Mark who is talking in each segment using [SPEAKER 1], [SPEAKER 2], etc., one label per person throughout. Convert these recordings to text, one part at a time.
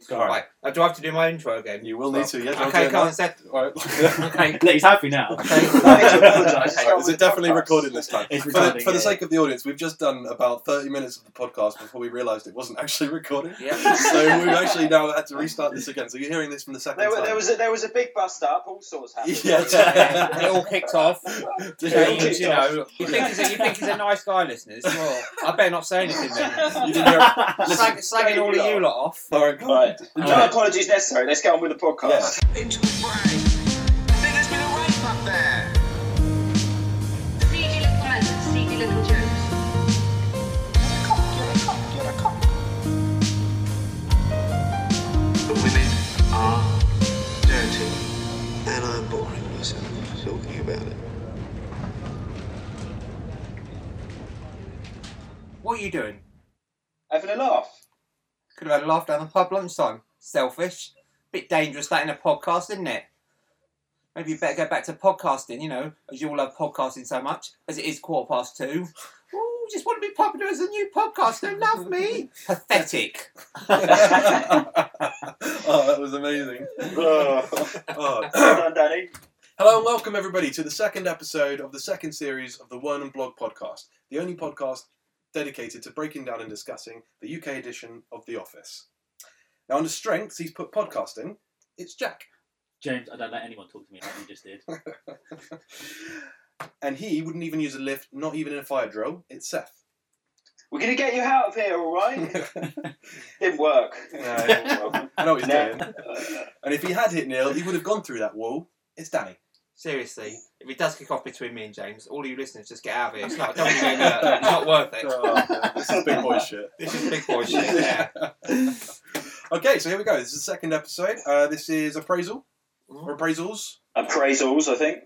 [SPEAKER 1] Sorry.
[SPEAKER 2] Right. Uh, Do I have to do my intro again?
[SPEAKER 1] You will
[SPEAKER 2] Well,
[SPEAKER 1] need to, yeah. don't
[SPEAKER 2] Okay,
[SPEAKER 1] do it
[SPEAKER 2] go
[SPEAKER 1] now.
[SPEAKER 2] on, Seth.
[SPEAKER 1] All right.
[SPEAKER 2] Okay.
[SPEAKER 3] No, he's happy now.
[SPEAKER 2] Okay.
[SPEAKER 1] Okay, Is it definitely recording this time?
[SPEAKER 3] It's
[SPEAKER 1] For the,
[SPEAKER 3] recording,
[SPEAKER 1] for the
[SPEAKER 3] yeah.
[SPEAKER 1] sake of the audience, we've just done about 30 minutes of the podcast before we realised it wasn't actually recording.
[SPEAKER 2] Yeah.
[SPEAKER 1] so we've actually now had to restart this again. So you're hearing this from the second
[SPEAKER 4] There, were,
[SPEAKER 1] time.
[SPEAKER 4] there was a, there was a big bust up. All sorts happened.
[SPEAKER 1] Yeah.
[SPEAKER 2] Yeah, it all kicked off.
[SPEAKER 1] Did
[SPEAKER 2] James,
[SPEAKER 1] you-
[SPEAKER 2] you know, you think he's a, you think he's a nice guy, listeners. Well, I better not say anything then.
[SPEAKER 1] You didn't hear
[SPEAKER 2] Slag, slagging all of you lot off.
[SPEAKER 1] All right, cool.
[SPEAKER 4] Right.
[SPEAKER 1] Enjoy.
[SPEAKER 4] No apologies necessary. Let's get on with the podcast.
[SPEAKER 5] into the brain. Niggas been awake up there.
[SPEAKER 6] Seedy little men, seedy little jokes.
[SPEAKER 5] But women are dirty, and I'm boring myself talking about it.
[SPEAKER 2] What are you doing?
[SPEAKER 4] Having a laugh.
[SPEAKER 2] Could have had a laugh down the pub lunchtime. Selfish. Bit dangerous that in a podcast, isn't it? Maybe you better go back to podcasting, you know, as you all love podcasting so much, as it is quarter past two. Ooh, just want to be popular as a new podcaster, love me. Pathetic.
[SPEAKER 1] oh, that was amazing. Oh.
[SPEAKER 4] Well done, Danny.
[SPEAKER 1] Hello and welcome, everybody, to the second episode of the second series of the Wern and Blog podcast, the only podcast dedicated to breaking down and discussing the UK edition of The Office. Now, under strengths, he's put podcasting. It's Jack.
[SPEAKER 3] James, I don't let anyone talk to me like you just did.
[SPEAKER 1] And he wouldn't even use a lift, not even in a fire drill. It's Seth.
[SPEAKER 4] We're gonna get you out of here, all right? Didn't work. Uh,
[SPEAKER 1] No. I know what he's
[SPEAKER 4] No.
[SPEAKER 1] doing. And if he had hit Neil, he would have gone through that wall. It's Danny.
[SPEAKER 2] Seriously, if it does kick off between me and James, all you listeners just get out of here. It's not, I don't want you getting hurt. It's not worth it.
[SPEAKER 1] this is big boy shit.
[SPEAKER 2] This is big boy shit. Yeah.
[SPEAKER 1] okay, so here we go. This is the second episode. Uh, this is appraisal. Or appraisals.
[SPEAKER 4] Appraisals, I think.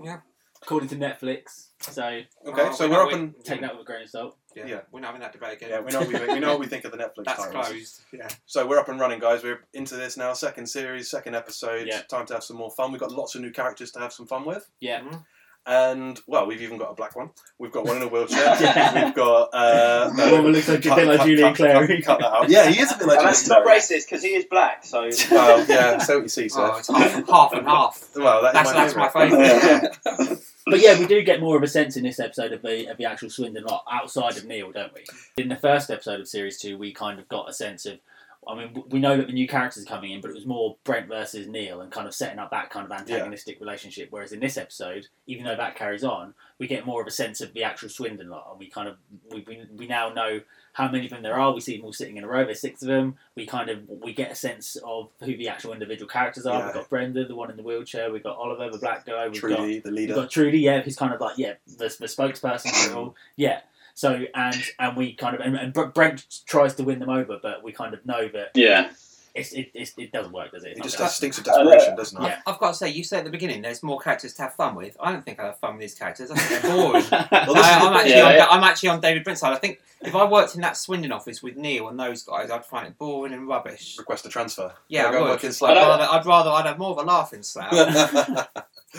[SPEAKER 3] According to Netflix, so
[SPEAKER 1] Okay,
[SPEAKER 2] Oh,
[SPEAKER 1] so
[SPEAKER 2] we're
[SPEAKER 1] we're
[SPEAKER 2] not
[SPEAKER 1] up and
[SPEAKER 3] take that with a grain of salt.
[SPEAKER 2] Yeah.
[SPEAKER 1] Yeah.
[SPEAKER 2] We're not having that debate again.
[SPEAKER 1] yeah, we know what we, think- we know what we think of the Netflix
[SPEAKER 2] That's
[SPEAKER 1] titles.
[SPEAKER 2] closed. Yeah.
[SPEAKER 1] So we're up and running, guys. We're into this now. Second series, second episode.
[SPEAKER 3] Yeah.
[SPEAKER 1] Time to have some more fun. We've got lots of new characters to have some fun with.
[SPEAKER 3] Yeah.
[SPEAKER 2] Mhm.
[SPEAKER 1] And well, we've even got a black one. We've got one in a wheelchair.
[SPEAKER 3] Yeah.
[SPEAKER 1] We've got. Uh,
[SPEAKER 3] The woman looks like- a bit like Julian Clary.
[SPEAKER 1] Cut, that out. Yeah, he is a bit like Julian
[SPEAKER 4] And that's not
[SPEAKER 1] Clary.
[SPEAKER 4] racist because he is black. So
[SPEAKER 1] Well, yeah, so you see, sir.
[SPEAKER 2] Oh, it's half, half and half.
[SPEAKER 1] well, that is
[SPEAKER 2] That's,
[SPEAKER 1] my
[SPEAKER 2] that's my
[SPEAKER 1] favourite.
[SPEAKER 2] favourite.
[SPEAKER 3] But yeah, we do get more of a sense in this episode of the of the actual Swindon lot outside of Neil, don't we? In the first episode of series two, we kind of got a sense of. I mean, w- we know that the new characters are coming in, but it was more Brent versus Neil and kind of setting up that kind of antagonistic relationship. Whereas in this episode, even though that carries on, we get more of a sense of the actual Swindon lot, and we kind of we, we, we now know how many of them there are. We see them all sitting in a row. There's six of them. We kind of we get a sense of who the actual individual characters are.
[SPEAKER 1] Yeah.
[SPEAKER 3] We've got Brenda, the one in the wheelchair. We've got Oliver, the black guy. We've got
[SPEAKER 1] Truly, the
[SPEAKER 3] You've
[SPEAKER 1] leader.
[SPEAKER 3] got Trudy, yeah, who's kind of like yeah, the, the spokesperson for it all, yeah. So and and we kind of and, and Br- Brent tries to win them over, but we kind of know that
[SPEAKER 4] yeah.
[SPEAKER 3] it's, it it's, it doesn't work, does it? It's
[SPEAKER 1] It
[SPEAKER 3] not
[SPEAKER 1] just
[SPEAKER 3] gonna-
[SPEAKER 1] has stinks of desperation, doesn't it?
[SPEAKER 3] Yeah.
[SPEAKER 2] I've, I've got to say, you said at the beginning there's more characters to have fun with. I don't think I have fun with these characters. I think they're boring.
[SPEAKER 1] Well, this is
[SPEAKER 2] I, I'm,
[SPEAKER 1] the thing.
[SPEAKER 2] actually
[SPEAKER 4] Yeah,
[SPEAKER 2] on,
[SPEAKER 4] yeah.
[SPEAKER 2] I'm actually on David Brent's side. I think if I worked in that Swindon office with Neil and those guys, I'd find it boring and rubbish.
[SPEAKER 1] Request a transfer.
[SPEAKER 2] Yeah,
[SPEAKER 1] Gotta
[SPEAKER 2] I
[SPEAKER 1] go
[SPEAKER 2] would.
[SPEAKER 1] work in
[SPEAKER 2] I'd
[SPEAKER 4] I
[SPEAKER 1] Slough.
[SPEAKER 4] don't-
[SPEAKER 2] rather, I'd rather I'd have more of a laughing slab.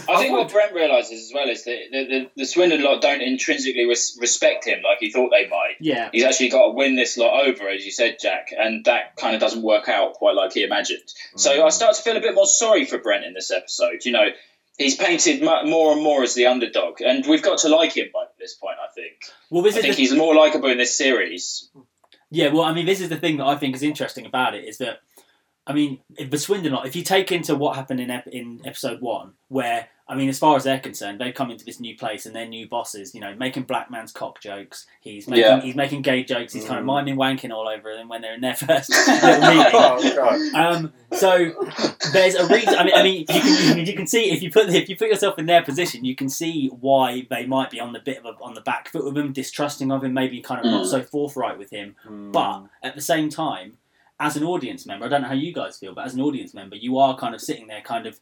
[SPEAKER 4] I think
[SPEAKER 2] I
[SPEAKER 4] what Brent realizes as well is that the, the, the Swindon lot don't intrinsically res- respect him like he thought they might.
[SPEAKER 3] yeah,
[SPEAKER 4] He's actually got to win this lot over, as you said, Jack, and that kind of doesn't work out quite like he imagined. So
[SPEAKER 1] Mm.
[SPEAKER 4] I start to feel a bit more sorry for Brent in this episode. You know, he's painted mu more and more as the underdog, and we've got to like him by this point. I think.
[SPEAKER 3] well, this
[SPEAKER 4] I
[SPEAKER 3] is
[SPEAKER 4] think
[SPEAKER 3] the,
[SPEAKER 4] he's more likable in this series.
[SPEAKER 3] yeah, well, I mean, this is the thing that I think is interesting about it is that, I mean, if the Swindon lot, if you take into what happened in ep- in episode one, where I mean, as far as they're concerned, they've come into this new place and their new bosses, you know, making black man's cock jokes. He's making
[SPEAKER 4] Yeah.
[SPEAKER 3] he's making gay jokes. He's kind of
[SPEAKER 1] Mm.
[SPEAKER 3] miming wanking all over them when they're in their first little meeting. Um, so there's a reason. I mean, I mean, you can you can see if you put if you put yourself in their position, you can see why they might be on the bit of a, on the back foot with him, distrusting of him, maybe kind of not so forthright with him. But
[SPEAKER 1] Mm.
[SPEAKER 3] at the same time, as an audience member, I don't know how you guys feel, but as an audience member, you are kind of sitting there, kind of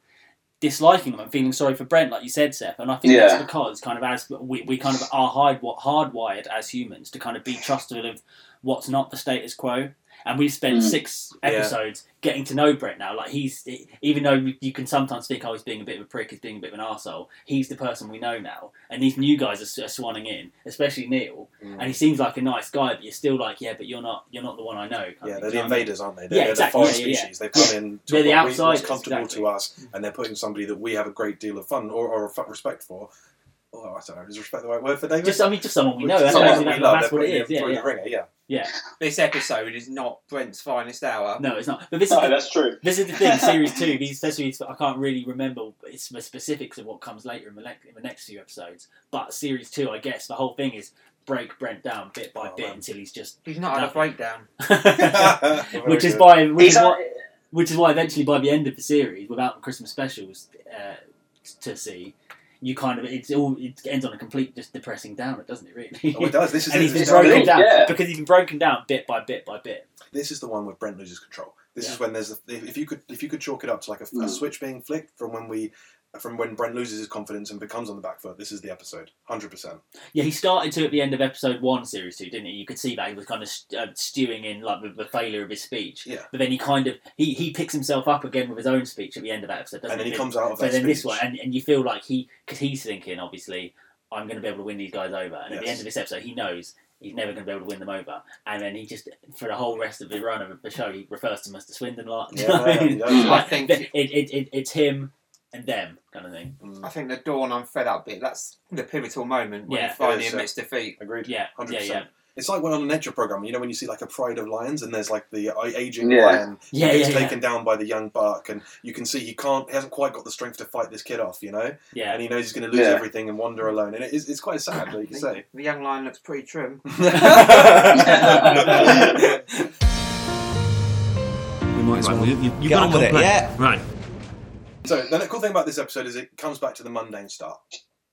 [SPEAKER 3] disliking them and feeling sorry for Brent, like you said, Seth. And I think
[SPEAKER 4] Yeah.
[SPEAKER 3] that's because kind of as we, we kind of are hard, hardwired as humans to kind of be trustful of what's not the status quo. and we've spent
[SPEAKER 4] Mm.
[SPEAKER 3] six episodes getting to know Brett now. Like he's even though you can sometimes think, oh, he's being a bit of a prick, he's being a bit of an arsehole, He's the person we know now, and these new guys are, s- are swanning in, especially Neil,
[SPEAKER 1] Mm.
[SPEAKER 3] and he seems like a nice guy, but you're still like, yeah, but you're not, you're not the one I know. kind of thing,
[SPEAKER 1] Yeah, they're
[SPEAKER 3] do
[SPEAKER 1] the
[SPEAKER 3] you know what I mean?
[SPEAKER 1] invaders, aren't they? They're,
[SPEAKER 3] Yeah,
[SPEAKER 1] they're
[SPEAKER 3] exactly,
[SPEAKER 1] the foreign
[SPEAKER 3] yeah, yeah.
[SPEAKER 1] species. They've come in to
[SPEAKER 3] They're the
[SPEAKER 1] what we- what's
[SPEAKER 3] outsiders,
[SPEAKER 1] comfortable
[SPEAKER 3] exactly.
[SPEAKER 1] to us, and they're putting somebody that we have a great deal of fun or, or f- respect for. Oh, I don't know. Is respect the right word for David?
[SPEAKER 3] Just, I mean, just someone we know. That's,
[SPEAKER 1] Just someone
[SPEAKER 3] that's,
[SPEAKER 1] that we
[SPEAKER 3] that's,
[SPEAKER 1] love. They're
[SPEAKER 3] what
[SPEAKER 1] putting
[SPEAKER 3] it is.
[SPEAKER 1] him
[SPEAKER 3] Yeah,
[SPEAKER 1] through
[SPEAKER 3] yeah.
[SPEAKER 1] the ringer. Yeah.
[SPEAKER 2] This episode is not Brent's finest hour.
[SPEAKER 3] No, it's not. But this is
[SPEAKER 4] No,
[SPEAKER 3] the-
[SPEAKER 4] that's true.
[SPEAKER 3] This is the thing, series two. These accessories, I can't really remember it's the specifics of what comes later in the, next in the next few episodes. But series two, I guess, the whole thing is break Brent down bit by
[SPEAKER 1] Oh,
[SPEAKER 3] bit
[SPEAKER 1] man.
[SPEAKER 3] until he's just,
[SPEAKER 2] He's not had a
[SPEAKER 3] Nothing.
[SPEAKER 2] breakdown.
[SPEAKER 1] Very
[SPEAKER 3] which is
[SPEAKER 1] good.
[SPEAKER 3] by which
[SPEAKER 4] He's
[SPEAKER 3] is,
[SPEAKER 4] a-
[SPEAKER 3] why, which is why eventually by the end of the series, without the Christmas specials uh, to see, you kind of it's all it ends on a complete just depressing downer, doesn't it? Really,
[SPEAKER 1] Oh, it does. This is,
[SPEAKER 3] and he's
[SPEAKER 1] this,
[SPEAKER 3] been
[SPEAKER 1] is
[SPEAKER 3] broken down
[SPEAKER 4] Yeah.
[SPEAKER 3] because he's been broken down bit by bit by bit.
[SPEAKER 1] this is the one where Brent loses control. This
[SPEAKER 3] Yeah.
[SPEAKER 1] is when there's the, if if you could if you could chalk it up to like a, a
[SPEAKER 4] Mm.
[SPEAKER 1] switch being flicked from when we from when Brent loses his confidence and becomes on the back foot. This is the episode, hundred percent.
[SPEAKER 3] Yeah, he started to at the end of episode one, series two, didn't he? You could see that he was kind of st- uh, stewing in like the, the failure of his speech.
[SPEAKER 1] Yeah.
[SPEAKER 3] But then he kind of he, he picks himself up again with his own speech at the end of that episode, doesn't
[SPEAKER 1] And then he
[SPEAKER 3] But-
[SPEAKER 1] comes out of
[SPEAKER 3] So
[SPEAKER 1] that
[SPEAKER 3] then this
[SPEAKER 1] speech.
[SPEAKER 3] one, and, and you feel like he because he's thinking obviously I'm going to be able to win these guys over, and at the
[SPEAKER 1] Yes.
[SPEAKER 3] end of this episode he knows he's never going to be able to win them over, and then he just for the whole rest of the run of the show he refers to Mr. Swindon a lot. Do you know what I mean?
[SPEAKER 1] yeah.
[SPEAKER 2] I think
[SPEAKER 3] It, it, it, it's him and them kind of thing.
[SPEAKER 2] I
[SPEAKER 1] Mm,
[SPEAKER 2] think the dawn I'm fed up bit. That's the pivotal moment when
[SPEAKER 3] Yeah.
[SPEAKER 2] he finally
[SPEAKER 1] Yeah, so-
[SPEAKER 2] admits defeat.
[SPEAKER 1] agreed.
[SPEAKER 3] Yeah, yeah,
[SPEAKER 1] 100%.
[SPEAKER 3] yeah,
[SPEAKER 1] It's like when on a nature program, you know, when you see like a pride of lions and there's like the uh, aging
[SPEAKER 4] Yeah.
[SPEAKER 1] lion
[SPEAKER 3] yeah,
[SPEAKER 1] gets
[SPEAKER 3] yeah, yeah.
[SPEAKER 1] taken down by the young buck, and you can see he can't, he hasn't quite got the strength to fight this kid off, you know,
[SPEAKER 3] yeah.
[SPEAKER 1] and he knows he's going to lose
[SPEAKER 4] Yeah.
[SPEAKER 1] everything and wander alone, and it is, it's quite sad, like you say.
[SPEAKER 2] The young lion looks pretty trim.
[SPEAKER 7] We might as well. You, you, you
[SPEAKER 8] Get
[SPEAKER 7] gotta
[SPEAKER 8] on with it,
[SPEAKER 7] complain.
[SPEAKER 8] yeah.
[SPEAKER 7] Right.
[SPEAKER 1] So the cool thing about this episode is it comes back to the mundane stuff.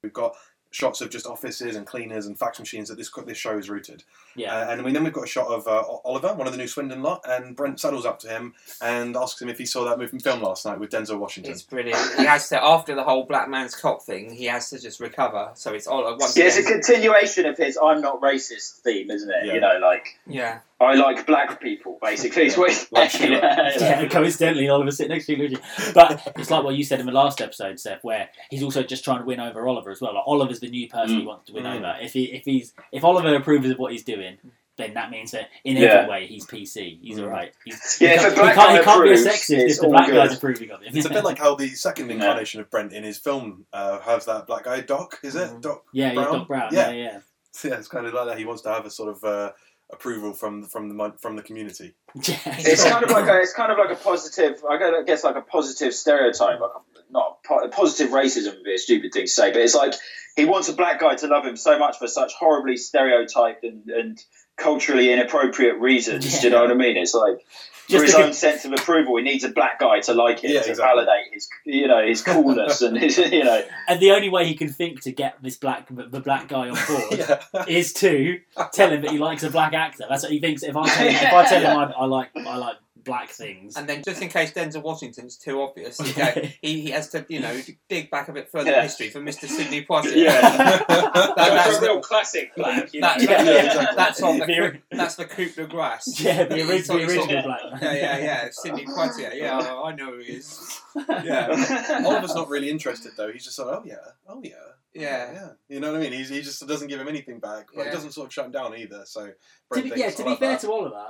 [SPEAKER 1] We've got shots of just offices and cleaners and fax machines that this this show is rooted.
[SPEAKER 3] Yeah.
[SPEAKER 1] Uh, and we, then we've got a shot of uh, O- Oliver, one of the new Swindon lot, and Brent saddles up to him and asks him if he saw that movie film last night with Denzel Washington.
[SPEAKER 2] It's brilliant. He has to after the whole black man's cop thing. He has to just recover. So it's all once
[SPEAKER 4] Yeah, it's a
[SPEAKER 2] again.
[SPEAKER 4] continuation of his "I'm not racist" theme, isn't it?
[SPEAKER 1] Yeah.
[SPEAKER 4] You know, like
[SPEAKER 2] Yeah,
[SPEAKER 4] I like black people, basically. is what he's
[SPEAKER 1] Like
[SPEAKER 4] saying.
[SPEAKER 1] Stuart.
[SPEAKER 3] yeah, and coincidentally, Oliver sitting next to you, Luigi. But it's like what you said in the last episode, Seth, where he's also just trying to win over Oliver as well. Like Oliver's the new person he wants to win
[SPEAKER 1] Mm.
[SPEAKER 3] over. If he, if he's, if Oliver approves of what he's doing, then that means that in
[SPEAKER 4] Yeah.
[SPEAKER 3] every way he's PC. He's
[SPEAKER 1] Mm.
[SPEAKER 3] all right. He's,
[SPEAKER 4] Yeah,
[SPEAKER 3] he
[SPEAKER 4] if
[SPEAKER 3] can't,
[SPEAKER 4] a
[SPEAKER 3] he
[SPEAKER 4] black
[SPEAKER 3] can't,
[SPEAKER 4] guy
[SPEAKER 3] he can't be a
[SPEAKER 4] approves,
[SPEAKER 3] sexist
[SPEAKER 4] it's
[SPEAKER 3] if the
[SPEAKER 4] all
[SPEAKER 3] black
[SPEAKER 4] good.
[SPEAKER 3] guy's approving of him.
[SPEAKER 1] It's a bit like how the second
[SPEAKER 4] Yeah.
[SPEAKER 1] incarnation of Brent in his film uh, has that black guy Doc, is it
[SPEAKER 3] Mm.
[SPEAKER 2] Mhm.
[SPEAKER 1] Doc?
[SPEAKER 3] yeah, yeah,
[SPEAKER 1] Brown?
[SPEAKER 3] Doc Brown.
[SPEAKER 1] Yeah.
[SPEAKER 3] Yeah, yeah,
[SPEAKER 1] Yeah, it's kind of like that. He wants to have a sort of uh, approval from from the mon- from the community.
[SPEAKER 3] yeah.
[SPEAKER 4] It's kind of like a, it's kind of like a positive. I gotta- I guess like a positive stereotype, like a, not a po- positive racism would be a stupid thing to say, but it's like he wants a black guy to love him so much for such horribly stereotyped and, and culturally inappropriate reasons. Do you know what I mean? It's like
[SPEAKER 3] Just
[SPEAKER 4] for his
[SPEAKER 3] because-
[SPEAKER 4] own sense of approval, he needs a black guy to like him
[SPEAKER 1] Yeah,
[SPEAKER 4] to
[SPEAKER 1] exactly.
[SPEAKER 4] validate his you know his coolness and his you know
[SPEAKER 3] and the only way he can think to get this black, the black guy on board
[SPEAKER 1] yeah.
[SPEAKER 3] is to tell him that he likes a black actor. That's what he thinks. If I tell him, if I tell him I, I like I like black things,
[SPEAKER 2] and then just in case Denzel Washington's too obvious, you know, he, he has to you know dig back a bit further in
[SPEAKER 4] Yeah.
[SPEAKER 2] history for Mr. Sidney Poitier.
[SPEAKER 4] yeah.
[SPEAKER 2] That- that's the-
[SPEAKER 4] classic
[SPEAKER 2] black, you know.
[SPEAKER 3] Yeah,
[SPEAKER 1] yeah, exactly.
[SPEAKER 2] That's on the
[SPEAKER 3] The ori-
[SPEAKER 2] coup, that's the coup de grace.
[SPEAKER 3] yeah, the, ori-
[SPEAKER 2] He's
[SPEAKER 3] the
[SPEAKER 2] on- he's on-
[SPEAKER 3] original black. Man.
[SPEAKER 2] Yeah, yeah, yeah. Sidney Poitier. Yeah, I I know who he is. Yeah,
[SPEAKER 4] yeah.
[SPEAKER 1] Oliver's not really interested though. He's just like, oh yeah, oh yeah,
[SPEAKER 2] yeah.
[SPEAKER 1] yeah. You know what I mean? He's, he just doesn't give him anything back, but
[SPEAKER 2] Yeah.
[SPEAKER 1] he doesn't sort of shut him down either. So
[SPEAKER 3] To
[SPEAKER 1] Brent
[SPEAKER 3] be,
[SPEAKER 1] thinks,
[SPEAKER 3] yeah, to
[SPEAKER 1] "I
[SPEAKER 3] be
[SPEAKER 1] love
[SPEAKER 3] fair
[SPEAKER 1] that."
[SPEAKER 3] to Oliver,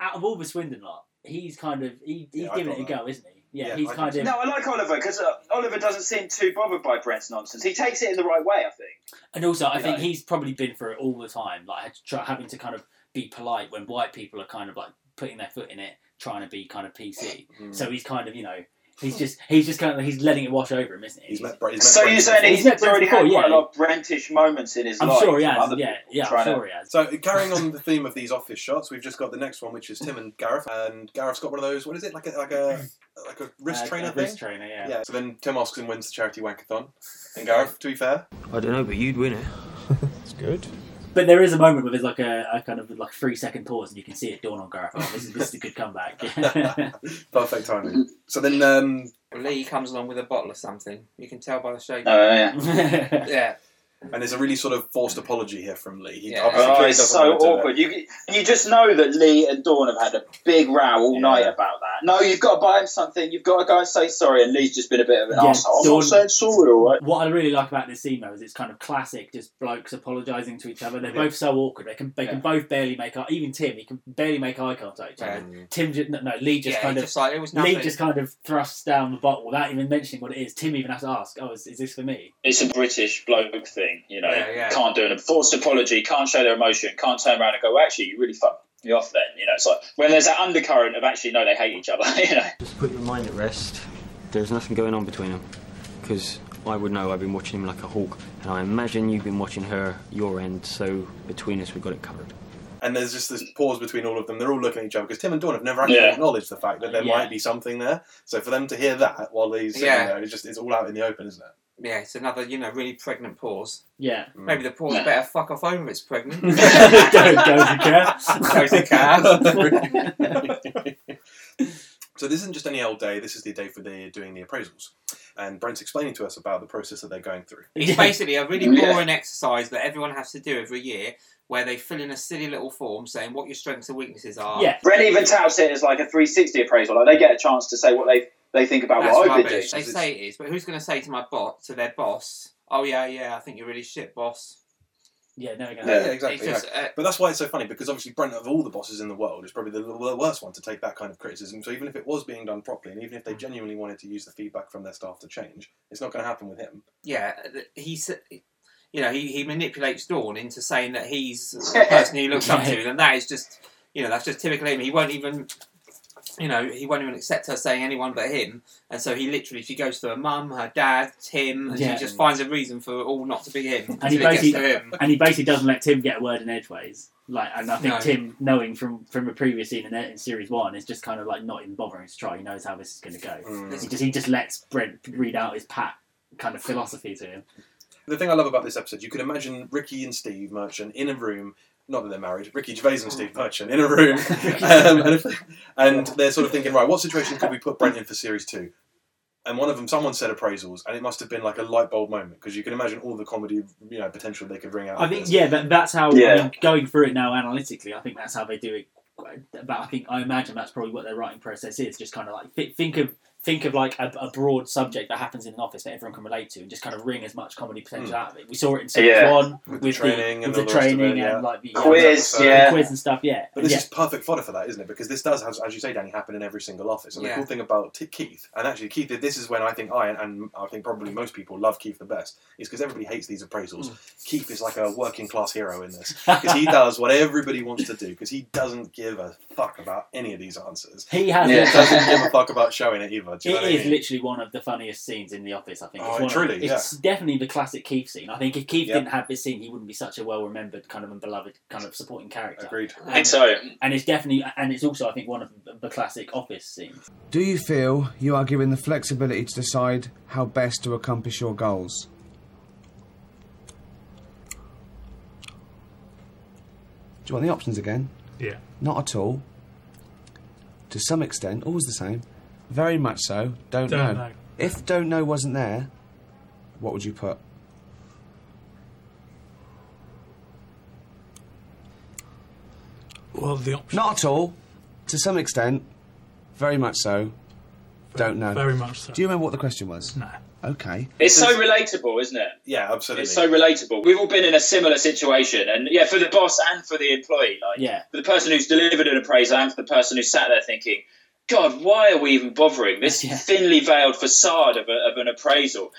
[SPEAKER 3] out of all the Swindon lot, he's kind of he, he's
[SPEAKER 1] Yeah, I
[SPEAKER 3] giving
[SPEAKER 1] thought
[SPEAKER 3] it a
[SPEAKER 1] that.
[SPEAKER 3] go, isn't he? Yeah,
[SPEAKER 1] Yeah,
[SPEAKER 3] he's
[SPEAKER 1] I
[SPEAKER 3] kind of.
[SPEAKER 1] think
[SPEAKER 4] No, I like Oliver because uh, Oliver doesn't seem too bothered by Brent's nonsense. He takes it in the right way, I think.
[SPEAKER 3] And also, I think
[SPEAKER 4] Yeah.
[SPEAKER 3] he's probably been through it all the time, like try, having to kind of be polite when white people are kind of like putting their foot in it, trying to be kind of PC.
[SPEAKER 1] Mm.
[SPEAKER 3] So he's kind of you know. He's just, he's just kind of, he's letting it wash over him, isn't he?
[SPEAKER 1] He's met, Brent- he's met
[SPEAKER 4] So
[SPEAKER 1] Brent
[SPEAKER 4] you're
[SPEAKER 1] before.
[SPEAKER 4] saying
[SPEAKER 3] He's
[SPEAKER 4] he's,
[SPEAKER 3] met Brent
[SPEAKER 4] already had
[SPEAKER 3] before,
[SPEAKER 4] quite
[SPEAKER 3] yeah.
[SPEAKER 4] a lot of Brentish moments in his
[SPEAKER 3] I'm
[SPEAKER 4] life.
[SPEAKER 3] sure he
[SPEAKER 4] from
[SPEAKER 3] has.
[SPEAKER 4] other
[SPEAKER 3] Yeah,
[SPEAKER 4] people
[SPEAKER 3] yeah, I'm
[SPEAKER 4] trying to-
[SPEAKER 3] sure he has.
[SPEAKER 1] So carrying on the theme of these office shots, we've just got the next one, which is Tim and Gareth, and Gareth's got one of those. What is it? Like a like a like a wrist
[SPEAKER 3] Uh,
[SPEAKER 1] trainer
[SPEAKER 3] a
[SPEAKER 1] thing.
[SPEAKER 3] Wrist trainer, yeah.
[SPEAKER 1] yeah. So then Tim asks him when's the charity wankathon, and Gareth, to be fair,
[SPEAKER 7] I don't know, but you'd win it.
[SPEAKER 8] It's good.
[SPEAKER 3] But there is a moment where there's like a, a kind of like three second pause, and you can see it dawn on Gareth. Oh, this is this is a good comeback.
[SPEAKER 1] perfect
[SPEAKER 4] Mm-hmm.
[SPEAKER 1] timing. so then um,
[SPEAKER 2] Lee comes along with a bottle of something. You can tell by the shape.
[SPEAKER 4] Oh yeah.
[SPEAKER 3] yeah,
[SPEAKER 2] Yeah,
[SPEAKER 1] and there's a really sort of forced apology here from Lee. He
[SPEAKER 2] Yeah.
[SPEAKER 1] obviously
[SPEAKER 4] Oh,
[SPEAKER 1] clearly
[SPEAKER 4] it's
[SPEAKER 1] doesn't
[SPEAKER 4] so
[SPEAKER 1] wanna do it.
[SPEAKER 4] awkward. You you just know that Lee and Dawn have had a big row all
[SPEAKER 3] Yeah.
[SPEAKER 4] night about that. No, you've got to buy him something. You've got to go and say sorry. And Lee's just been a bit of an
[SPEAKER 3] Yeah,
[SPEAKER 4] asshole. I'm
[SPEAKER 3] Dawn-
[SPEAKER 4] not saying sorry, all right.
[SPEAKER 3] What I really like about this scene though is it's kind of classic, just blokes apologising to each other. They're both so awkward. They can they
[SPEAKER 2] Yeah.
[SPEAKER 3] can both barely make eye. Even Tim, he can barely make eye contact with each other.
[SPEAKER 2] Yeah.
[SPEAKER 3] Tim just no, no Lee just
[SPEAKER 2] yeah,
[SPEAKER 3] kind of
[SPEAKER 2] just like it was nothing.
[SPEAKER 3] Lee just kind of thrusts down the bottle without even mentioning what it is. Tim even has to ask, "Oh, is, is this for me?"
[SPEAKER 4] It's a British bloke thing, you know.
[SPEAKER 2] Yeah, yeah.
[SPEAKER 4] Can't do an forced apology. Can't show their emotion. Can't turn around and go, well, actually, you really fucked me off. Then you know, it's like when there's that undercurrent of actually no, they hate each other. You know.
[SPEAKER 7] Just put your mind at rest. There's nothing going on between them. Because I would know I've been watching him like a hawk. And I imagine you've been watching her, your end. So between us, we've got it covered.
[SPEAKER 1] And there's just this pause between all of them. They're all looking at each other because Tim and Dawn have never actually
[SPEAKER 4] Yeah.
[SPEAKER 1] acknowledged the fact that there
[SPEAKER 3] Yeah.
[SPEAKER 1] might be something there. So for them to hear that while Lee's sitting
[SPEAKER 2] Yeah.
[SPEAKER 1] there, it's just it's all out in the open, isn't it?
[SPEAKER 2] Yeah, it's another, you know, really pregnant pause.
[SPEAKER 3] Yeah,
[SPEAKER 2] Maybe the pause
[SPEAKER 4] Yeah.
[SPEAKER 2] better fuck off over it's pregnant.
[SPEAKER 3] go go to care.
[SPEAKER 2] Goes to care.
[SPEAKER 1] So this isn't just any old day. This is the day for the doing the appraisals, and Brent's explaining to us about the process that they're going through.
[SPEAKER 2] It's basically a really
[SPEAKER 4] Yeah.
[SPEAKER 2] boring exercise that everyone has to do every year where they fill in a silly little form saying what your strengths and weaknesses are.
[SPEAKER 3] Yeah,
[SPEAKER 4] Brent even touts it as like a 360 appraisal. Like they get a chance to say what they they think about
[SPEAKER 2] That's
[SPEAKER 4] what I've been doing.
[SPEAKER 2] rubbish. They say it is, but who's going to say to my bot, to their boss, oh yeah, yeah, I think you're really shit, boss.
[SPEAKER 3] yeah, never gonna.
[SPEAKER 1] Yeah,
[SPEAKER 3] happen.
[SPEAKER 1] exactly.
[SPEAKER 2] It's just, uh,
[SPEAKER 1] But that's why it's so funny because obviously Brent, of all the bosses in the world, is probably the, the worst one to take that kind of criticism. So even if it was being done properly, and even
[SPEAKER 2] Mm.
[SPEAKER 1] if they genuinely wanted to use the feedback from their staff to change, it's not going to happen with him.
[SPEAKER 2] yeah, uh, th- he's, you know, he, he manipulates Dawn into saying that he's the person he looks up to, and that is just, you know, that's just typical him. He won't even, you know, he won't even accept her saying anyone but him, and so he literally, she goes to her mum, her dad, Tim, and
[SPEAKER 3] Yeah.
[SPEAKER 2] she just finds a reason for it all not to be him
[SPEAKER 3] And he
[SPEAKER 2] until it gets to
[SPEAKER 3] basically-
[SPEAKER 2] him.
[SPEAKER 3] And he basically doesn't let Tim get a word in edgeways. Like, and I think
[SPEAKER 2] No.
[SPEAKER 3] Tim, knowing from from a previous scene in, in series one, is just kind of like not even bothering to try. He knows how this is going to go. He just he just lets Brent read out his pat kind of philosophy to him.
[SPEAKER 1] The thing I love about this episode, you could imagine Ricky and Steve Merchant in a room. Not that they're married, Ricky Gervais and Steve Merchant in a room, um, and, if- and they're sort of thinking, right, what situation could we put Brent in for series two? And one of them, someone said appraisals, and it must have been like a light bulb moment because you can imagine all the comedy, you know, potential they could bring out.
[SPEAKER 3] I
[SPEAKER 1] of
[SPEAKER 3] think
[SPEAKER 1] this.
[SPEAKER 3] yeah, that, that's how I
[SPEAKER 4] Yeah.
[SPEAKER 3] mean, going through it now analytically. I think that's how they do it. But I think I imagine that's probably what their writing process is. Just kind of like thi- think of think of like a, a broad subject that happens in an office that everyone can relate to, and just kind of wring as much comedy potential out of it. We saw it in series
[SPEAKER 4] Yeah.
[SPEAKER 3] one
[SPEAKER 1] Hmm. With
[SPEAKER 3] with,
[SPEAKER 1] the training
[SPEAKER 3] the, with
[SPEAKER 1] and all
[SPEAKER 3] the
[SPEAKER 1] the rest of
[SPEAKER 3] training
[SPEAKER 1] it, yeah.
[SPEAKER 3] and like the
[SPEAKER 4] Quiz,
[SPEAKER 2] uh,
[SPEAKER 1] Yeah.
[SPEAKER 3] the
[SPEAKER 4] yeah.
[SPEAKER 3] quiz and stuff. Yeah,
[SPEAKER 1] But this
[SPEAKER 3] yeah.
[SPEAKER 1] is perfect fodder for that, isn't it? Because this does, as, as you say, Danny, happen in every single office. And the
[SPEAKER 2] Yeah.
[SPEAKER 1] cool thing about T- Keith, and actually Keith, this is when I think I and, and I think probably most people love Keith the best, is because everybody hates these appraisals.
[SPEAKER 4] Mm.
[SPEAKER 1] Keith is like a working class hero in this because he does what everybody wants to do because he doesn't give a fuck about any of these answers.
[SPEAKER 3] he has
[SPEAKER 1] He
[SPEAKER 4] Yeah.
[SPEAKER 1] doesn't give a fuck about showing it either. Do you know
[SPEAKER 3] It
[SPEAKER 1] what I
[SPEAKER 3] is
[SPEAKER 1] mean?
[SPEAKER 3] literally one of the funniest scenes in The Office. I think.
[SPEAKER 1] Oh,
[SPEAKER 3] it's one of-
[SPEAKER 1] truly,
[SPEAKER 3] it's definitely the classic Keith scene. I think if Keith
[SPEAKER 1] Yep.
[SPEAKER 3] didn't have this scene, he wouldn't be such a well-remembered kind of and beloved kind of supporting character.
[SPEAKER 1] Agreed.
[SPEAKER 4] I think so.
[SPEAKER 3] And it's definitely, and it's also, I think, one of the classic Office scenes.
[SPEAKER 8] Do you feel you are given the flexibility to decide how best to accomplish your goals? Do you want the options again?
[SPEAKER 9] Yeah.
[SPEAKER 8] Not at all. To some extent, always the same. Very much so. Don't,
[SPEAKER 9] Don't know.
[SPEAKER 8] If don't know wasn't there, what would you put?
[SPEAKER 9] Well, the option.
[SPEAKER 8] Not at all. To some extent. Very much so. Don't know.
[SPEAKER 9] Very much so.
[SPEAKER 8] Do you remember what the question was?
[SPEAKER 9] No.
[SPEAKER 8] Okay.
[SPEAKER 4] It's so relatable, isn't it?
[SPEAKER 1] Yeah, absolutely.
[SPEAKER 4] It's so relatable. We've all been in a similar situation, and yeah, for the boss and for the employee, like
[SPEAKER 3] Yeah.
[SPEAKER 4] for the person who's delivered an appraisal and for the person who sat there thinking, "God, why are we even bothering?" This
[SPEAKER 3] Yeah.
[SPEAKER 4] thinly veiled facade of, a, of an appraisal.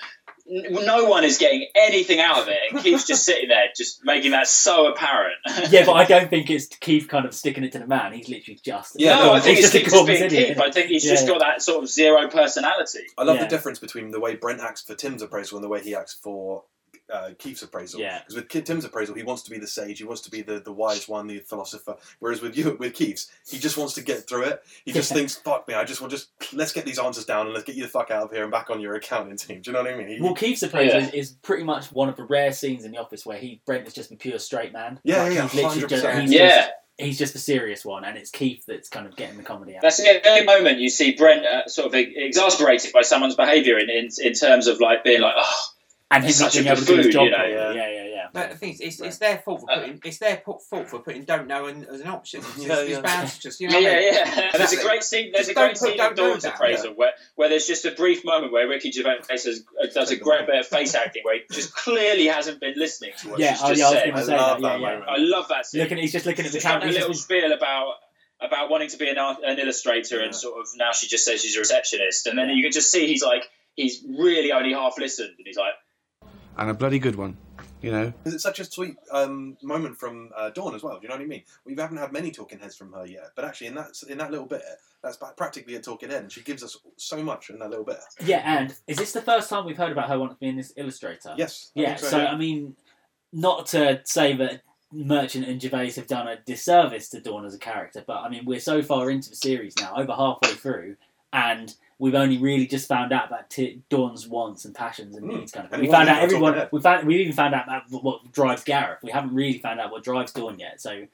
[SPEAKER 4] N- No one is getting anything out of it, and Keith's just sitting there, just making that so apparent.
[SPEAKER 3] Yeah, but I don't think it's Keith kind of sticking it to the man. He's literally just.
[SPEAKER 1] Yeah,
[SPEAKER 4] no, I think
[SPEAKER 3] he's
[SPEAKER 4] it's Keith just
[SPEAKER 3] corpse
[SPEAKER 4] being
[SPEAKER 3] idiot.
[SPEAKER 4] Keith. I think he's
[SPEAKER 3] Yeah,
[SPEAKER 4] just
[SPEAKER 3] yeah.
[SPEAKER 4] got that sort of zero personality.
[SPEAKER 1] I love
[SPEAKER 3] Yeah.
[SPEAKER 1] the difference between the way Brent acts for Tim's appraisal and the way he acts for uh, Keith's appraisal.
[SPEAKER 3] Yeah.
[SPEAKER 1] Because with Ki- Tim's appraisal, he wants to be the sage, he wants to be the, the wise one, the philosopher. Whereas with you, with Keith's, he just wants to get through it. He just
[SPEAKER 3] Yeah.
[SPEAKER 1] thinks, "Fuck me, I just want just let's get these answers down and let's get you the fuck out of here and back on your accounting team." Do you know what I mean? He-
[SPEAKER 3] Well, Keith's appraisal
[SPEAKER 4] Yeah.
[SPEAKER 3] is, is pretty much one of the rare scenes in The Office where he Brent is just a pure straight man.
[SPEAKER 1] Yeah,
[SPEAKER 3] Like,
[SPEAKER 1] yeah,
[SPEAKER 3] he's literally just,
[SPEAKER 1] 100%.
[SPEAKER 3] he's
[SPEAKER 4] Yeah.
[SPEAKER 3] just he's just the serious one, and it's Keith that's kind of getting the comedy out.
[SPEAKER 4] That's the only moment you e, see Brent uh, sort of exasperated by someone's behaviour in, in in terms of like being like, oh,
[SPEAKER 3] and him
[SPEAKER 4] It's
[SPEAKER 3] not
[SPEAKER 4] such a
[SPEAKER 3] being able to do his
[SPEAKER 4] buffoon,
[SPEAKER 3] job.
[SPEAKER 4] you know.
[SPEAKER 3] properly. yeah, yeah, yeah.
[SPEAKER 2] No, the thing is, it's, it's their fault for
[SPEAKER 4] Uh,
[SPEAKER 2] putting it's their po- fault for putting don't know in, as an option. It's,
[SPEAKER 1] Yeah,
[SPEAKER 2] it's
[SPEAKER 1] yeah.
[SPEAKER 2] bad to just you know
[SPEAKER 4] Yeah,
[SPEAKER 2] what I
[SPEAKER 4] yeah,
[SPEAKER 2] mean?
[SPEAKER 4] yeah. There's
[SPEAKER 2] Exactly.
[SPEAKER 4] a great scene. There's
[SPEAKER 2] Just
[SPEAKER 4] a
[SPEAKER 2] don't
[SPEAKER 4] great
[SPEAKER 2] put-
[SPEAKER 4] scene
[SPEAKER 2] don't
[SPEAKER 4] in
[SPEAKER 2] do
[SPEAKER 4] Dawn's
[SPEAKER 2] that,
[SPEAKER 4] appraisal where, where there's just a brief moment where Ricky Gervais has, uh, does a great bit of face acting where he just clearly hasn't been listening to what
[SPEAKER 3] Yeah,
[SPEAKER 4] she's
[SPEAKER 3] oh,
[SPEAKER 4] just
[SPEAKER 3] yeah, I was
[SPEAKER 4] said.
[SPEAKER 3] going to
[SPEAKER 1] I
[SPEAKER 3] say that.
[SPEAKER 1] love that
[SPEAKER 3] yeah, yeah.
[SPEAKER 1] moment.
[SPEAKER 4] I love that scene.
[SPEAKER 3] Looking, he's just looking at the
[SPEAKER 4] She's having
[SPEAKER 3] camera.
[SPEAKER 4] a
[SPEAKER 3] He's
[SPEAKER 4] little
[SPEAKER 3] just,
[SPEAKER 4] spiel about about wanting to be an, art, an illustrator
[SPEAKER 1] Yeah.
[SPEAKER 4] and sort of now she just says she's a receptionist and then you can just see he's like he's really only half listened and he's like
[SPEAKER 8] And a bloody good one, you know.
[SPEAKER 1] Because it's such a sweet um, moment from uh, Dawn as well. Do you know what I mean? We haven't had many talking heads from her yet, but actually in that in that little bit, that's ba- practically a talking head, and she gives us so much in that little bit.
[SPEAKER 3] yeah, and is this the first time we've heard about her wanting to be an illustrator?
[SPEAKER 1] Yes. I
[SPEAKER 3] Yeah,
[SPEAKER 1] think
[SPEAKER 3] so, I mean, not to say that Merchant and Gervais have done a disservice to Dawn as a character, but I mean, we're so far into the series now, over halfway through, and we've only really just found out about t- Dawn's wants and passions and
[SPEAKER 1] Mm.
[SPEAKER 3] needs kind of
[SPEAKER 1] And
[SPEAKER 3] thing. We
[SPEAKER 1] it
[SPEAKER 3] found
[SPEAKER 1] wasn't
[SPEAKER 3] out
[SPEAKER 1] even talking
[SPEAKER 3] everyone.
[SPEAKER 1] head.
[SPEAKER 3] We found we even found out about what drives Gareth. We haven't really found out what drives Dawn yet. So,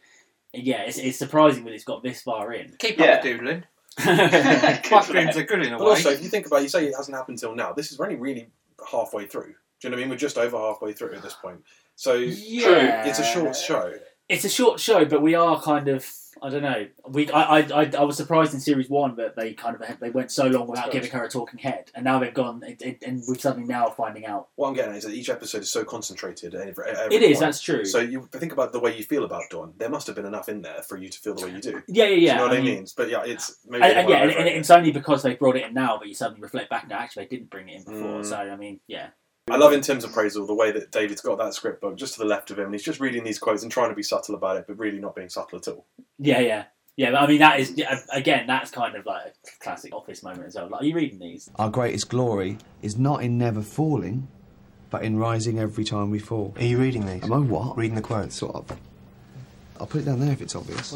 [SPEAKER 3] yeah, it's, it's surprising that it's got this far in.
[SPEAKER 2] Keep
[SPEAKER 4] Yeah.
[SPEAKER 2] up the doodling.
[SPEAKER 4] Good
[SPEAKER 2] Mushrooms
[SPEAKER 4] lad.
[SPEAKER 2] are good in a
[SPEAKER 1] But
[SPEAKER 2] way.
[SPEAKER 1] also, if you think about, it, you say it hasn't happened till now. This is we're only really halfway through. Do you know what I mean? We're just over halfway through at this point. So
[SPEAKER 3] Yeah.
[SPEAKER 1] it's a short show.
[SPEAKER 3] it's a short show, but we are kind of. I don't know. We I, I, I, I was surprised in series one that they kind of they went so long without giving her a talking head, and now they've gone it, it, and we're suddenly now finding out
[SPEAKER 1] What I'm getting at is that each episode is so concentrated. At every, at every
[SPEAKER 3] it is.
[SPEAKER 1] point.
[SPEAKER 3] That's true.
[SPEAKER 1] So you think about the way you feel about Dawn. There must have been enough in there for you to feel the way you do. do
[SPEAKER 3] yeah, yeah,
[SPEAKER 1] you
[SPEAKER 3] yeah.
[SPEAKER 1] know what I mean? But yeah, it's maybe
[SPEAKER 3] and, and yeah, and,
[SPEAKER 1] over
[SPEAKER 3] and
[SPEAKER 1] it.
[SPEAKER 3] it's only because they brought it in now that you suddenly reflect back. No, actually, they didn't bring it in before.
[SPEAKER 1] Mm.
[SPEAKER 3] So I mean, yeah,
[SPEAKER 1] I love in Tim's appraisal the way that David's got that script book just to the left of him, and he's just reading these quotes and trying to be subtle about it, but really not being subtle at all.
[SPEAKER 3] yeah, yeah, yeah. But I mean, that is yeah, again, that's kind of like a classic office moment as well. Like, are you reading these?
[SPEAKER 9] Our greatest glory is not in never falling.
[SPEAKER 8] But in rising every time we fall.
[SPEAKER 9] Are you reading these?
[SPEAKER 8] Am I what?
[SPEAKER 9] Reading the quotes.
[SPEAKER 8] Sort of. I'll put it down there if it's obvious.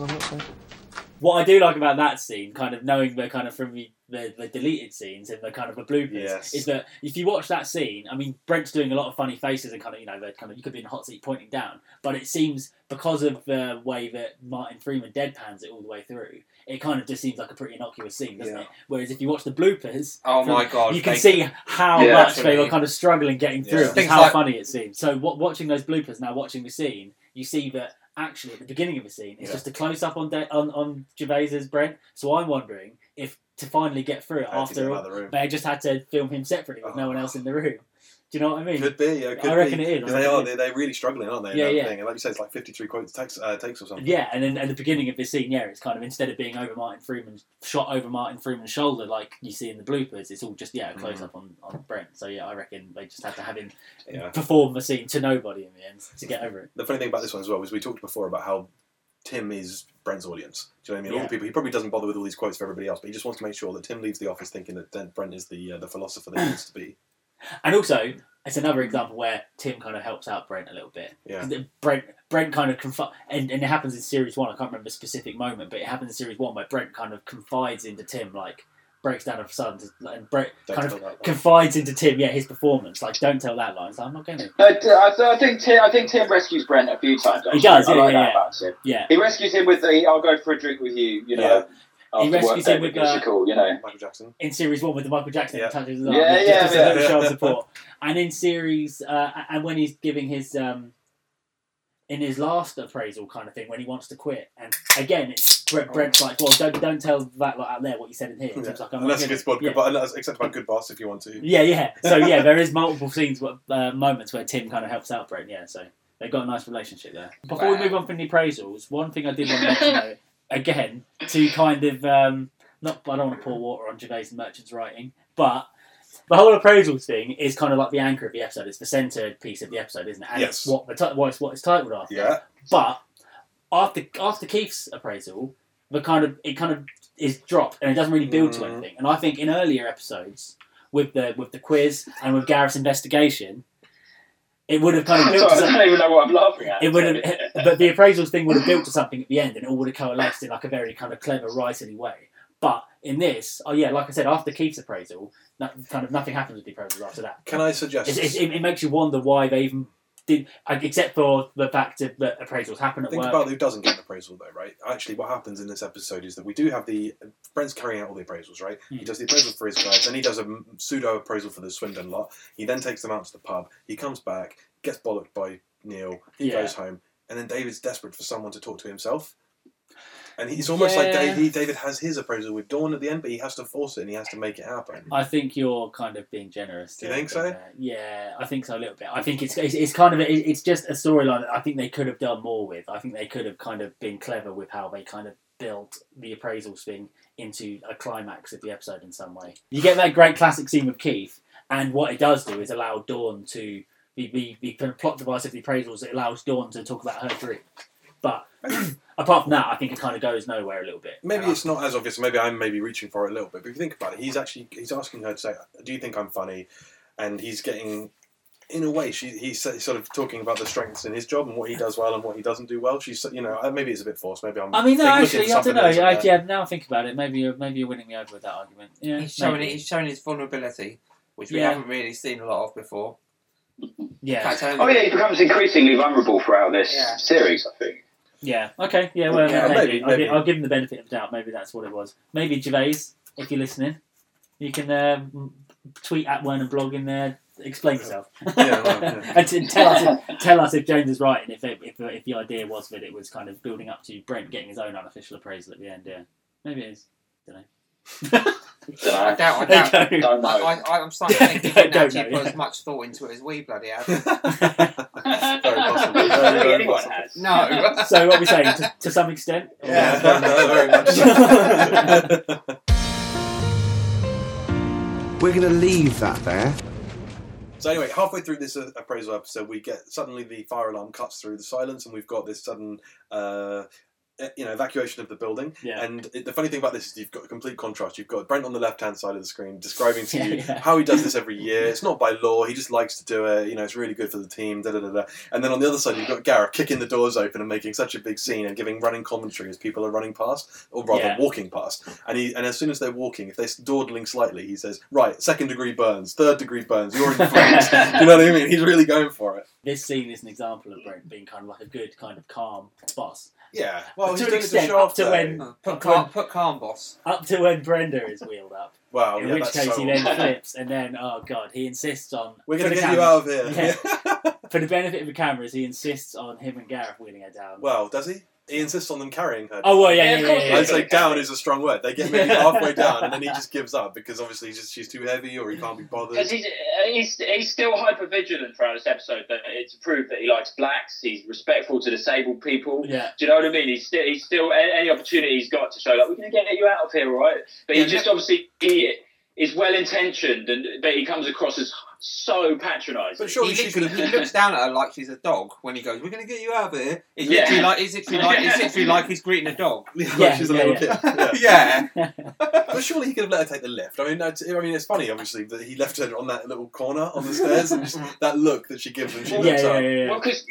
[SPEAKER 3] What I do like about that scene, kind of knowing the kind of from the, the, the deleted scenes and the kind of the bloopers,
[SPEAKER 1] Yes.
[SPEAKER 3] is that if you watch that scene, I mean, Brent's doing a lot of funny faces and kind of, you know, they're kind of you could be in a hot seat pointing down, but it seems because of the way that Martin Freeman deadpans it all the way through, it kind of just seems like a pretty innocuous scene, doesn't
[SPEAKER 1] Yeah.
[SPEAKER 3] it? Whereas if you watch the bloopers,
[SPEAKER 2] oh my god!
[SPEAKER 3] you can
[SPEAKER 2] they-
[SPEAKER 3] see how
[SPEAKER 4] Yeah,
[SPEAKER 3] much
[SPEAKER 2] definitely.
[SPEAKER 3] they were kind of struggling getting
[SPEAKER 1] Yeah.
[SPEAKER 3] through, it, just
[SPEAKER 2] Things
[SPEAKER 3] how
[SPEAKER 2] like-
[SPEAKER 3] funny it seemed. So wa- watching those bloopers now, watching the scene, you see that actually at the beginning of the scene, it's
[SPEAKER 1] Yeah.
[SPEAKER 3] just a close up on, De- on on Gervais's Brent. So I'm wondering if to finally get through it
[SPEAKER 1] I had to get
[SPEAKER 3] after
[SPEAKER 1] him out
[SPEAKER 3] all,
[SPEAKER 1] of the room.
[SPEAKER 3] they just had to film him separately with no one else in the room. Do you know what I mean?
[SPEAKER 1] Could be, yeah, could
[SPEAKER 3] I reckon
[SPEAKER 1] be.
[SPEAKER 3] it is, I
[SPEAKER 1] 'Cause They
[SPEAKER 3] reckon
[SPEAKER 1] are,
[SPEAKER 3] it
[SPEAKER 1] they're, they're really struggling, aren't they? in
[SPEAKER 3] Yeah,
[SPEAKER 1] that
[SPEAKER 3] yeah.
[SPEAKER 1] Thing. And like you say, it's like 53 quotes takes, uh, takes or something.
[SPEAKER 3] Yeah, and then at the beginning of this scene, yeah, it's kind of instead of being over Martin Freeman's shot over Martin Freeman's shoulder, like you see in the bloopers, it's all just yeah, a
[SPEAKER 1] Mm.
[SPEAKER 3] close up on, on Brent. So yeah, I reckon they just had to have him
[SPEAKER 1] Yeah.
[SPEAKER 3] perform the scene to nobody in the end to get over it.
[SPEAKER 1] The funny thing about this one as well was we talked before about how Tim is Brent's audience. Do you know what I mean? All
[SPEAKER 3] Yeah.
[SPEAKER 1] the people, he probably doesn't bother with all these quotes for everybody else, but he just wants to make sure that Tim leaves the office thinking that then Brent is the uh, the philosopher that he wants to be.
[SPEAKER 3] And also, it's another example where Tim kind of helps out Brent a little bit.
[SPEAKER 1] Yeah.
[SPEAKER 3] Brent Brent kind of confi- and, and it happens in series one. I can't remember the specific moment, but it happens in series one where Brent kind of confides into Tim, like breaks down of son and Brent
[SPEAKER 1] Don't
[SPEAKER 3] kind
[SPEAKER 1] tell
[SPEAKER 3] of
[SPEAKER 1] that line.
[SPEAKER 3] confides into Tim. Yeah, his performance, like don't tell that line. So I'm not going to.
[SPEAKER 4] No, Uh, I, I think Tim, I think Tim rescues Brent a few times.
[SPEAKER 3] He
[SPEAKER 4] actually.
[SPEAKER 3] does,
[SPEAKER 4] I
[SPEAKER 3] yeah,
[SPEAKER 4] like
[SPEAKER 3] yeah,
[SPEAKER 4] that
[SPEAKER 3] yeah.
[SPEAKER 4] about him.
[SPEAKER 3] Yeah,
[SPEAKER 4] He rescues him with the "I'll go for a drink with you," you know.
[SPEAKER 3] He
[SPEAKER 4] after
[SPEAKER 3] rescues
[SPEAKER 4] work
[SPEAKER 3] him
[SPEAKER 4] day,
[SPEAKER 3] with uh,
[SPEAKER 4] because
[SPEAKER 3] the-
[SPEAKER 4] you're cool, you know.
[SPEAKER 1] Michael Jackson.
[SPEAKER 3] in series one with the Michael Jackson
[SPEAKER 1] Yeah.
[SPEAKER 3] touches his arm,
[SPEAKER 4] Yeah,
[SPEAKER 3] just
[SPEAKER 4] yeah,
[SPEAKER 3] as a
[SPEAKER 4] yeah.
[SPEAKER 3] little show of support. And in series, uh, and when he's giving his um, in his last appraisal kind of thing, when he wants to quit, and again, it's Brent, Brent's like, well, don't don't tell that lot out there what you said in here. Tim's like, I'm not
[SPEAKER 1] Unless
[SPEAKER 3] gonna-
[SPEAKER 1] it's good,
[SPEAKER 3] yeah.
[SPEAKER 1] but unless, except about Good Boss if you want to.
[SPEAKER 3] Yeah, yeah. So yeah, there is multiple scenes, where- uh, moments where Tim kind of helps out Brent. Yeah, so they've got a nice relationship there. Before we
[SPEAKER 2] Wow.
[SPEAKER 3] move on from the appraisals, one thing I did want to mention though, again, to kind of um, not, I don't want to pour water on Gervais and Merchant's writing, but the whole appraisals thing is kind of like the anchor of the episode. It's the centered piece of the episode, isn't it? And it's
[SPEAKER 1] Yes.
[SPEAKER 3] what the ti- what it's, what it's titled after.
[SPEAKER 1] Yeah.
[SPEAKER 3] But after after Keith's appraisal, the kind of it kind of is dropped and it doesn't really build to
[SPEAKER 1] Mhm.
[SPEAKER 3] anything. And I think in earlier episodes with the with the quiz and with Gareth's investigation, it would have kind of built to
[SPEAKER 4] Sorry, I
[SPEAKER 3] something.
[SPEAKER 4] don't even know what I'm laughing at.
[SPEAKER 3] uh, It would have, but the appraisals thing would have built to something at the end, and it all would have coalesced in like a very kind of clever writerly way. But in this, oh yeah, like I said, after Keith's appraisal, no, kind of nothing happens with the appraisals after that.
[SPEAKER 1] Can I suggest?
[SPEAKER 3] It's, it's, it, it makes you wonder why they even did I- except for the fact of that appraisals happen at
[SPEAKER 1] Think
[SPEAKER 3] work.
[SPEAKER 1] about who doesn't get an appraisal, though, right? Actually, what happens in this episode is that we do have the Brent's carrying out all the appraisals, right? He
[SPEAKER 3] Hmm.
[SPEAKER 1] does the appraisal for his guys, then he does a pseudo appraisal for the Swindon lot. He then takes them out to the pub. He comes back, gets bollocked by Neil. He
[SPEAKER 3] Yeah.
[SPEAKER 1] goes home, and then David's desperate for someone to talk to himself. And he's almost like
[SPEAKER 3] Yeah.
[SPEAKER 1] David, David has his appraisal with Dawn at the end, but he has to force it and he has to make it happen.
[SPEAKER 3] I think you're kind of being generous. to
[SPEAKER 1] Do you
[SPEAKER 3] it a
[SPEAKER 1] think
[SPEAKER 3] bit
[SPEAKER 1] so?
[SPEAKER 3] there. Yeah, I think so a little bit. I think it's it's, it's kind of it, it's just a storyline that I think they could have done more with. I think they could have kind of been clever with how they kind of built the appraisals thing into a climax of the episode in some way. You get that great classic scene with Keith, and what it does do is allow Dawn to the the, the kind of plot device of the appraisals. It allows Dawn to talk about her dream, but. Apart from that, I think it kind of goes nowhere a little bit.
[SPEAKER 1] Maybe
[SPEAKER 3] And I-
[SPEAKER 1] it's not as obvious. Maybe I'm maybe reaching for it a little bit. But if you think about it, he's actually he's asking her to say, "Do you think I'm funny?" And he's getting, in a way, she he's so- sort of talking about the strengths in his job and what he does well and what he doesn't do well. She's so- you know uh, maybe it's a bit forced. Maybe I'm.
[SPEAKER 3] I mean, no,
[SPEAKER 1] think- looking
[SPEAKER 3] actually,
[SPEAKER 1] for
[SPEAKER 3] I don't
[SPEAKER 1] something
[SPEAKER 3] know.
[SPEAKER 1] that isn't
[SPEAKER 3] I,
[SPEAKER 1] there.
[SPEAKER 3] yeah, now I think about it, maybe you're maybe you're winning me over with that argument. Yeah,
[SPEAKER 2] He's showing
[SPEAKER 3] maybe.
[SPEAKER 2] he's showing his vulnerability, which we
[SPEAKER 3] Yeah.
[SPEAKER 2] haven't really seen a lot of before.
[SPEAKER 3] Yeah,
[SPEAKER 2] Can't tell
[SPEAKER 4] Oh yeah, he becomes increasingly vulnerable throughout this
[SPEAKER 2] Yeah.
[SPEAKER 4] series. I think.
[SPEAKER 3] yeah. Okay, yeah. Well,
[SPEAKER 2] Yeah,
[SPEAKER 3] maybe.
[SPEAKER 1] maybe,
[SPEAKER 3] I'll, gi-
[SPEAKER 1] maybe.
[SPEAKER 3] I'll give him the benefit of the doubt. Maybe that's what it was. Maybe Gervais, if you're listening, you can um, tweet at Werner blog in there. Explain yourself.
[SPEAKER 1] Yeah, well, yeah.
[SPEAKER 3] and t- tell us if, tell us if James is right and if, it, if if the idea was that it was kind of building up to Brent getting his own unofficial appraisal at the end. Yeah, maybe it is. Don't know.
[SPEAKER 2] I
[SPEAKER 4] Don't know.
[SPEAKER 2] doubt. I doubt.
[SPEAKER 3] There you go.
[SPEAKER 4] Don't
[SPEAKER 2] I,
[SPEAKER 4] know.
[SPEAKER 2] I, I, I'm starting to think he didn't
[SPEAKER 3] Don't
[SPEAKER 2] actually
[SPEAKER 3] know,
[SPEAKER 2] put
[SPEAKER 3] yeah.
[SPEAKER 2] as much thought into it as we bloody have.
[SPEAKER 1] Very possible.
[SPEAKER 4] I
[SPEAKER 1] Very,
[SPEAKER 4] don't think
[SPEAKER 1] very
[SPEAKER 4] anyone
[SPEAKER 1] possible.
[SPEAKER 4] has.
[SPEAKER 2] No.
[SPEAKER 3] so what are we saying? To, to some extent.
[SPEAKER 1] Yeah, no, very much. So.
[SPEAKER 9] We're going to leave that there.
[SPEAKER 1] so anyway, halfway through this uh, appraisal episode, we get suddenly the fire alarm cuts through the silence, and we've got this sudden. Uh, eh, you know, evacuation of the building,
[SPEAKER 3] Yeah.
[SPEAKER 1] And it, the funny thing about this is you've got a complete contrast. You've got Brent on the left hand side of the screen describing to
[SPEAKER 3] Yeah,
[SPEAKER 1] you
[SPEAKER 3] yeah.
[SPEAKER 1] how he does this every year. It's not by law. He just likes to do it. You know, it's really good for the team. Da da da da. And then on the other side, you've got Gareth kicking the doors open and making such a big scene and giving running commentary as people are running past, or rather
[SPEAKER 3] Yeah.
[SPEAKER 1] walking past. And he and as soon as they're walking, if they're dawdling slightly, he says, "Right, second degree burns, third degree burns. You're in flames." Do you know what I mean? He's really going for it.
[SPEAKER 3] this scene is an example of Brent being kind of like a good, kind of calm boss.
[SPEAKER 1] Yeah. Well,
[SPEAKER 3] to
[SPEAKER 1] he's
[SPEAKER 3] an
[SPEAKER 1] doing it
[SPEAKER 3] extent,
[SPEAKER 1] to show
[SPEAKER 3] up
[SPEAKER 1] off
[SPEAKER 3] to
[SPEAKER 1] though.
[SPEAKER 3] when
[SPEAKER 2] Put calm, put calm, boss.
[SPEAKER 3] up to when Brenda is wheeled up.
[SPEAKER 1] Wow.
[SPEAKER 3] in
[SPEAKER 1] Oh, yeah,
[SPEAKER 3] which
[SPEAKER 1] that's
[SPEAKER 3] case
[SPEAKER 1] so
[SPEAKER 3] he then
[SPEAKER 1] awful.
[SPEAKER 3] flips, and then oh god, he insists on.
[SPEAKER 1] We're
[SPEAKER 3] for
[SPEAKER 1] going to
[SPEAKER 3] the
[SPEAKER 1] get you
[SPEAKER 3] cameras-
[SPEAKER 1] out of here.
[SPEAKER 3] For the benefit of the cameras, he insists on him and Gareth wheeling her down.
[SPEAKER 1] Well, does he? He insists on them carrying her.
[SPEAKER 3] oh well, yeah,
[SPEAKER 4] Yeah,
[SPEAKER 3] yeah,
[SPEAKER 4] of
[SPEAKER 3] yeah.
[SPEAKER 4] course
[SPEAKER 3] yeah,
[SPEAKER 4] he
[SPEAKER 3] yeah.
[SPEAKER 1] I'd say down is a strong word. They get maybe halfway down, and then he just gives up because obviously he's just, she's too heavy or he can't be bothered.
[SPEAKER 10] Because
[SPEAKER 4] uh,
[SPEAKER 10] he's, he's he's still hyper vigilant throughout this episode. That it's proved that he likes blacks. He's respectful to disabled people.
[SPEAKER 3] Yeah.
[SPEAKER 10] Do you know what I mean? He's still he's still a- any opportunity he's got to show like we're going to get you out of here, all right? But
[SPEAKER 2] Yeah,
[SPEAKER 10] he just obviously he is well intentioned, and but he comes across as so patronising.
[SPEAKER 1] But surely
[SPEAKER 2] he,
[SPEAKER 1] she could
[SPEAKER 2] literally,
[SPEAKER 1] have.
[SPEAKER 2] he looks down at her like she's a dog when he goes, "We're going to get you out of here." It's
[SPEAKER 10] Yeah.
[SPEAKER 2] literally like it's literally like it's literally like he's greeting a dog.
[SPEAKER 1] Yeah, she's a
[SPEAKER 3] yeah,
[SPEAKER 1] little
[SPEAKER 3] yeah.
[SPEAKER 1] kid. Yeah.
[SPEAKER 2] yeah.
[SPEAKER 1] But surely he could have let her take the lift. I mean, that's, I mean, it's funny, obviously, that he left her on that little corner on the stairs and just that look that she gives when she
[SPEAKER 10] Yeah,
[SPEAKER 1] looks
[SPEAKER 3] yeah,
[SPEAKER 1] up.
[SPEAKER 3] yeah,
[SPEAKER 10] Well,
[SPEAKER 3] yeah.
[SPEAKER 10] because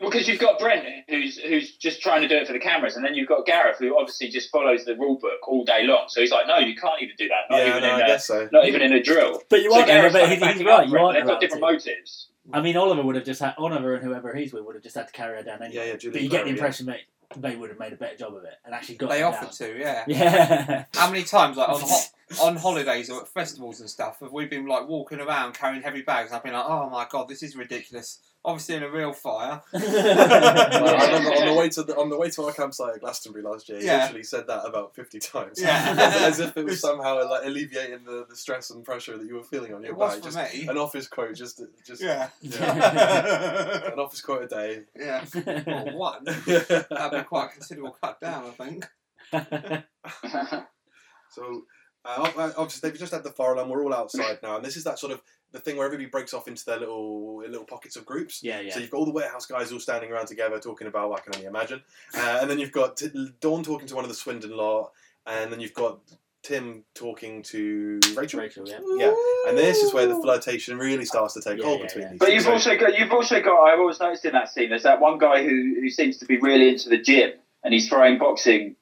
[SPEAKER 10] you've got Brent, who's who's just trying to do it for the cameras, and then you've got Gareth, who obviously just follows the rule book all day long. So he's like, no, you can't even do that. Not
[SPEAKER 1] Yeah,
[SPEAKER 10] even
[SPEAKER 1] no,
[SPEAKER 10] in
[SPEAKER 1] I
[SPEAKER 10] a,
[SPEAKER 1] guess so.
[SPEAKER 10] not even in a drill.
[SPEAKER 3] But you
[SPEAKER 10] So
[SPEAKER 3] aren't.
[SPEAKER 10] Gareth's
[SPEAKER 3] but
[SPEAKER 10] like
[SPEAKER 3] he's,
[SPEAKER 10] backing
[SPEAKER 3] he's
[SPEAKER 10] up
[SPEAKER 3] right.
[SPEAKER 10] for
[SPEAKER 3] You
[SPEAKER 10] it, but
[SPEAKER 3] aren't.
[SPEAKER 10] They've got
[SPEAKER 3] allowed
[SPEAKER 10] different
[SPEAKER 3] to.
[SPEAKER 10] motives.
[SPEAKER 3] I mean, Oliver would have just had Oliver and whoever his with would have just had to carry her down anyway.
[SPEAKER 1] Yeah, yeah,
[SPEAKER 3] but
[SPEAKER 1] Julie
[SPEAKER 3] you get the
[SPEAKER 1] Berry, yeah.
[SPEAKER 3] impression that they would have made a better job of it and actually got
[SPEAKER 2] They
[SPEAKER 3] her
[SPEAKER 2] offered
[SPEAKER 3] down.
[SPEAKER 2] to, yeah.
[SPEAKER 3] Yeah.
[SPEAKER 2] How many times, like on ho- on holidays or at festivals and stuff, have we been like walking around carrying heavy bags? And I've been like, "Oh my god, this is ridiculous." Obviously, in a real fire.
[SPEAKER 1] Well, I remember on the
[SPEAKER 10] Yeah.
[SPEAKER 1] way to the, on the way to our campsite at Glastonbury last year, he
[SPEAKER 2] Yeah.
[SPEAKER 1] literally said that about fifty times,
[SPEAKER 2] Yeah.
[SPEAKER 1] as if it was somehow like alleviating the, the stress and pressure that you were feeling on your
[SPEAKER 2] It was
[SPEAKER 1] back.
[SPEAKER 2] for
[SPEAKER 1] Just
[SPEAKER 2] me.
[SPEAKER 1] an office quote, just just
[SPEAKER 2] Yeah.
[SPEAKER 1] Yeah. an office quote a day.
[SPEAKER 2] yeah. Well, one. That'd be quite a considerable cut down, I think.
[SPEAKER 1] so uh, ob- obviously they've just had the fire alarm. We're all outside now, and this is that sort of the thing where everybody breaks off into their little little pockets of groups.
[SPEAKER 3] yeah, yeah.
[SPEAKER 1] So you've got all the warehouse guys all standing around together talking about what I can only imagine, uh, and then you've got t- Dawn talking to one of the Swindon lot, and then you've got Tim talking to Rachel.
[SPEAKER 3] Rachel, yeah.
[SPEAKER 1] Yeah, and this is where the flirtation really starts to take
[SPEAKER 3] Yeah,
[SPEAKER 1] hold
[SPEAKER 3] yeah,
[SPEAKER 1] between
[SPEAKER 3] yeah.
[SPEAKER 1] these.
[SPEAKER 10] But
[SPEAKER 1] two.
[SPEAKER 10] you've
[SPEAKER 1] So-
[SPEAKER 10] also got you've also got I've always noticed in that scene there's that one guy who, who seems to be really into the gym and he's throwing boxing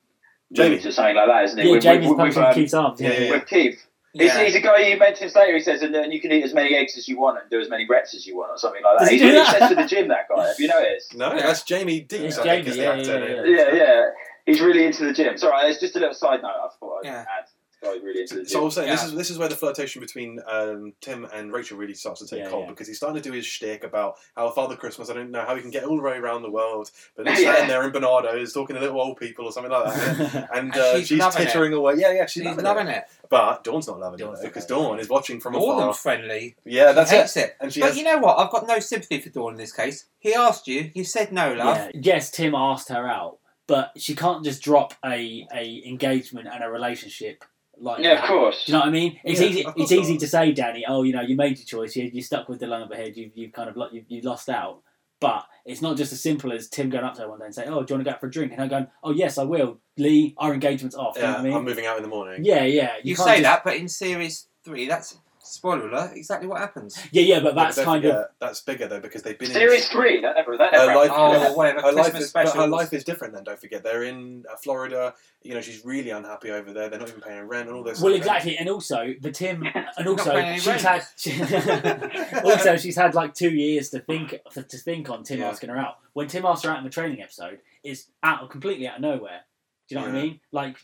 [SPEAKER 1] Jamie.
[SPEAKER 10] moves or something like that, isn't he?
[SPEAKER 3] Yeah,
[SPEAKER 10] With-
[SPEAKER 3] Jamie's
[SPEAKER 10] with- with,
[SPEAKER 3] punching
[SPEAKER 10] um,
[SPEAKER 3] Keith's arms. Yeah,
[SPEAKER 1] yeah,
[SPEAKER 3] yeah.
[SPEAKER 10] with Keith.
[SPEAKER 4] He's,
[SPEAKER 2] Yeah.
[SPEAKER 4] he's a guy you mentions later. He says, and, and you can eat as many eggs as you want and do as many reps as you want, or something like that.
[SPEAKER 3] Does he
[SPEAKER 4] He's
[SPEAKER 3] do
[SPEAKER 4] really
[SPEAKER 3] that?
[SPEAKER 4] obsessed with the gym. That guy, have you noticed?
[SPEAKER 1] No, that's Jamie Deeks,
[SPEAKER 3] It's
[SPEAKER 1] I think,
[SPEAKER 3] Jamie,
[SPEAKER 1] is the
[SPEAKER 3] yeah,
[SPEAKER 1] actor.
[SPEAKER 3] yeah,
[SPEAKER 1] name.
[SPEAKER 4] Yeah, yeah. He's really into the gym. Sorry, it's just a little side note. I thought I'd
[SPEAKER 2] Yeah.
[SPEAKER 4] add. Guy's really into the gym.
[SPEAKER 1] So I was saying this
[SPEAKER 2] Yeah.
[SPEAKER 1] is this is where the flirtation between um, Tim and Rachel really starts to take
[SPEAKER 3] Yeah,
[SPEAKER 1] hold
[SPEAKER 3] yeah.
[SPEAKER 1] because he's starting to do his shtick about how Father Christmas. I don't know how he can get all the way around the world, but he's
[SPEAKER 4] Yeah.
[SPEAKER 1] standing there in Bernardo's talking to little old people or something like that, and
[SPEAKER 2] And
[SPEAKER 1] uh, she's,
[SPEAKER 2] she's loving it.
[SPEAKER 1] tittering away. Yeah, yeah, she's,
[SPEAKER 2] She's
[SPEAKER 1] loving,
[SPEAKER 2] loving
[SPEAKER 1] it.
[SPEAKER 2] it.
[SPEAKER 1] But Dawn's not loving
[SPEAKER 3] Dawn's
[SPEAKER 1] it
[SPEAKER 3] not
[SPEAKER 1] because
[SPEAKER 3] loving it.
[SPEAKER 1] Dawn is watching from
[SPEAKER 2] All of
[SPEAKER 1] afar.
[SPEAKER 2] them's friendly.
[SPEAKER 1] Yeah, that's
[SPEAKER 2] she
[SPEAKER 1] it.
[SPEAKER 2] hates it.
[SPEAKER 1] And she
[SPEAKER 2] but
[SPEAKER 1] has
[SPEAKER 2] you know what? I've got no sympathy for Dawn in this case. He asked you. You said no, love.
[SPEAKER 3] Yeah. Yes, Tim asked her out, but she can't just drop a, a engagement and a relationship like
[SPEAKER 10] Yeah,
[SPEAKER 3] that.
[SPEAKER 10] of course.
[SPEAKER 3] Do you know what I mean? It's
[SPEAKER 1] Yeah,
[SPEAKER 3] easy.
[SPEAKER 1] of course
[SPEAKER 3] It's
[SPEAKER 1] not.
[SPEAKER 3] easy to say, Danny. Oh, you know, you made your choice. You you stuck with the line overhead. You you kind of lo- you you lost out. But it's not just as simple as Tim going up to her one day and saying, "Oh, do you want to go out for a drink?" And her going, "Oh, yes, I will." Lee, our engagement's off.
[SPEAKER 1] yeah,
[SPEAKER 3] you know what I
[SPEAKER 1] I'm
[SPEAKER 3] mean?
[SPEAKER 1] moving out in the morning.
[SPEAKER 3] yeah, yeah.
[SPEAKER 2] You,
[SPEAKER 3] can't
[SPEAKER 2] say
[SPEAKER 3] just-
[SPEAKER 2] that, but in series three, that's spoiler alert. Exactly what happens.
[SPEAKER 3] Yeah, yeah, but that's
[SPEAKER 1] Don't
[SPEAKER 3] kind
[SPEAKER 1] forget,
[SPEAKER 3] of
[SPEAKER 1] that's bigger though because they've been
[SPEAKER 10] Series
[SPEAKER 1] in.
[SPEAKER 10] three. That never. That
[SPEAKER 1] Her
[SPEAKER 3] Uh,
[SPEAKER 10] never.
[SPEAKER 1] life,
[SPEAKER 10] happened.
[SPEAKER 2] Oh,
[SPEAKER 1] yeah,
[SPEAKER 2] whatever,
[SPEAKER 1] her life
[SPEAKER 2] Christmas
[SPEAKER 1] is, but her
[SPEAKER 2] specials.
[SPEAKER 1] life is different. Then don't forget they're in uh, Florida. You know she's really unhappy over there. They're not even paying rent and all this.
[SPEAKER 3] well,
[SPEAKER 1] stuff.
[SPEAKER 3] exactly, and also the Tim, and
[SPEAKER 2] Not
[SPEAKER 3] also
[SPEAKER 2] paying any
[SPEAKER 3] she's had.
[SPEAKER 2] rent.
[SPEAKER 3] also, she's had like two years to think to think on Tim
[SPEAKER 1] Yeah.
[SPEAKER 3] asking her out. When Tim asked her out in the training episode, it's out of completely out of nowhere. Do you know what
[SPEAKER 1] Yeah.
[SPEAKER 3] I mean? Like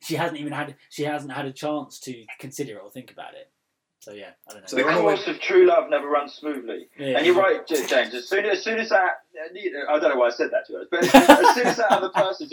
[SPEAKER 3] she hasn't even had she hasn't had a chance to consider it or think about it. So yeah, I don't know.
[SPEAKER 1] So
[SPEAKER 4] the
[SPEAKER 1] they're on the way-
[SPEAKER 4] course of true love never runs smoothly.
[SPEAKER 3] yeah.
[SPEAKER 4] And you're right, J- James. As soon as soon as that, I don't know why I said that to us, but as soon as that other person's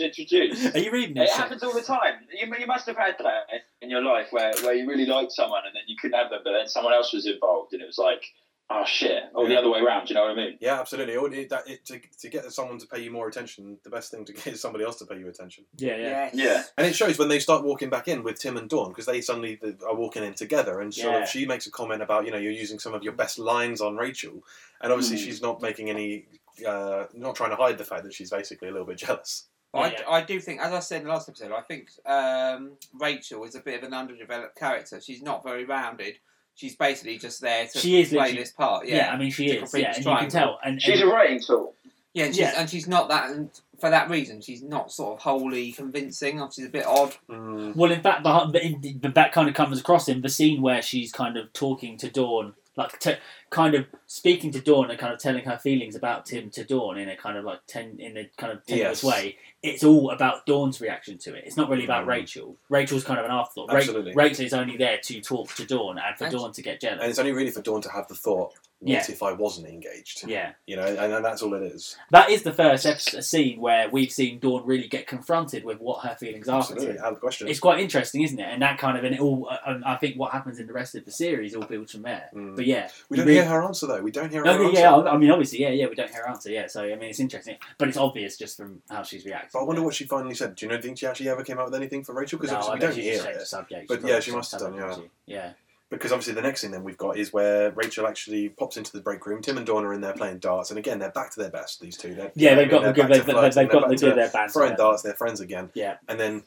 [SPEAKER 4] introduced,
[SPEAKER 3] Are you reading
[SPEAKER 4] it
[SPEAKER 3] this?
[SPEAKER 4] happens all the time. You, you must have had that in your life where, where you really liked someone and then you couldn't have them, but then someone else was involved and it was like, oh shit, or the
[SPEAKER 1] Yeah.
[SPEAKER 4] other way around. Do you know what I mean?
[SPEAKER 1] Yeah, absolutely. It, would- it, that, it, to, to get someone to pay you more attention, the best thing to get is somebody else to pay you attention.
[SPEAKER 3] Yeah, yeah.
[SPEAKER 4] Yeah.
[SPEAKER 1] And it shows when they start walking back in with Tim and Dawn because they suddenly th- are walking in together, and sort
[SPEAKER 3] Yeah.
[SPEAKER 1] of she makes a comment about you know you're using some of your best lines on Rachel, and obviously
[SPEAKER 4] Mm.
[SPEAKER 1] she's not making any, uh, not trying to hide the fact that she's basically a little bit jealous.
[SPEAKER 2] I,
[SPEAKER 3] Yeah, yeah.
[SPEAKER 2] I do think, as I said in the last episode, I think um, Rachel is a bit of an underdeveloped character. She's not very rounded. She's basically just there to
[SPEAKER 3] She is
[SPEAKER 2] play
[SPEAKER 3] literally-
[SPEAKER 2] this part.
[SPEAKER 3] Yeah,
[SPEAKER 2] Yeah,
[SPEAKER 3] I mean she
[SPEAKER 2] It's a
[SPEAKER 3] is.
[SPEAKER 2] complete
[SPEAKER 3] Yeah, and you can
[SPEAKER 2] triangle.
[SPEAKER 3] tell. And, and
[SPEAKER 4] She's a writing tool.
[SPEAKER 2] yeah, and, she's,
[SPEAKER 3] Yeah.
[SPEAKER 2] and she's not that. And for that reason, she's not sort of wholly convincing. Obviously, she's a bit odd.
[SPEAKER 1] Mm.
[SPEAKER 3] Well, in fact, the, but in, but that kind of comes across in the scene where she's kind of talking to Dawn, like t kind of speaking to Dawn and kind of telling her feelings about Tim to Dawn in a kind of like ten in a kind of tenuous
[SPEAKER 1] Yes.
[SPEAKER 3] way. It's all about Dawn's reaction to it. It's not really about
[SPEAKER 1] Mm.
[SPEAKER 3] Rachel. Rachel's kind of an afterthought. Ra-
[SPEAKER 1] Absolutely.
[SPEAKER 3] Rachel is only there to talk to Dawn and for
[SPEAKER 2] And-
[SPEAKER 3] Dawn to get jealous.
[SPEAKER 1] And it's only really for Dawn to have the thought, what
[SPEAKER 3] Yeah.
[SPEAKER 1] if I wasn't engaged?
[SPEAKER 3] yeah,
[SPEAKER 1] You know, and, and that's all it is.
[SPEAKER 3] that is the first episode, scene where we've seen Dawn really get confronted with what her feelings are. for Tim.
[SPEAKER 1] Absolutely, out of the question.
[SPEAKER 3] It's quite interesting, isn't it? And that kind of, and it all, uh, and I think what happens in the rest of the series all builds from there.
[SPEAKER 1] Mm.
[SPEAKER 3] But yeah,
[SPEAKER 1] we don't
[SPEAKER 3] you
[SPEAKER 1] hear her answer though. We don't hear her
[SPEAKER 3] No,
[SPEAKER 1] answer.
[SPEAKER 3] yeah, I I mean, obviously, yeah, yeah, we don't hear her answer, yeah. So, I mean, it's interesting, but it's obvious just from how she's reacting.
[SPEAKER 1] But I wonder
[SPEAKER 3] yeah.
[SPEAKER 1] what she finally said. Do you know? Think she actually ever came out with anything for Rachel? Because
[SPEAKER 3] No,
[SPEAKER 1] obviously
[SPEAKER 3] I
[SPEAKER 1] we
[SPEAKER 3] bet
[SPEAKER 1] don't
[SPEAKER 3] she
[SPEAKER 1] hear
[SPEAKER 3] just changed
[SPEAKER 1] it.
[SPEAKER 3] the subject.
[SPEAKER 1] But
[SPEAKER 3] probably
[SPEAKER 1] yeah, she
[SPEAKER 3] changed
[SPEAKER 1] must
[SPEAKER 3] the
[SPEAKER 1] have done,
[SPEAKER 3] subject,
[SPEAKER 1] yeah.
[SPEAKER 3] hasn't she? Yeah,
[SPEAKER 1] Because obviously the next thing then we've got is where Rachel actually pops into the break room. Tim and Dawn are in there playing darts, and again they're back to their best. These two, they're,
[SPEAKER 3] yeah, they've got the
[SPEAKER 1] they're
[SPEAKER 3] good,
[SPEAKER 1] back to
[SPEAKER 3] they've, they've,
[SPEAKER 1] flirting,
[SPEAKER 3] they've got the
[SPEAKER 1] they're
[SPEAKER 3] good,
[SPEAKER 1] back to
[SPEAKER 3] they're bad.
[SPEAKER 1] throwing darts. They're friends again,
[SPEAKER 3] Yeah,
[SPEAKER 1] and then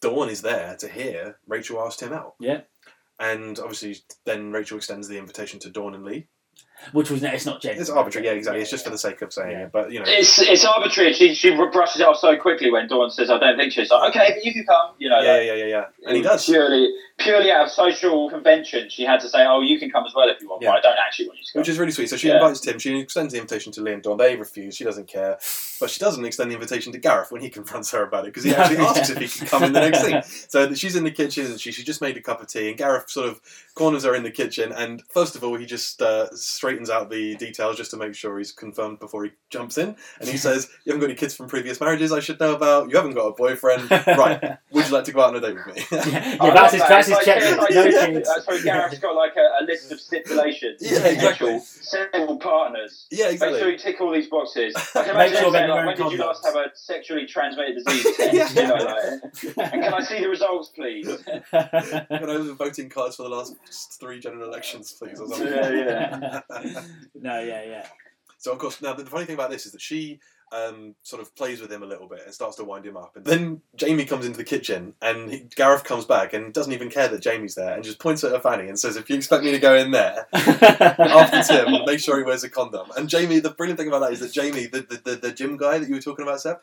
[SPEAKER 1] Dawn is there to hear Rachel asked him out.
[SPEAKER 3] Yeah.
[SPEAKER 1] and obviously then Rachel extends the invitation to Dawn and Lee.
[SPEAKER 3] which was it's not genuine.
[SPEAKER 1] It's arbitrary, yeah, exactly. it's just for the sake of saying
[SPEAKER 3] Yeah.
[SPEAKER 1] it, but you know,
[SPEAKER 10] It's it's arbitrary. She she brushes it off so quickly when Dawn says, "I don't think she's like, okay, but you can come." You know,
[SPEAKER 1] yeah,
[SPEAKER 10] like,
[SPEAKER 1] yeah, yeah, yeah, and he
[SPEAKER 10] it was
[SPEAKER 1] does.
[SPEAKER 10] purely purely out of social convention. She had to say, "Oh, you can come as well if you want."
[SPEAKER 1] Yeah.
[SPEAKER 10] But I don't actually want you to come.
[SPEAKER 1] Which is really sweet. So she
[SPEAKER 10] Yeah.
[SPEAKER 1] invites Tim, she extends the invitation to Lee and Dawn. They refuse, she doesn't care. But she doesn't extend the invitation to Gareth when he confronts her about it because he actually asks if he can come in the next thing. So that she's in the kitchen and she, she just made a cup of tea, and Gareth sort of corners her in the kitchen. And first of all, he just uh, straightens out the details just to make sure he's confirmed before he jumps in. And he says, You haven't got any kids from previous marriages I should know about, you haven't got a boyfriend. Right, would you like to go out on a date with me?
[SPEAKER 3] yeah, yeah,
[SPEAKER 10] I
[SPEAKER 3] that's
[SPEAKER 10] love
[SPEAKER 3] his,
[SPEAKER 10] that.
[SPEAKER 3] that's
[SPEAKER 10] It's
[SPEAKER 3] his
[SPEAKER 10] like, it's
[SPEAKER 3] check.
[SPEAKER 10] like-
[SPEAKER 3] No
[SPEAKER 10] yeah,
[SPEAKER 3] kids.
[SPEAKER 10] uh, Sorry, Gareth's got like a, a list of stipulations.
[SPEAKER 1] Yeah,
[SPEAKER 10] potential,
[SPEAKER 1] exactly.
[SPEAKER 10] Several partners.
[SPEAKER 1] yeah,
[SPEAKER 10] Make sure
[SPEAKER 1] exactly.
[SPEAKER 10] you tick all these boxes. I can
[SPEAKER 3] Make
[SPEAKER 10] imagine
[SPEAKER 3] sure
[SPEAKER 10] them saying,
[SPEAKER 3] they're
[SPEAKER 10] like, when
[SPEAKER 3] wearing
[SPEAKER 10] did you last
[SPEAKER 3] condoms.
[SPEAKER 10] have a sexually transmitted disease test?
[SPEAKER 1] Yeah.
[SPEAKER 10] You know, like, and can I see the results, please?
[SPEAKER 1] Can I have the voting cards for the last three general elections, please, or something?
[SPEAKER 10] Yeah, yeah.
[SPEAKER 3] no, yeah, yeah.
[SPEAKER 1] So of course, now the funny thing about this is that she um, sort of plays with him a little bit and starts to wind him up. And then Jamie comes into the kitchen, and he, Gareth comes back and doesn't even care that Jamie's there, and just points at her fanny and says, "If you expect me to go in there after Tim, make sure he wears a condom." And Jamie, the brilliant thing about that is that Jamie, the the, the, the gym guy that you were talking about, Seb.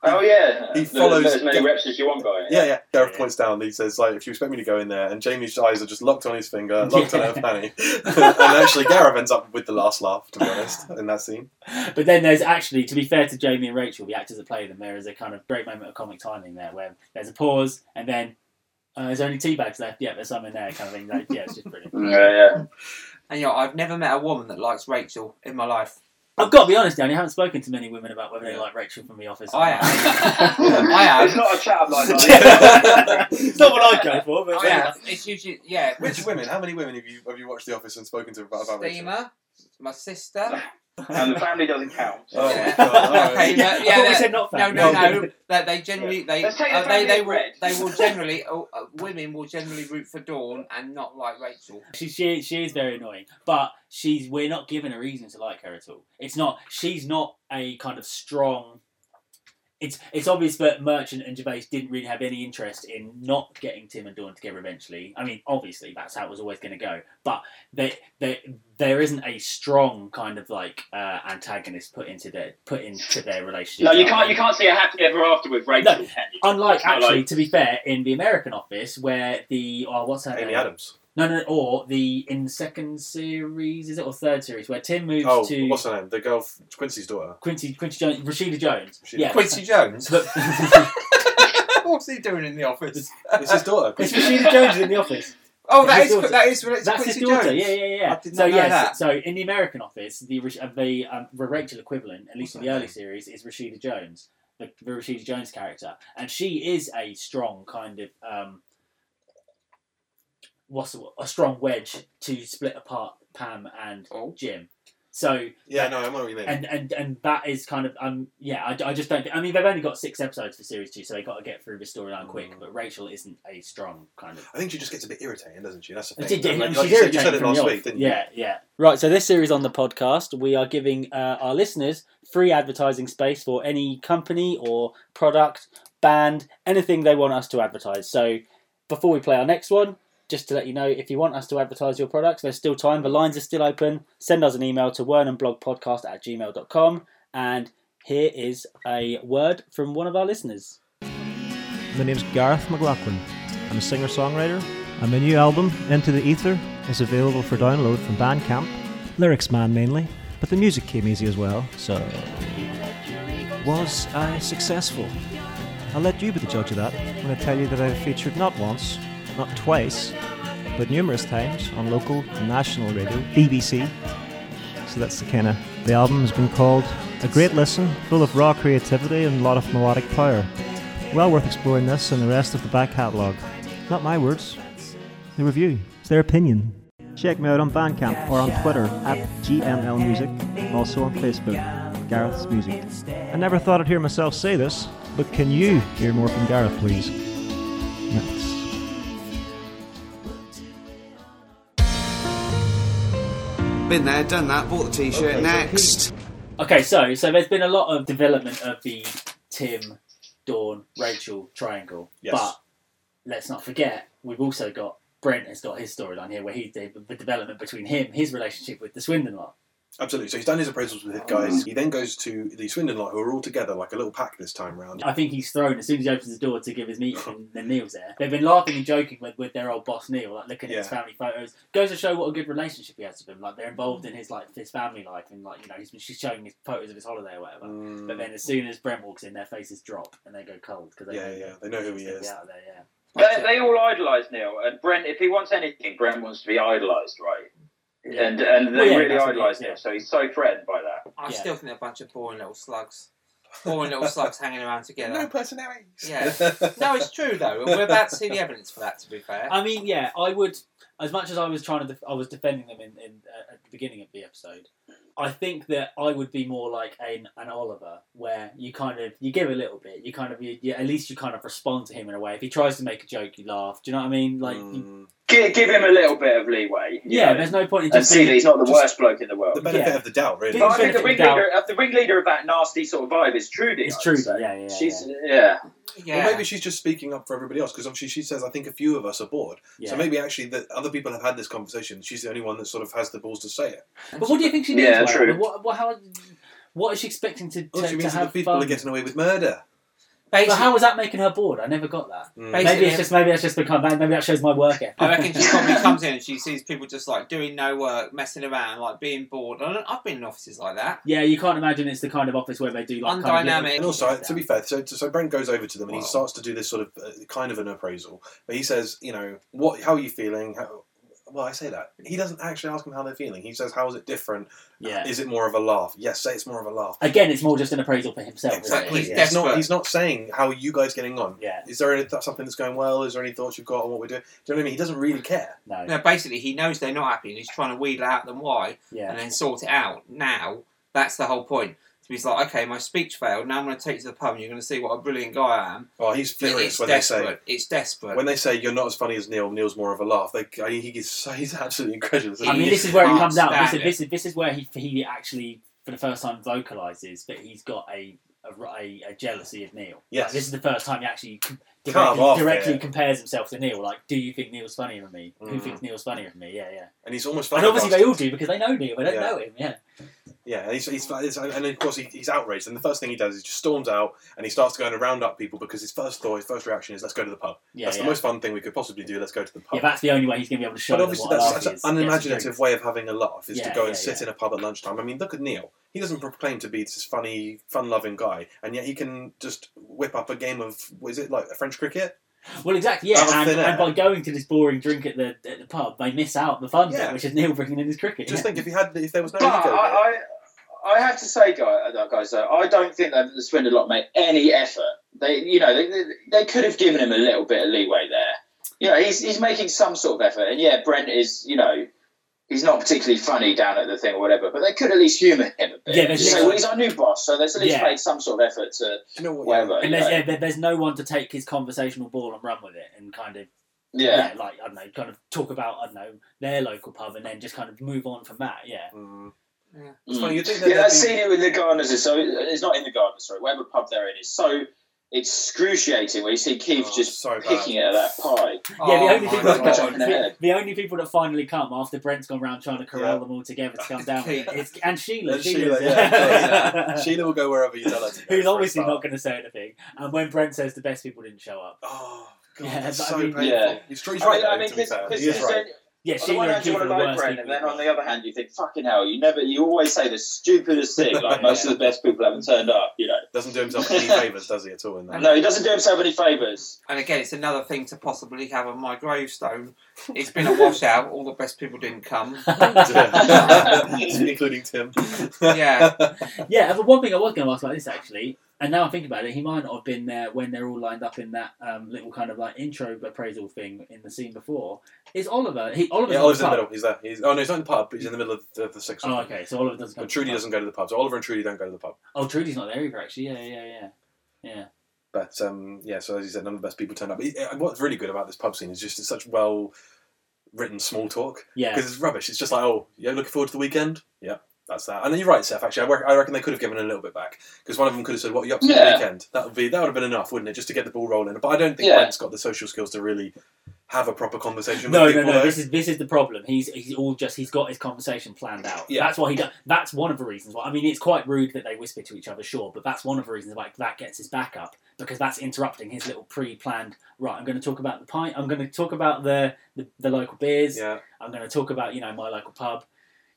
[SPEAKER 10] Oh yeah,
[SPEAKER 1] He
[SPEAKER 10] There's
[SPEAKER 1] follows-
[SPEAKER 10] as many reps as you want, guy.
[SPEAKER 1] Yeah, yeah. Gareth points down. He says, "Like, if you expect me to go in there," and Jamie's eyes are just locked on his finger, locked on her fanny, and actually Gareth ends up with the last laugh, to be honest, in that scene.
[SPEAKER 3] But then there's actually, to be fair to Jamie and Rachel, the actors that play them, there is a kind of great moment of comic timing there where there's a pause and then uh, there's only tea bags left. Yeah, there's some in there, kind of thing. Like, yeah, it's just brilliant.
[SPEAKER 4] Yeah, yeah.
[SPEAKER 2] And you know, I've never met a woman that likes Rachel in my life.
[SPEAKER 3] I've got to be honest, Danny. I haven't spoken to many women about whether they like Rachel from The Office. or
[SPEAKER 2] I
[SPEAKER 3] not.
[SPEAKER 2] have. I have.
[SPEAKER 4] It's not a chat like
[SPEAKER 3] Yeah. it's not what I'd go for, but
[SPEAKER 2] I have. It's usually yeah.
[SPEAKER 1] Which women? How many women have you have you watched The Office and spoken to about about Rachel?
[SPEAKER 2] Steamer, my sister.
[SPEAKER 4] and the family doesn't count.
[SPEAKER 1] Oh,
[SPEAKER 2] Yeah.
[SPEAKER 1] God, all
[SPEAKER 2] Okay,
[SPEAKER 1] right.
[SPEAKER 2] yeah,
[SPEAKER 3] I
[SPEAKER 2] yeah,
[SPEAKER 3] thought we
[SPEAKER 2] that-
[SPEAKER 3] said not
[SPEAKER 2] No,
[SPEAKER 3] family.
[SPEAKER 2] no, no. That they generally they
[SPEAKER 10] Let's take the
[SPEAKER 2] uh, they
[SPEAKER 10] family
[SPEAKER 2] they
[SPEAKER 10] of
[SPEAKER 2] will,
[SPEAKER 10] Red.
[SPEAKER 2] they will generally uh, uh, women will generally root for Dawn and not like Rachel.
[SPEAKER 3] She, she she is very annoying, but she's we're not given a reason to like her at all. It's not she's not a kind of strong. It's it's obvious that Merchant and Gervais didn't really have any interest in not getting Tim and Dawn together eventually. I mean, obviously that's how it was always going to go, but they, they, there isn't a strong kind of like uh, antagonist put into their put into their relationship.
[SPEAKER 10] No, you
[SPEAKER 3] I
[SPEAKER 10] can't.
[SPEAKER 3] mean-
[SPEAKER 10] You can't see a happy ever after with Rachel.
[SPEAKER 3] No.
[SPEAKER 10] can you?
[SPEAKER 3] Unlike
[SPEAKER 10] It's not
[SPEAKER 3] actually,
[SPEAKER 10] like-
[SPEAKER 3] to be fair, in the American Office, where the oh, what's her
[SPEAKER 1] Amy
[SPEAKER 3] name?
[SPEAKER 1] Adams.
[SPEAKER 3] No, no, or the in the second series is it or third series where Tim moves
[SPEAKER 1] Oh,
[SPEAKER 3] to
[SPEAKER 1] what's her name? The girl, Quincy's daughter.
[SPEAKER 3] Quincy Quincy Jones, Rashida Jones.
[SPEAKER 1] Rashida.
[SPEAKER 3] Yeah,
[SPEAKER 2] Quincy Jones.
[SPEAKER 3] But-
[SPEAKER 2] What's he doing in the office?
[SPEAKER 1] It's his daughter.
[SPEAKER 3] it's Rashida Jones in the office.
[SPEAKER 2] Oh, that
[SPEAKER 3] His
[SPEAKER 2] is
[SPEAKER 3] daughter.
[SPEAKER 2] that is related to
[SPEAKER 3] That's
[SPEAKER 2] Quincy
[SPEAKER 3] his daughter.
[SPEAKER 2] Jones.
[SPEAKER 3] Yeah, yeah, yeah.
[SPEAKER 2] I did
[SPEAKER 3] so
[SPEAKER 2] not know
[SPEAKER 3] yes,
[SPEAKER 2] that.
[SPEAKER 3] so in the American Office, the Rash- uh, the um, the Rachel equivalent, at least in the early series, is Rashida Jones, the, the Rashida Jones character, and she is a strong kind of um, what's the, wo- a strong wedge to split apart Pam and
[SPEAKER 2] Oh.
[SPEAKER 3] Jim. So
[SPEAKER 1] Yeah, no, I know what you mean.
[SPEAKER 3] and and and that is kind of um yeah I, I just don't think, I mean they've only got six episodes for series two so they got to get through the storyline quick but Rachel isn't a strong kind of
[SPEAKER 1] I think she just gets a bit irritating, doesn't she? That's the
[SPEAKER 3] She's
[SPEAKER 1] thing. Like-
[SPEAKER 3] irritating
[SPEAKER 1] like you said, you said it
[SPEAKER 3] from the
[SPEAKER 1] last
[SPEAKER 3] off.
[SPEAKER 1] week, didn't you?
[SPEAKER 3] yeah, yeah. Right, so this series on the podcast, we are giving uh, our listeners free advertising space for any company or product, band, anything they want us to advertise. So before we play our next one, just to let you know, if you want us to advertise your products, there's still time. The lines are still open. Send us an email to wernandblogpodcast at gmail.com. And here is a word from one of our listeners.
[SPEAKER 11] My name's Gareth McLaughlin. I'm a singer songwriter, and my new album, Into the Ether, is available for download from Bandcamp. Lyrics man mainly, but the music came easy as well, so. Was I successful? I'll let you be the judge of that when I tell you that I've featured not once, not twice, but numerous times on local, national radio, BBC. So that's the kind of. The album has been called A Great Listen, full of raw creativity and a lot of melodic power. Well worth exploring this and the rest of the back catalogue. Not my words, the review, it's their opinion. Check me out on Bandcamp or on Twitter at GML Music, also on Facebook, Gareth's Music. I never thought I'd hear myself say this, but can you hear more from Gareth, please? That's
[SPEAKER 9] Been there, done that, bought the t shirt. Next.
[SPEAKER 3] Okay, so so there's been a lot of development of the Tim, Dawn, Rachel triangle.
[SPEAKER 1] Yes.
[SPEAKER 3] But let's not forget, we've also got Brent has got his storyline here, where he the, the development between him, his relationship with the Swindon lot.
[SPEAKER 1] Absolutely. So he's done his appraisals with his guys. He then goes to the Swindon lot, who are all together like a little pack this time round.
[SPEAKER 3] I think he's thrown as soon as he opens the door to give his meeting, and then Neil's there. They've been laughing and joking with, with their old boss Neil, like looking at his
[SPEAKER 1] Yeah.
[SPEAKER 3] family photos. Goes to show what a good relationship he has with him. Like they're involved in his like his family life, and like you know he's, she's showing his photos of his holiday or whatever.
[SPEAKER 1] Mm.
[SPEAKER 3] But then as soon as Brent walks in, their faces drop and they go cold because
[SPEAKER 1] Yeah, yeah, they know who he is.
[SPEAKER 3] Out of there, yeah.
[SPEAKER 10] They, they all idolise Neil and Brent. If he wants anything, Brent wants to be idolised, right?
[SPEAKER 3] Yeah.
[SPEAKER 10] And and they
[SPEAKER 3] Well, yeah,
[SPEAKER 10] really
[SPEAKER 3] that's what
[SPEAKER 10] idolise
[SPEAKER 3] it is,
[SPEAKER 10] Neil, so he's so threatened by that.
[SPEAKER 2] I
[SPEAKER 3] Yeah.
[SPEAKER 2] still think they're a bunch of boring little slugs. Boring little slugs hanging around together.
[SPEAKER 1] No personalities.
[SPEAKER 2] Yeah. No, it's true though, and we're about to see the evidence for that. To be fair,
[SPEAKER 3] I mean, yeah, I would. As much as I was trying to, def- I was defending them in, in uh, at the beginning of the episode. I think that I would be more like an, an Oliver, where you kind of you give a little bit, you kind of you, you, at least you kind of respond to him in a way. If he tries to make a joke, you laugh. Do you know what I mean? Like, you-
[SPEAKER 1] Mm.
[SPEAKER 10] Give, give him a little bit of leeway. you
[SPEAKER 3] yeah,
[SPEAKER 10] know,
[SPEAKER 3] there's no point in
[SPEAKER 10] and
[SPEAKER 3] just
[SPEAKER 10] see that
[SPEAKER 3] being,
[SPEAKER 10] he's not the
[SPEAKER 1] just-
[SPEAKER 10] worst bloke in the
[SPEAKER 1] The
[SPEAKER 10] world.
[SPEAKER 1] benefit
[SPEAKER 3] Yeah.
[SPEAKER 1] of the doubt, really.
[SPEAKER 3] Yeah.
[SPEAKER 10] But I think the
[SPEAKER 3] benefit of
[SPEAKER 10] ringleader, uh, the ringleader of that nasty sort of vibe is Trudy.
[SPEAKER 3] It's
[SPEAKER 10] I'd
[SPEAKER 3] Trudy,
[SPEAKER 10] say.
[SPEAKER 3] yeah, yeah, yeah.
[SPEAKER 10] She's yeah.
[SPEAKER 2] yeah.
[SPEAKER 1] Or maybe she's just speaking up for everybody else because obviously she says, I think a few of us are bored.
[SPEAKER 3] yeah.
[SPEAKER 1] So maybe actually that other people have had this conversation. She's the only one that sort of has the balls to say it.
[SPEAKER 3] But what do you think she means?
[SPEAKER 10] Yeah,
[SPEAKER 3] by that?
[SPEAKER 10] true.
[SPEAKER 3] What, what, how, what is she expecting to, to,
[SPEAKER 1] Oh, she
[SPEAKER 3] to
[SPEAKER 1] means that
[SPEAKER 3] have
[SPEAKER 1] the people
[SPEAKER 3] fun?
[SPEAKER 1] are getting away with murder.
[SPEAKER 3] But how was that making her bored? I never got that.
[SPEAKER 2] Mm.
[SPEAKER 3] Maybe
[SPEAKER 2] Basically-
[SPEAKER 3] it's just maybe that's just become maybe that shows my work ethic.
[SPEAKER 2] I reckon she probably comes in and she sees people just like doing no work, messing around, like being bored. And I've been in offices like that.
[SPEAKER 3] Yeah, you can't imagine it's the kind of office where they do like kind of
[SPEAKER 1] And also, to be fair, so, so Brent goes over to them and he starts to do this sort of uh, kind of an appraisal. But he says, you know, what? How are you feeling? How, well, I say that he doesn't actually ask them how they're feeling. He says, "How is it different?
[SPEAKER 3] Yeah.
[SPEAKER 1] Is it more of a laugh? Yes, say it's more of a laugh."
[SPEAKER 3] Again, it's more just an appraisal for himself. isn't it?
[SPEAKER 1] Exactly. He's not. He's not saying how are you guys getting on.
[SPEAKER 3] Yeah.
[SPEAKER 1] Is there any, th- something that's going well? Is there any thoughts you've got on what we're doing? Do you know what I mean? He doesn't really care.
[SPEAKER 3] No.
[SPEAKER 2] No, basically, he knows they're not happy and he's trying to wheedle out them why
[SPEAKER 3] Yeah.
[SPEAKER 2] and then sort it out now. That's the whole point. So he's like, okay, my speech failed. Now I'm going to take you to the pub and you're going to see what a brilliant guy I am.
[SPEAKER 1] Oh, he's furious
[SPEAKER 2] it's
[SPEAKER 1] when they say
[SPEAKER 2] desperate. It's desperate.
[SPEAKER 1] when they say you're not as funny as Neil. Neil's more of a laugh. They, I mean, he gets so he's absolutely incredulous.
[SPEAKER 3] I mean, this is where it comes out. This is, this is this is where he he actually for the first time vocalizes that he's got a a, a, a jealousy of Neil.
[SPEAKER 1] Yes.
[SPEAKER 3] Like, this is the first time he actually com-
[SPEAKER 1] Come
[SPEAKER 3] directly,
[SPEAKER 1] off
[SPEAKER 3] directly
[SPEAKER 1] it.
[SPEAKER 3] compares himself to Neil. Like, do you think Neil's funnier than me? Who
[SPEAKER 1] Mm.
[SPEAKER 3] thinks Neil's funnier than me? Yeah, yeah.
[SPEAKER 1] And he's almost
[SPEAKER 3] And
[SPEAKER 1] like a
[SPEAKER 3] obviously they all
[SPEAKER 1] bastard.
[SPEAKER 3] do because they know Neil. They don't
[SPEAKER 1] Yeah.
[SPEAKER 3] know him. Yeah.
[SPEAKER 1] Yeah, and he's, he's, he's- and of course he, he's outraged. And the first thing he does is just storms out and he starts going to round up people because his first thought, his first reaction is, "Let's go to the pub."
[SPEAKER 3] Yeah,
[SPEAKER 1] that's
[SPEAKER 3] yeah.
[SPEAKER 1] the most fun thing we could possibly do. Let's go to the pub.
[SPEAKER 3] Yeah, that's the only way he's going to be able to show
[SPEAKER 1] But
[SPEAKER 3] them
[SPEAKER 1] obviously,
[SPEAKER 3] what a laugh
[SPEAKER 1] that's, that's
[SPEAKER 3] is.
[SPEAKER 1] an
[SPEAKER 3] Get some
[SPEAKER 1] unimaginative
[SPEAKER 3] drinks.
[SPEAKER 1] way of having a laugh is
[SPEAKER 3] Yeah,
[SPEAKER 1] to go
[SPEAKER 3] yeah,
[SPEAKER 1] and sit in a pub at lunchtime. I mean, look at Neil. He doesn't proclaim to be this funny, fun-loving guy, and yet he can just whip up a game of what is it like French cricket?
[SPEAKER 3] Well, exactly. Yeah,
[SPEAKER 1] Out of
[SPEAKER 3] and,
[SPEAKER 1] thin air.
[SPEAKER 3] and by going to this boring drink at the at the pub, they miss out the fun
[SPEAKER 1] Yeah.
[SPEAKER 3] bit, which is Neil bringing in his cricket.
[SPEAKER 1] Just
[SPEAKER 3] yeah.
[SPEAKER 1] think if he had, if there was no
[SPEAKER 3] But
[SPEAKER 1] ego. there.
[SPEAKER 4] I, I, I have to say, guy- uh, guys, though, I don't think that the Swindon lot made any effort. They, you know, they, they- they could have given him a little bit of leeway there. You know, he's, he's making some sort of effort. And yeah, Brent is, you know, he's not particularly funny down at the thing or whatever, but they could at least humour him a bit.
[SPEAKER 3] Yeah, there's
[SPEAKER 4] Just say,
[SPEAKER 3] no-
[SPEAKER 4] well, he's our new boss, so let's at least
[SPEAKER 3] Yeah.
[SPEAKER 4] make some sort of effort to
[SPEAKER 1] you know
[SPEAKER 4] whatever.
[SPEAKER 3] And
[SPEAKER 4] you know.
[SPEAKER 3] there's, yeah, there- there's no one to take his conversational ball and run with it and kind of
[SPEAKER 4] Yeah.
[SPEAKER 3] like I don't know, kind of talk about I don't know their local pub and then just kind of move on from that. Yeah.
[SPEAKER 4] Mm.
[SPEAKER 1] you'd think that they'd
[SPEAKER 4] yeah, that
[SPEAKER 1] be-
[SPEAKER 4] scene in the gardeners is so. It's not in the gardeners, sorry. Whatever pub they're in is so excruciating. Where you see Keith
[SPEAKER 1] Oh,
[SPEAKER 4] just picking it at that pie.
[SPEAKER 3] Yeah, the
[SPEAKER 2] Oh
[SPEAKER 3] only, people
[SPEAKER 4] Like a chunk
[SPEAKER 3] that,
[SPEAKER 4] in the head.
[SPEAKER 3] the, the only people that finally come after Brent's gone round trying to corral them all together to come down with it, it's, and Sheila.
[SPEAKER 1] And
[SPEAKER 3] Sheila's-
[SPEAKER 1] Sheila, yeah, yeah. Sheila will go wherever you tell her to go.
[SPEAKER 3] Who's
[SPEAKER 1] for a
[SPEAKER 3] obviously
[SPEAKER 1] start.
[SPEAKER 3] not going to say anything. And when Brent says the best people didn't show up.
[SPEAKER 1] Oh,
[SPEAKER 3] God,
[SPEAKER 1] that's so painful.
[SPEAKER 4] Yeah.
[SPEAKER 1] He's, he's
[SPEAKER 4] I
[SPEAKER 1] right.
[SPEAKER 4] mean- I
[SPEAKER 1] though,
[SPEAKER 4] mean,
[SPEAKER 1] to be
[SPEAKER 4] this-
[SPEAKER 1] fair.
[SPEAKER 4] this
[SPEAKER 1] He is
[SPEAKER 4] is
[SPEAKER 1] right.
[SPEAKER 4] then-
[SPEAKER 3] Yeah,
[SPEAKER 4] on the
[SPEAKER 3] Sheila
[SPEAKER 4] one
[SPEAKER 3] and
[SPEAKER 4] hand you
[SPEAKER 3] Keith are
[SPEAKER 4] want to
[SPEAKER 3] the
[SPEAKER 4] like
[SPEAKER 3] worst
[SPEAKER 4] Brent,
[SPEAKER 3] people
[SPEAKER 4] and then
[SPEAKER 3] in the
[SPEAKER 4] on the other hand you think, fucking hell, you never, you always say the stupidest thing, like
[SPEAKER 3] Yeah.
[SPEAKER 4] most of the best people haven't turned up, you know.
[SPEAKER 1] Doesn't do himself any favours, does he, at all? In that?
[SPEAKER 4] No, he doesn't do himself any favours.
[SPEAKER 2] And again, it's another thing to possibly have on my gravestone. It's been a washout. All the best people didn't come.
[SPEAKER 1] Including Tim.
[SPEAKER 2] yeah.
[SPEAKER 3] yeah, but one thing I was going to ask about this actually, and now I think about it, he might not have been there when they're all lined up in that um, little kind of like intro appraisal thing in the scene before. Is Oliver? He Oliver's
[SPEAKER 1] Yeah,
[SPEAKER 3] not
[SPEAKER 1] Oliver's in the
[SPEAKER 3] part-
[SPEAKER 1] middle. He's there. He's, oh no, he's not in the pub. He's in the middle of the, the six.
[SPEAKER 3] Oh, okay. So Oliver doesn't. Go
[SPEAKER 1] But
[SPEAKER 3] to
[SPEAKER 1] Trudy
[SPEAKER 3] the pub.
[SPEAKER 1] doesn't go to the pub. So Oliver and Trudy don't go to the pub.
[SPEAKER 3] Oh, Trudy's not there either. Actually, yeah, yeah, yeah, yeah.
[SPEAKER 1] But um, yeah, so as you said, none of the best people turned up. It- it- What's really good about this pub scene is just it's such well written small talk.
[SPEAKER 3] Yeah.
[SPEAKER 1] Because it's rubbish. It's just like, oh, yeah, looking forward to the weekend. Yeah, that's that. And then you're right, Seth. Actually, I, rec- I reckon they could have given a little bit back because one of them could have said, "What are you up to
[SPEAKER 4] Yeah.
[SPEAKER 1] the weekend?" That would be that would have been enough, wouldn't it, just to get the ball rolling? But I don't think
[SPEAKER 4] Yeah.
[SPEAKER 1] Brent's got the social skills to really have a proper conversation.
[SPEAKER 3] No,
[SPEAKER 1] with
[SPEAKER 3] no,
[SPEAKER 1] people,
[SPEAKER 3] no.
[SPEAKER 1] though.
[SPEAKER 3] This is this is the problem. He's he's all just he's got his conversation planned out.
[SPEAKER 1] Yeah.
[SPEAKER 3] That's why he does. That's one of the reasons why. I mean, it's quite rude that they whisper to each other, sure, but that's one of the reasons why that gets his back up because that's interrupting his little pre-planned. Right, I'm going to talk about the pint. I'm going to talk about the the, the local beers.
[SPEAKER 1] Yeah.
[SPEAKER 3] I'm going to talk about you know my local pub.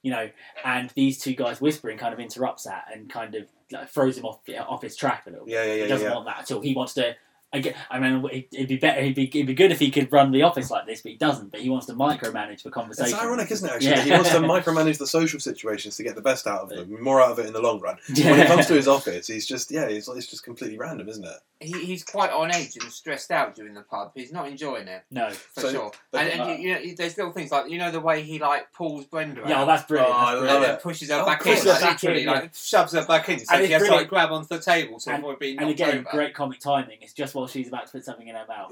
[SPEAKER 3] You know, and these two guys whispering kind of interrupts that and kind of like, throws him off off his track a little. bit.
[SPEAKER 1] Yeah, yeah, yeah,
[SPEAKER 3] He doesn't
[SPEAKER 1] yeah.
[SPEAKER 3] want that at all. He wants to I, get, I mean, it'd- it'd be better. It'd be, it'd be good if he could run the office like this, but he doesn't. But he wants to micromanage the
[SPEAKER 1] It's
[SPEAKER 3] conversation.
[SPEAKER 1] ironic, isn't it? Actually,
[SPEAKER 3] Yeah.
[SPEAKER 1] that he wants to micromanage the social situations to get the best out of them, more out of it in the long run. But When
[SPEAKER 3] Yeah.
[SPEAKER 1] it comes to his office, he's just yeah, it's, it's just completely random, isn't it?
[SPEAKER 2] he, he's quite on edge and stressed out during the pub. He's not enjoying it.
[SPEAKER 3] No.
[SPEAKER 2] for
[SPEAKER 1] So-
[SPEAKER 2] sure.
[SPEAKER 1] but-
[SPEAKER 2] And, and you, you know, there's little things like you know the way he like pulls Brenda.
[SPEAKER 3] Yeah,
[SPEAKER 2] out
[SPEAKER 3] well, that's brilliant.
[SPEAKER 1] Oh,
[SPEAKER 3] That's
[SPEAKER 1] I love
[SPEAKER 2] And
[SPEAKER 3] brilliant.
[SPEAKER 2] then
[SPEAKER 1] it.
[SPEAKER 2] pushes her
[SPEAKER 1] Oh,
[SPEAKER 2] back in,
[SPEAKER 3] pushes her
[SPEAKER 2] like,
[SPEAKER 3] back
[SPEAKER 2] literally,
[SPEAKER 3] in, yeah.
[SPEAKER 2] like shoves her back in, so
[SPEAKER 3] And
[SPEAKER 2] she
[SPEAKER 3] it's
[SPEAKER 2] has to
[SPEAKER 3] brilliant.
[SPEAKER 2] like grab onto the table to avoid being
[SPEAKER 3] And
[SPEAKER 2] knocked
[SPEAKER 3] again,
[SPEAKER 2] over.
[SPEAKER 3] great comic timing. It's just while she's about to put something in her mouth.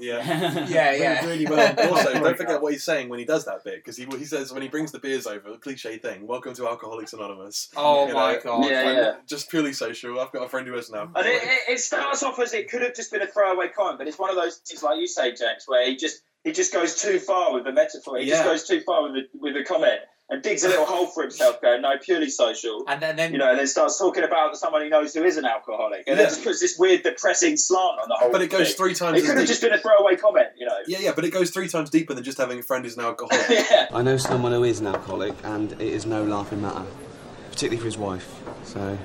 [SPEAKER 1] Yeah.
[SPEAKER 2] Yeah, yeah.
[SPEAKER 1] Really well. also, don't forget what he's saying when he does that bit, because he he says when he brings the beers over, a cliche thing. Welcome to Alcoholics Anonymous.
[SPEAKER 2] Oh
[SPEAKER 1] You
[SPEAKER 2] my
[SPEAKER 1] know,
[SPEAKER 2] god!
[SPEAKER 1] like,
[SPEAKER 4] Yeah, yeah.
[SPEAKER 1] Just purely social. I've got a friend who has now.
[SPEAKER 4] And it, it, it starts off as it could have just been a throwaway comment, but it's one of those things, like you say, James, where he just he just goes too far with the metaphor. He just
[SPEAKER 2] Yeah.
[SPEAKER 4] goes too far with the, with the comment and digs a little hole for himself, going no purely social.
[SPEAKER 2] And then, then
[SPEAKER 4] you know, and then starts talking about someone he knows who is an alcoholic, and
[SPEAKER 1] Yeah.
[SPEAKER 4] then just puts this weird depressing slant on the whole.
[SPEAKER 1] But it goes
[SPEAKER 4] thing.
[SPEAKER 1] three times
[SPEAKER 4] It
[SPEAKER 1] as
[SPEAKER 4] could have
[SPEAKER 1] deep.
[SPEAKER 4] just been a throwaway comment, you know.
[SPEAKER 1] Yeah, yeah, but it goes three times deeper than just having a friend who's an alcoholic.
[SPEAKER 9] I know someone who is an alcoholic, and it is no laughing matter, particularly for his wife. So,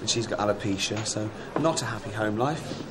[SPEAKER 9] and she's got alopecia, so not a happy home life.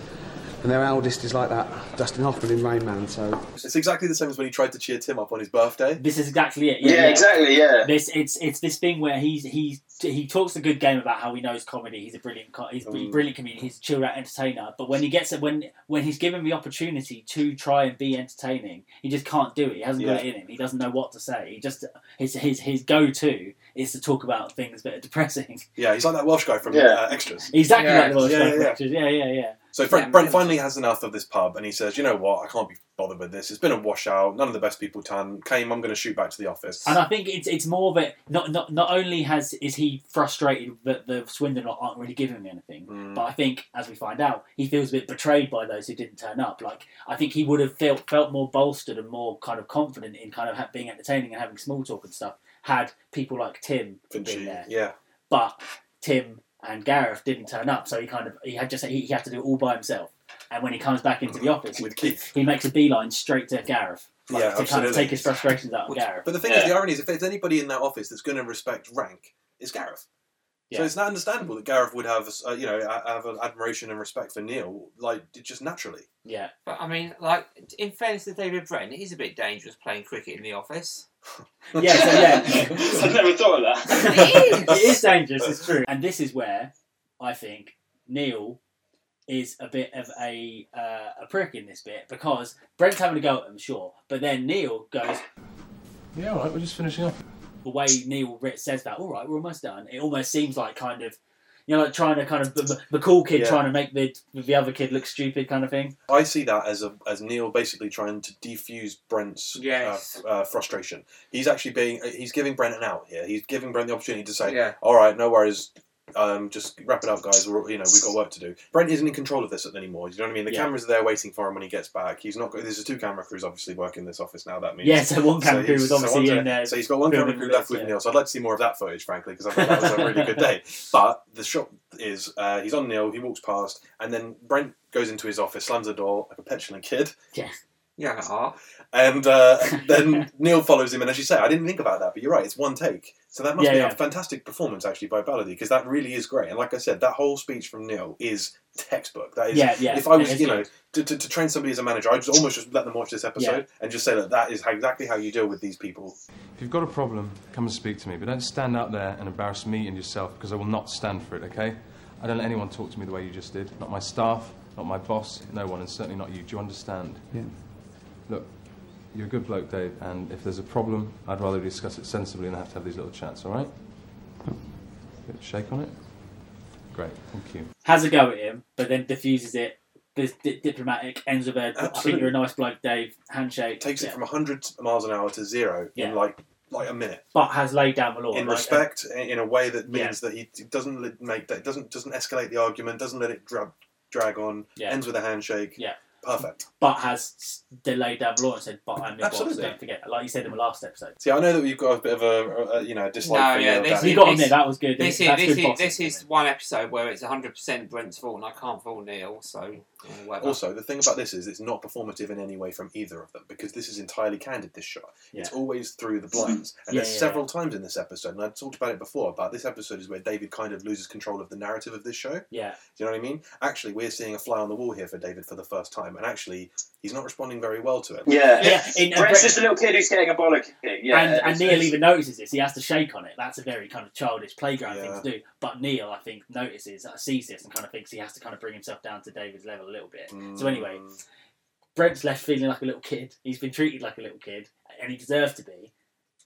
[SPEAKER 9] And their eldest is like that, Dustin Hoffman in Rain Man. So
[SPEAKER 1] It's exactly the same as when he tried to cheer Tim up on his birthday.
[SPEAKER 3] This is exactly it.
[SPEAKER 4] Yeah, exactly, yeah.
[SPEAKER 3] This it's it's this thing where he's he's he talks a good game about how he knows comedy. He's a brilliant co- he's a
[SPEAKER 1] Mm.
[SPEAKER 3] brilliant comedian. He's a chill out entertainer. But when he gets it, when when he's given the opportunity to try and be entertaining, he just can't do it. He hasn't got
[SPEAKER 1] Yeah.
[SPEAKER 3] it in him. He doesn't know what to say. He just his his his go to is to talk about things that are depressing.
[SPEAKER 1] Yeah, he's like that Welsh guy from
[SPEAKER 4] Yeah.
[SPEAKER 1] uh, Extras.
[SPEAKER 3] Exactly
[SPEAKER 1] Yeah.
[SPEAKER 3] like the Welsh
[SPEAKER 1] Yeah,
[SPEAKER 3] guy
[SPEAKER 1] yeah,
[SPEAKER 3] from
[SPEAKER 1] yeah.
[SPEAKER 3] Extras. yeah, yeah, yeah.
[SPEAKER 1] So Frank,
[SPEAKER 2] Yeah.
[SPEAKER 1] Brent finally has enough of this pub, and he says, "You know what? I can't be bothered with this. It's been a washout. None of the best people tan came. I'm going to shoot back to the office."
[SPEAKER 3] And I think it's it's more that not not not only has is he frustrated that the Swindon lot aren't really giving him anything,
[SPEAKER 1] Mm.
[SPEAKER 3] but I think as we find out, he feels a bit betrayed by those who didn't turn up. Like I think he would have felt felt more bolstered and more kind of confident in kind of ha- being entertaining and having small talk and stuff had people like Tim been
[SPEAKER 1] Finchy,
[SPEAKER 3] there.
[SPEAKER 1] yeah,
[SPEAKER 3] But Tim and Gareth didn't turn up, so he kind of he had just he, he had to do it all by himself. And when he comes back into the office,
[SPEAKER 1] with Keith.
[SPEAKER 3] he makes a beeline straight to Gareth like,
[SPEAKER 1] Yeah,
[SPEAKER 3] to kind
[SPEAKER 1] absolutely.
[SPEAKER 3] of take his frustrations out on Gareth.
[SPEAKER 1] But the thing is, the irony is, if there's anybody in that office that's going to respect rank, it's Gareth. So
[SPEAKER 3] Yeah.
[SPEAKER 1] it's not understandable that Gareth would have, uh, you know, a- have an admiration and respect for Neil, like just naturally.
[SPEAKER 3] Yeah.
[SPEAKER 2] But I mean, like, in fairness to David Brent, it is a bit dangerous playing cricket in the office.
[SPEAKER 3] Yeah, so yeah.
[SPEAKER 4] I never thought of that.
[SPEAKER 2] It
[SPEAKER 3] it is dangerous, it's true. And this is where I think Neil is a bit of a uh, a prick in this bit because Brent's having a go at him, sure, but then Neil goes.
[SPEAKER 8] Yeah, all right, we're just finishing up.
[SPEAKER 3] The way Neil Ritz says that, all right, we're almost done. It almost seems like kind of, you know, like trying to kind of the, the cool kid
[SPEAKER 1] Yeah.
[SPEAKER 3] trying to make the the other kid look stupid, kind of thing.
[SPEAKER 1] I see that as a as Neil basically trying to defuse Brent's
[SPEAKER 2] Yes.
[SPEAKER 1] uh, uh, frustration. He's actually being uh, he's giving Brent an out here. He's giving Brent the opportunity to say,
[SPEAKER 2] Yeah.
[SPEAKER 1] "All right, no worries, um, just wrap it up, guys. We're, you know we've got work to do." Brent isn't in control of this anymore. You know what I mean? The
[SPEAKER 3] Yeah.
[SPEAKER 1] cameras are there waiting for him when he gets back. He's not. go- There's two camera crews obviously working in this office now. That means
[SPEAKER 3] Yeah, so one camera
[SPEAKER 1] So
[SPEAKER 3] crew
[SPEAKER 1] he's-
[SPEAKER 3] was
[SPEAKER 1] so
[SPEAKER 3] obviously
[SPEAKER 1] one's
[SPEAKER 3] in there.
[SPEAKER 1] So he's got one camera
[SPEAKER 3] filming
[SPEAKER 1] crew
[SPEAKER 3] the
[SPEAKER 1] left
[SPEAKER 3] bits,
[SPEAKER 1] with
[SPEAKER 3] yeah.
[SPEAKER 1] Neil. So I'd like to see more of that footage, frankly, because I thought that was a really good day. But the shot is uh, he's on Neil. He walks past, and then Brent goes into his office, slams the door like a petulant kid,
[SPEAKER 2] Yeah, art.
[SPEAKER 1] and uh, then Neil follows him. And as you say, I didn't think about that, but you're right. It's one take, so that must
[SPEAKER 3] Yeah,
[SPEAKER 1] be
[SPEAKER 3] yeah.
[SPEAKER 1] a fantastic performance actually by Ballady, because that really is great. And like I said, that whole speech from Neil is textbook. That is.
[SPEAKER 3] yeah, yeah.
[SPEAKER 1] If I
[SPEAKER 3] it
[SPEAKER 1] was,
[SPEAKER 3] is
[SPEAKER 1] you
[SPEAKER 3] good.
[SPEAKER 1] know, to, to, to train somebody as a manager, I'd just almost just let them watch this episode and just say that that is how, exactly how you deal with these people
[SPEAKER 12] If you've got a problem, come and speak to me, but don't stand out there and embarrass me and yourself because I will not stand for it, okay? I don't let anyone talk to me the way you just did. Not my staff, not my boss, no one, and certainly not you. Do you understand?
[SPEAKER 9] Yeah.
[SPEAKER 12] Look, you're a good bloke, Dave, and if there's a problem, I'd rather discuss it sensibly than have to have these little chats, all right? Bit of shake on it? Great, thank you.
[SPEAKER 3] has a go at him, but then diffuses it. This di- diplomatic ends with a. I think
[SPEAKER 1] Absolutely.
[SPEAKER 3] you're a nice bloke, Dave. Handshake.
[SPEAKER 1] takes
[SPEAKER 3] yeah.
[SPEAKER 1] it from 100 miles an hour to zero
[SPEAKER 3] Yeah.
[SPEAKER 1] in like like a minute
[SPEAKER 3] but has laid down the law
[SPEAKER 1] in
[SPEAKER 3] like,
[SPEAKER 1] respect in- in a way that
[SPEAKER 3] Yeah.
[SPEAKER 1] means that he t- doesn't li- make that doesn't doesn't escalate the argument doesn't let it drag drag on
[SPEAKER 3] Yeah.
[SPEAKER 1] ends with a handshake
[SPEAKER 3] Yeah.
[SPEAKER 1] perfect
[SPEAKER 3] but has delayed down the law and said, "But I'm your boss."
[SPEAKER 1] Absolutely.
[SPEAKER 3] Don't forget, like you said in the last episode.
[SPEAKER 1] see i know that we've got a bit of a, a you know a dislike
[SPEAKER 2] No,
[SPEAKER 1] for
[SPEAKER 2] yeah,
[SPEAKER 1] you,
[SPEAKER 2] this
[SPEAKER 1] Danny.
[SPEAKER 3] You got to
[SPEAKER 2] this-
[SPEAKER 3] admit that was good.
[SPEAKER 2] This is
[SPEAKER 3] That's
[SPEAKER 2] this
[SPEAKER 3] good
[SPEAKER 2] is,
[SPEAKER 3] bossing.
[SPEAKER 2] this is one episode where it's 100% Brent's fault, and I can't fault Neil, so yeah, whatever.
[SPEAKER 1] also the thing about this is it's not performative in any way from either of them because this is entirely candid this shot it's
[SPEAKER 3] Yeah.
[SPEAKER 1] always through the blinds and
[SPEAKER 3] Yeah,
[SPEAKER 1] there's
[SPEAKER 3] yeah,
[SPEAKER 1] several times in this episode and i talked about it before about this episode is where david kind of loses control of the narrative of this show
[SPEAKER 3] Yeah,
[SPEAKER 1] Do you know what I mean? Actually, we're seeing a fly on the wall here for David for the first time, and actually, he's not responding very well to it.
[SPEAKER 4] Yeah.
[SPEAKER 3] yeah. In, and,
[SPEAKER 4] Brent's
[SPEAKER 3] Brent-
[SPEAKER 4] just a little kid who's getting a bollock. Yeah,
[SPEAKER 3] and, and
[SPEAKER 4] it's-
[SPEAKER 3] Neil
[SPEAKER 4] it's-
[SPEAKER 3] even notices this. He has to shake on it. That's a very kind of childish playground
[SPEAKER 1] Yeah.
[SPEAKER 3] thing to do. But Neil, I think, notices, uh, sees this, and kind of thinks he has to kind of bring himself down to David's level a little bit. So anyway,
[SPEAKER 1] Mm.
[SPEAKER 3] Brent's left feeling like a little kid. He's been treated like a little kid, and he deserves to be.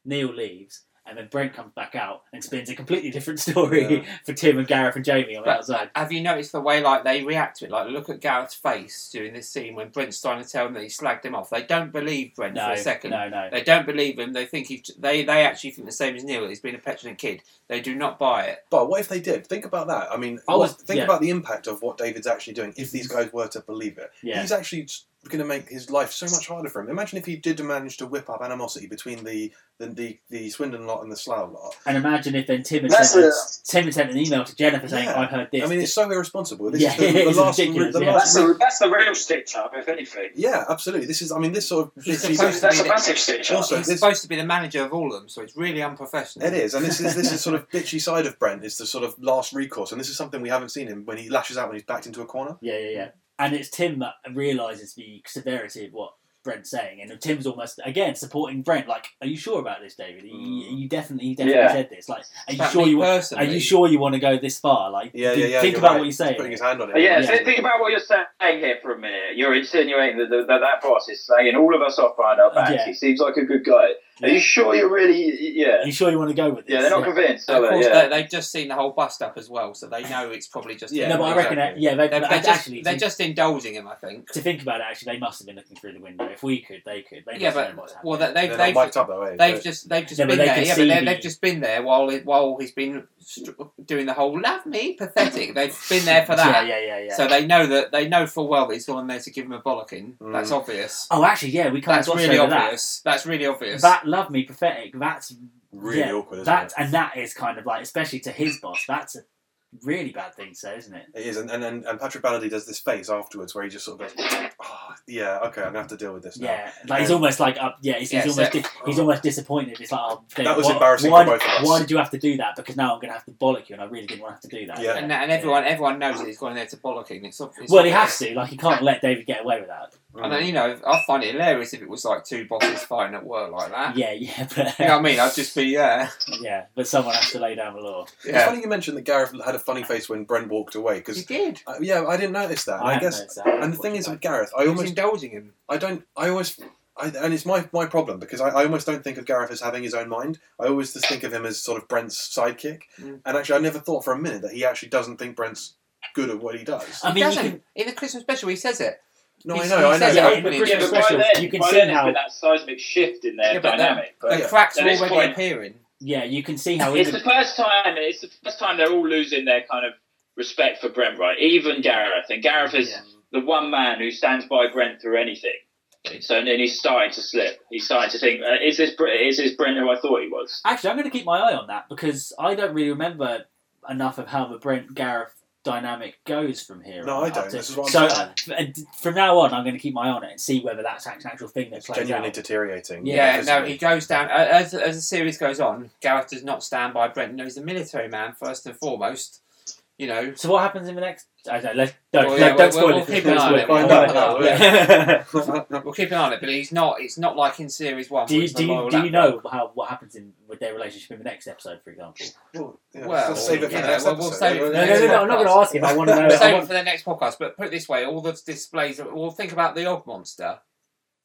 [SPEAKER 3] Neil leaves, and then Brent comes back out and spins a completely different story for Tim and Gareth and Jamie on the
[SPEAKER 2] But-
[SPEAKER 3] outside.
[SPEAKER 2] Have you noticed the way like they react to it? Like look at Gareth's face during this scene when Brent's trying to tell him that he slagged him off. They don't believe Brent
[SPEAKER 3] No,
[SPEAKER 2] for a second.
[SPEAKER 3] no, no.
[SPEAKER 2] They don't believe him. They think he. They they actually think the same as Neil. that He's been a petulant kid. They do not buy it.
[SPEAKER 1] but what if they did? Think about that. I mean,
[SPEAKER 3] I
[SPEAKER 1] what-
[SPEAKER 3] was-
[SPEAKER 1] think
[SPEAKER 3] yeah.
[SPEAKER 1] about the impact of what David's actually doing if these guys were to believe it.
[SPEAKER 3] Yeah.
[SPEAKER 1] He's actually s- we're going to make his life so much harder for him. Imagine if he did manage to whip up animosity between the the, the, the Swindon lot and the Slough lot.
[SPEAKER 3] And imagine if then Tim had,
[SPEAKER 1] That's
[SPEAKER 3] sent,
[SPEAKER 1] a-
[SPEAKER 3] Tim had sent an email to Jennifer saying,
[SPEAKER 1] Yeah.
[SPEAKER 3] I've heard this.
[SPEAKER 1] I mean, it's so irresponsible. This
[SPEAKER 3] Yeah,
[SPEAKER 1] is the,
[SPEAKER 3] it
[SPEAKER 1] the
[SPEAKER 3] is
[SPEAKER 1] last,
[SPEAKER 3] ridiculous,
[SPEAKER 1] the
[SPEAKER 3] yeah.
[SPEAKER 1] last
[SPEAKER 4] That's the, that's the real stitch up, if anything.
[SPEAKER 1] Yeah, absolutely. This is, I mean, this sort of.
[SPEAKER 4] It's
[SPEAKER 1] this is-
[SPEAKER 4] supposed to be That's a the- massive stitch-up.
[SPEAKER 1] Also,
[SPEAKER 2] He's
[SPEAKER 1] this-
[SPEAKER 2] supposed to be the manager of all of them, so it's really unprofessional.
[SPEAKER 1] It is, and this is this is sort of bitchy side of Brent is the sort of last recourse, and this is something we haven't seen him when he lashes out when he's backed into a corner.
[SPEAKER 3] Yeah, yeah, yeah. And it's Tim that realizes the severity of what Brent's saying, and Tim's almost again supporting Brent. Like, are you sure about this, David? You, you definitely, you definitely
[SPEAKER 1] Yeah.
[SPEAKER 3] said this. Like, are you
[SPEAKER 1] But
[SPEAKER 3] sure
[SPEAKER 1] me
[SPEAKER 3] you want? Are
[SPEAKER 1] personally-
[SPEAKER 3] you sure you want to go this far? Like,
[SPEAKER 1] Yeah,
[SPEAKER 3] do-
[SPEAKER 1] yeah, yeah,
[SPEAKER 3] think
[SPEAKER 1] you're
[SPEAKER 3] about
[SPEAKER 1] right.
[SPEAKER 3] what you're
[SPEAKER 1] He's
[SPEAKER 3] saying.
[SPEAKER 1] putting his hand on
[SPEAKER 4] But yeah, so think about what you're saying here for a minute. You're insinuating that, that that, that boss is saying all of us are behind our backs.
[SPEAKER 3] Yeah.
[SPEAKER 4] He seems like a good guy. Are you sure you're really? Yeah.
[SPEAKER 3] Are you sure you want to go with this?
[SPEAKER 4] Yeah, they're not convinced,
[SPEAKER 1] Oh,
[SPEAKER 4] are
[SPEAKER 2] Of
[SPEAKER 4] they?
[SPEAKER 2] course,
[SPEAKER 4] Yeah.
[SPEAKER 2] they, they've just seen the whole bust up as well, so they know it's probably just.
[SPEAKER 3] Yeah,
[SPEAKER 2] him.
[SPEAKER 3] no, but I reckon that, yeah, they,
[SPEAKER 2] they're,
[SPEAKER 3] they-
[SPEAKER 2] they're just,
[SPEAKER 3] actually
[SPEAKER 2] they're
[SPEAKER 3] to-
[SPEAKER 2] just indulging him. I think.
[SPEAKER 3] To think about it, actually, they must have been looking through the window. If we could, they could. They
[SPEAKER 2] yeah,
[SPEAKER 3] must have known
[SPEAKER 2] but
[SPEAKER 3] what's happening.
[SPEAKER 2] well, they, they've they've,
[SPEAKER 1] eh?
[SPEAKER 2] they've just they've just
[SPEAKER 3] Yeah, but
[SPEAKER 2] been
[SPEAKER 3] they
[SPEAKER 2] there.
[SPEAKER 3] can
[SPEAKER 2] Yeah,
[SPEAKER 3] see
[SPEAKER 2] but they-
[SPEAKER 3] the-
[SPEAKER 2] they've just been there while he- while he's been str- doing the whole "love me" pathetic. They've been there for that.
[SPEAKER 3] Yeah, yeah, yeah, yeah.
[SPEAKER 2] So they know that they know full well that he's gone there to give him a bollocking. That's
[SPEAKER 3] Mm.
[SPEAKER 2] obvious.
[SPEAKER 3] Oh, actually, yeah, we kind of
[SPEAKER 2] That's
[SPEAKER 3] glossed
[SPEAKER 2] really
[SPEAKER 3] over that.
[SPEAKER 2] obvious. That's really obvious.
[SPEAKER 3] That love me prophetic. That's
[SPEAKER 1] Really
[SPEAKER 3] yeah,
[SPEAKER 1] awkward, isn't
[SPEAKER 3] that-
[SPEAKER 1] it?
[SPEAKER 3] and that is kind of like, especially to his boss, that's a really bad thing, so isn't it?
[SPEAKER 1] It is, and and, and, and Patrick Balladay does this face afterwards where he just sort of goes, oh, "Yeah, okay, I'm gonna have to deal with this." Now.
[SPEAKER 3] Yeah, like he's almost like up. Yeah, he's,
[SPEAKER 1] Yeah,
[SPEAKER 3] he's almost
[SPEAKER 1] so-
[SPEAKER 3] di- he's almost disappointed. It's like oh, Dave,
[SPEAKER 1] That was
[SPEAKER 3] why-
[SPEAKER 1] embarrassing
[SPEAKER 3] Why,
[SPEAKER 1] for both of us.
[SPEAKER 3] why did you have to do that? Because now I'm going to have to bollock you, and I really didn't want to have to do that.
[SPEAKER 2] And, and everyone everyone knows that he's gone there to bollocking. It's, ob- it's
[SPEAKER 3] well, he has
[SPEAKER 2] obvious.
[SPEAKER 3] to. Like he can't let David get away with that.
[SPEAKER 1] Mm.
[SPEAKER 2] And then, you know, I'd find it hilarious if it was like two bosses fighting at work like that.
[SPEAKER 3] Yeah, yeah, but-
[SPEAKER 2] Uh, you know what I mean? I'd just be there.
[SPEAKER 3] Yeah, but someone has to lay down the law.
[SPEAKER 1] It's funny you mentioned that Gareth had a funny face when Brent walked away because he
[SPEAKER 2] did.
[SPEAKER 1] yeah, I didn't notice that. And
[SPEAKER 3] I
[SPEAKER 1] I,
[SPEAKER 3] hadn't
[SPEAKER 1] guess,
[SPEAKER 3] noticed that.
[SPEAKER 1] and the thing is with Gareth, I
[SPEAKER 2] He was
[SPEAKER 1] almost
[SPEAKER 2] indulging him.
[SPEAKER 1] I don't. I always. I, and it's my, my problem because I, I almost don't think of Gareth as having his own mind. I always just think of him as sort of Brent's sidekick.
[SPEAKER 2] Mm.
[SPEAKER 1] And actually, I never thought for a minute that he actually doesn't think Brent's good at what he does.
[SPEAKER 2] he doesn't. In the Christmas special, he says it.
[SPEAKER 1] No,
[SPEAKER 2] Uh, He's-
[SPEAKER 1] I know,
[SPEAKER 2] he
[SPEAKER 1] I
[SPEAKER 2] says
[SPEAKER 1] know.
[SPEAKER 2] it
[SPEAKER 1] Yeah,
[SPEAKER 2] openly.
[SPEAKER 1] in the Christmas
[SPEAKER 4] By then,
[SPEAKER 3] you can
[SPEAKER 4] by
[SPEAKER 3] see
[SPEAKER 4] then there's
[SPEAKER 3] how-
[SPEAKER 4] been that seismic shift in their
[SPEAKER 3] Oh, Yeah, but the-
[SPEAKER 4] dynamic.
[SPEAKER 3] the
[SPEAKER 4] but
[SPEAKER 3] cracks
[SPEAKER 4] at
[SPEAKER 3] were
[SPEAKER 4] this
[SPEAKER 3] already
[SPEAKER 4] point,
[SPEAKER 2] appearing.
[SPEAKER 3] Yeah, you can see how.
[SPEAKER 4] it's
[SPEAKER 3] even-
[SPEAKER 4] the first time. It's the first time they're all losing their kind of respect for Brent, right? Even Gareth, and Gareth is the one man who stands by Brent through anything. So and then he's starting to slip. He's starting to think, uh, is this Br- is this Brent who I thought he was?
[SPEAKER 3] Actually, I'm going to keep my eye on that because I don't really remember enough of how the Brent Gareth dynamic goes from here.
[SPEAKER 1] No,
[SPEAKER 3] on
[SPEAKER 1] I
[SPEAKER 3] up
[SPEAKER 1] don't.
[SPEAKER 3] to-
[SPEAKER 1] This is what I'm
[SPEAKER 3] so
[SPEAKER 1] saying.
[SPEAKER 3] uh, and from now on, I'm going to keep my eye on it and see whether that's an actual thing that
[SPEAKER 1] It's
[SPEAKER 3] plays
[SPEAKER 1] genuinely
[SPEAKER 3] out.
[SPEAKER 1] deteriorating.
[SPEAKER 2] Yeah, no,
[SPEAKER 1] physically.
[SPEAKER 2] he goes down. a- As, as the series goes on, Gareth does not stand by Brent. No, he's a military man, first and foremost. You know.
[SPEAKER 3] So what happens in the next? I don't know. Let's, don't,
[SPEAKER 2] Well,
[SPEAKER 3] don't,
[SPEAKER 2] yeah,
[SPEAKER 3] don't
[SPEAKER 2] we'll-
[SPEAKER 3] spoil
[SPEAKER 2] we'll
[SPEAKER 3] it.
[SPEAKER 2] keep
[SPEAKER 3] Don't
[SPEAKER 2] an eye on
[SPEAKER 3] spoil
[SPEAKER 2] it, we'll
[SPEAKER 3] Find out.
[SPEAKER 2] keep an eye on it.
[SPEAKER 3] Yeah.
[SPEAKER 2] We'll keep an eye on it, but he's not. It's not like in series one.
[SPEAKER 3] do
[SPEAKER 2] where
[SPEAKER 3] you
[SPEAKER 2] he's
[SPEAKER 3] do
[SPEAKER 2] the
[SPEAKER 3] you,
[SPEAKER 2] loyal
[SPEAKER 3] do you
[SPEAKER 2] lapdog.
[SPEAKER 3] know how what happens in with their relationship in the next episode, for example?
[SPEAKER 1] Well,
[SPEAKER 2] Well, yeah, well, we'll save it for the
[SPEAKER 3] no,
[SPEAKER 2] next
[SPEAKER 3] no, no, I'm not going to
[SPEAKER 2] podcast.
[SPEAKER 3] ask him. I want to know. I
[SPEAKER 2] Save
[SPEAKER 3] want-
[SPEAKER 2] it for the next podcast. But put it this way: all the displays. Are, well, think about the Og monster.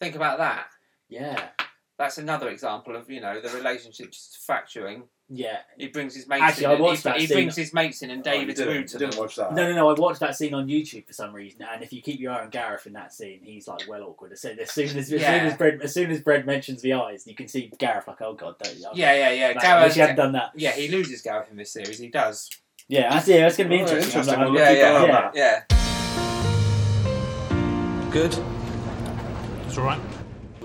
[SPEAKER 2] Think about that.
[SPEAKER 3] Yeah.
[SPEAKER 2] That's another example of you know the relationships fracturing.
[SPEAKER 3] Yeah.
[SPEAKER 2] He brings his mates.
[SPEAKER 3] Actually,
[SPEAKER 2] in
[SPEAKER 3] I
[SPEAKER 2] and
[SPEAKER 3] watched
[SPEAKER 2] he,
[SPEAKER 3] that
[SPEAKER 2] He
[SPEAKER 3] scene.
[SPEAKER 2] brings his mates in, and
[SPEAKER 3] Oh, you
[SPEAKER 2] David's
[SPEAKER 3] didn't-
[SPEAKER 2] rude to
[SPEAKER 1] you didn't
[SPEAKER 2] them.
[SPEAKER 1] watch that.
[SPEAKER 3] No, no, no. I watched that scene on YouTube for some reason, and if you keep your eye on Gareth in that scene, he's like well awkward. As soon as, soon as, as, soon
[SPEAKER 2] Yeah.
[SPEAKER 3] as Brent, as soon as Brent mentions the eyes, you can see Gareth like, oh god, don't you?
[SPEAKER 2] Yeah, yeah, yeah.
[SPEAKER 3] Like, I
[SPEAKER 2] Gareth-
[SPEAKER 3] wish you hadn't done that.
[SPEAKER 2] Yeah, he loses Gareth in this series. He does.
[SPEAKER 3] Yeah, that's yeah, that's gonna be interesting. I'm like,
[SPEAKER 2] yeah,
[SPEAKER 3] I'm
[SPEAKER 2] yeah,
[SPEAKER 3] looking-
[SPEAKER 2] yeah, yeah.
[SPEAKER 9] Good.
[SPEAKER 11] It's all right.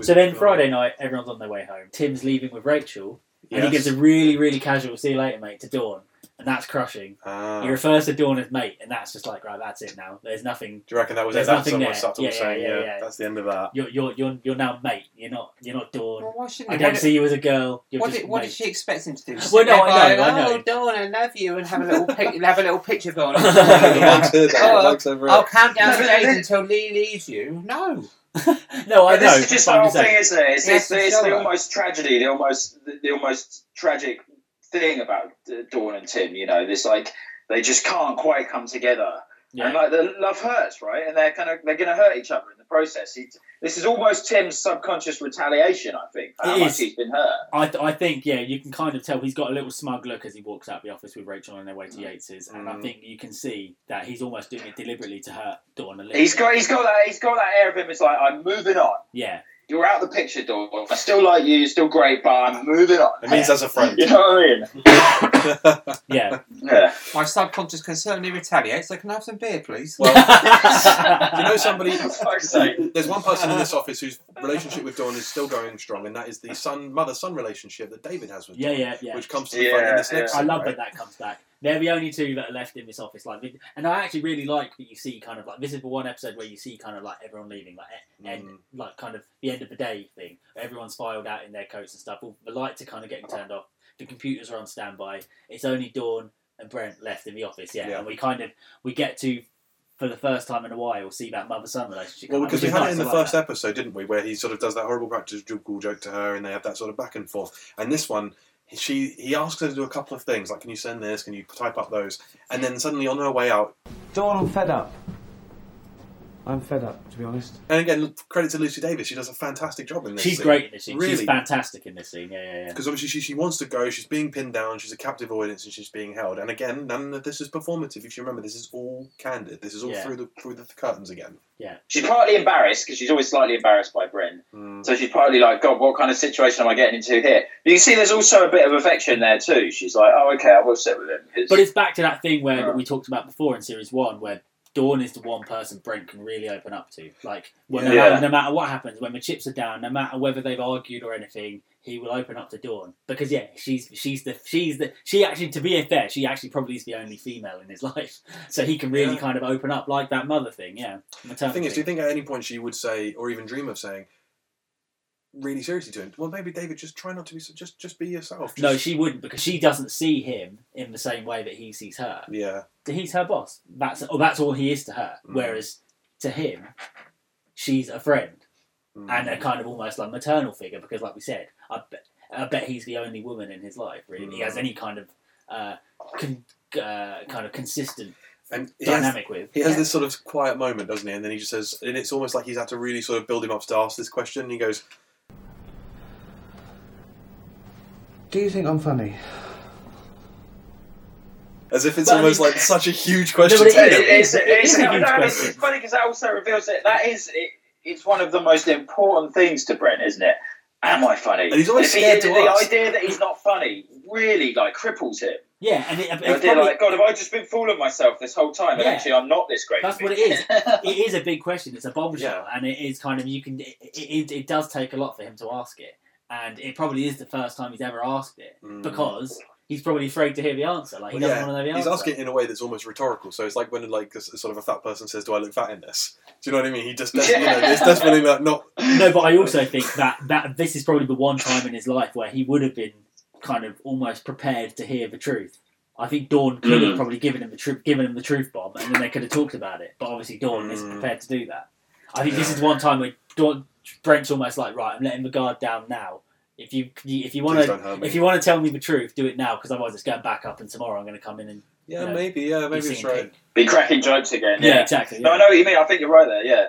[SPEAKER 3] So then Friday night, everyone's on their way home. Tim's leaving with Rachel, and he
[SPEAKER 11] Yes.
[SPEAKER 3] gives a really, really casual "see you later, mate" to Dawn, and that's crushing.
[SPEAKER 1] Ah.
[SPEAKER 3] He refers to Dawn as mate, and that's just like right, that's it now. There's nothing.
[SPEAKER 1] Do you reckon that was it?
[SPEAKER 3] there's
[SPEAKER 1] That's
[SPEAKER 3] nothing
[SPEAKER 1] almost
[SPEAKER 3] there.
[SPEAKER 1] subtle
[SPEAKER 3] yeah,
[SPEAKER 1] saying,
[SPEAKER 3] yeah,
[SPEAKER 1] yeah,
[SPEAKER 3] yeah, yeah.
[SPEAKER 1] that's the end of that.
[SPEAKER 3] You're, you're, you're, you're now mate. You're not, you're not Dawn.
[SPEAKER 2] Well, why shouldn't
[SPEAKER 3] I
[SPEAKER 2] he?
[SPEAKER 3] don't
[SPEAKER 2] What
[SPEAKER 3] see
[SPEAKER 2] did-
[SPEAKER 3] you as a girl. You're
[SPEAKER 2] What
[SPEAKER 3] just
[SPEAKER 2] did, what
[SPEAKER 3] mate.
[SPEAKER 2] did she expect him to do? Sit
[SPEAKER 3] Well, no,
[SPEAKER 2] there
[SPEAKER 3] I know,
[SPEAKER 2] by,
[SPEAKER 3] I know.
[SPEAKER 2] Oh, Dawn, I love you, and have a little pic, have a little picture going. on.
[SPEAKER 3] Bugs
[SPEAKER 1] it,
[SPEAKER 2] oh,
[SPEAKER 1] bugs over it.
[SPEAKER 2] I'll count down
[SPEAKER 1] No,
[SPEAKER 2] the
[SPEAKER 1] but
[SPEAKER 2] days
[SPEAKER 1] then-
[SPEAKER 2] until Lee leaves you. No,
[SPEAKER 3] no,
[SPEAKER 4] But this is just the whole thing, isn't it? It's,
[SPEAKER 2] Yes,
[SPEAKER 4] it's, the- it's
[SPEAKER 2] sure.
[SPEAKER 4] the almost tragedy, the almost the, the almost tragic thing about uh, Dawn and Tim. You know, this like they just can't quite come together, and like the love hurts, right? And they're kind of they're going to hurt each other in the process. He, this is almost Tim's subconscious retaliation, I think. for How
[SPEAKER 3] It
[SPEAKER 4] much
[SPEAKER 3] is.
[SPEAKER 4] he's been hurt.
[SPEAKER 3] I, th- I think yeah, you can kind of tell he's got a little smug look as he walks out the office with Rachel on their way to Yates's, and I
[SPEAKER 4] Mm.
[SPEAKER 3] think you can see that he's almost doing it deliberately to hurt Dawn a little.
[SPEAKER 4] He's
[SPEAKER 3] bit.
[SPEAKER 4] got he's got that he's got that air of him. It's like I'm moving on.
[SPEAKER 3] yeah.
[SPEAKER 4] You're out the picture, Dawn. I still like you. You're still great, but I'm moving on.
[SPEAKER 1] It means as a friend.
[SPEAKER 4] you know what I mean?
[SPEAKER 3] Yeah.
[SPEAKER 4] Yeah.
[SPEAKER 2] My subconscious can certainly retaliate, so can I have some beer, please?
[SPEAKER 1] Well, do you know somebody?
[SPEAKER 4] sake.
[SPEAKER 1] There's one person in this office whose relationship with Dawn is still going strong, and that is the son mother son relationship that David has with
[SPEAKER 3] Yeah,
[SPEAKER 1] Dawn,
[SPEAKER 3] yeah, yeah.
[SPEAKER 1] which comes to the front in this next.
[SPEAKER 3] I
[SPEAKER 1] scene,
[SPEAKER 3] love that
[SPEAKER 1] right?
[SPEAKER 3] that comes back. They're the only two that are left in this office. Like, and I actually really like that you see kind of like this is the one episode where you see kind of like everyone leaving, like e- end,
[SPEAKER 1] Mm.
[SPEAKER 3] like kind of the end of the day thing. Everyone's filed out in their coats and stuff. All the lights are kind of getting turned off. The computers are on standby. It's only Dawn and Brent left in the office. Yeah,
[SPEAKER 1] Yeah.
[SPEAKER 3] and we kind of we get to for the first time in a while see that mother son relationship.
[SPEAKER 1] Well,
[SPEAKER 3] come out,
[SPEAKER 1] because
[SPEAKER 3] which is
[SPEAKER 1] we had
[SPEAKER 3] nice.
[SPEAKER 1] it in the
[SPEAKER 3] I like
[SPEAKER 1] first
[SPEAKER 3] that.
[SPEAKER 1] episode, didn't we, where he sort of does that horrible practical joke to her, and they have that sort of back and forth. And this one, she he asks her to do a couple of things, like, "Can you send this? Can you type up those?" And then suddenly, on her way out,
[SPEAKER 9] Dawn, I'm fed up. I'm fed up, to be honest.
[SPEAKER 1] and again, credit to Lucy Davis, she does a fantastic job in this.
[SPEAKER 3] She's
[SPEAKER 1] scene.
[SPEAKER 3] great in this scene.
[SPEAKER 1] Really,
[SPEAKER 3] She's fantastic in this scene. Yeah, yeah, yeah.
[SPEAKER 1] because obviously she, she wants to go she's being pinned down she's a captive audience and she's being held and again none of this is performative if you remember this is all candid this is all
[SPEAKER 3] Yeah.
[SPEAKER 1] through the through the curtains again
[SPEAKER 3] Yeah.
[SPEAKER 4] She's partly embarrassed because she's always slightly embarrassed by Bryn.
[SPEAKER 1] Hmm.
[SPEAKER 4] So she's partly like, God, what kind of situation am I getting into here? But you can see there's also a bit of affection there too. She's like, Oh, okay, I will sit with him. 'cause-
[SPEAKER 3] But it's back to that thing where that we talked about before in series one, where Dawn is the one person Brent can really open up to. Like, when, no,
[SPEAKER 4] Yeah.
[SPEAKER 3] matter, no matter what happens, when the chips are down, no matter whether they've argued or anything, he will open up to Dawn because yeah, she's she's the she's the she actually to be fair, she actually probably is the only female in his life, so he can really
[SPEAKER 1] Yeah.
[SPEAKER 3] kind of open up like that mother thing. Yeah,
[SPEAKER 1] the
[SPEAKER 3] maternal
[SPEAKER 1] thing is do
[SPEAKER 3] thing.
[SPEAKER 1] you think at any point she would say or even dream of saying really seriously to him well maybe david just try not to be so just just be yourself just,
[SPEAKER 3] no, she wouldn't because she doesn't see him in the same way that he sees her.
[SPEAKER 1] yeah
[SPEAKER 3] he's her boss. That's oh, that's all he is to her.
[SPEAKER 1] Mm.
[SPEAKER 3] Whereas to him, she's a friend
[SPEAKER 1] Mm.
[SPEAKER 3] and a kind of almost like maternal figure because, like we said, I bet, I bet he's the only woman in his life. Really, he
[SPEAKER 1] Mm.
[SPEAKER 3] has any kind of uh, con- uh, kind of consistent
[SPEAKER 1] and he has-
[SPEAKER 3] dynamic with.
[SPEAKER 1] He has this sort of quiet moment, doesn't he? And then he just says, and it's almost like he's had to really sort of build him up to ask this question. And he goes,
[SPEAKER 9] Do you think I'm funny?
[SPEAKER 1] as if it's
[SPEAKER 9] But I
[SPEAKER 1] almost
[SPEAKER 9] mean-
[SPEAKER 1] like such a huge question.
[SPEAKER 3] but
[SPEAKER 1] to
[SPEAKER 3] it-
[SPEAKER 1] him.
[SPEAKER 4] It- it's, it's,
[SPEAKER 3] It's a
[SPEAKER 4] no,
[SPEAKER 3] huge
[SPEAKER 4] no, it's,
[SPEAKER 3] question.
[SPEAKER 4] it's funny because that also reveals that that is it, it's one of the most important things to Brent, isn't it? Am I funny?
[SPEAKER 1] And he's always
[SPEAKER 4] If he-
[SPEAKER 1] scared to
[SPEAKER 4] the
[SPEAKER 1] ask.
[SPEAKER 4] idea that he's not funny really like cripples him.
[SPEAKER 3] Yeah, and it, it's
[SPEAKER 4] The idea
[SPEAKER 3] probably-
[SPEAKER 4] like God, have I just been fooling myself this whole time? And
[SPEAKER 3] Yeah.
[SPEAKER 4] actually, I'm not this great.
[SPEAKER 3] That's what it is. it is a big question. It's a bombshell, and it is kind of you can. It, it, it does take a lot for him to ask it, and it probably is the first time he's ever asked it
[SPEAKER 1] Mm.
[SPEAKER 3] because he's probably afraid to hear the answer. Like he
[SPEAKER 1] Well,
[SPEAKER 3] doesn't
[SPEAKER 1] yeah,
[SPEAKER 3] want to know the
[SPEAKER 1] he's
[SPEAKER 3] answer.
[SPEAKER 1] asking it in a way that's almost rhetorical. So it's like when like a, sort of a fat person says, "Do I look fat in this?" Do you know what I mean? He just does, you know, it's definitely like not.
[SPEAKER 3] no, but I also think that that this is probably the one time in his life where he would have been kind of almost prepared to hear the truth. I think Dawn could have
[SPEAKER 4] Mm.
[SPEAKER 3] probably given him the truth, given him the truth bomb, and then they could have talked about it. But obviously, Dawn
[SPEAKER 4] Mm.
[SPEAKER 3] isn't prepared to do that. I think this is one time where Dawn, Brent's almost like, right, I'm letting the guard down now. If you if you want
[SPEAKER 1] Please don't hurt
[SPEAKER 3] to
[SPEAKER 1] me.
[SPEAKER 3] if you want to tell me the truth, do it now because otherwise it's going back up, and tomorrow I'm going to come in and
[SPEAKER 1] Yeah,
[SPEAKER 3] you know,
[SPEAKER 1] maybe. Yeah,
[SPEAKER 3] be
[SPEAKER 1] maybe it's
[SPEAKER 3] singing
[SPEAKER 1] right.
[SPEAKER 4] Be cracking jokes again.
[SPEAKER 3] Yeah, exactly,
[SPEAKER 4] No,
[SPEAKER 3] yeah.
[SPEAKER 4] I know what you mean. I think you're right there. Yeah.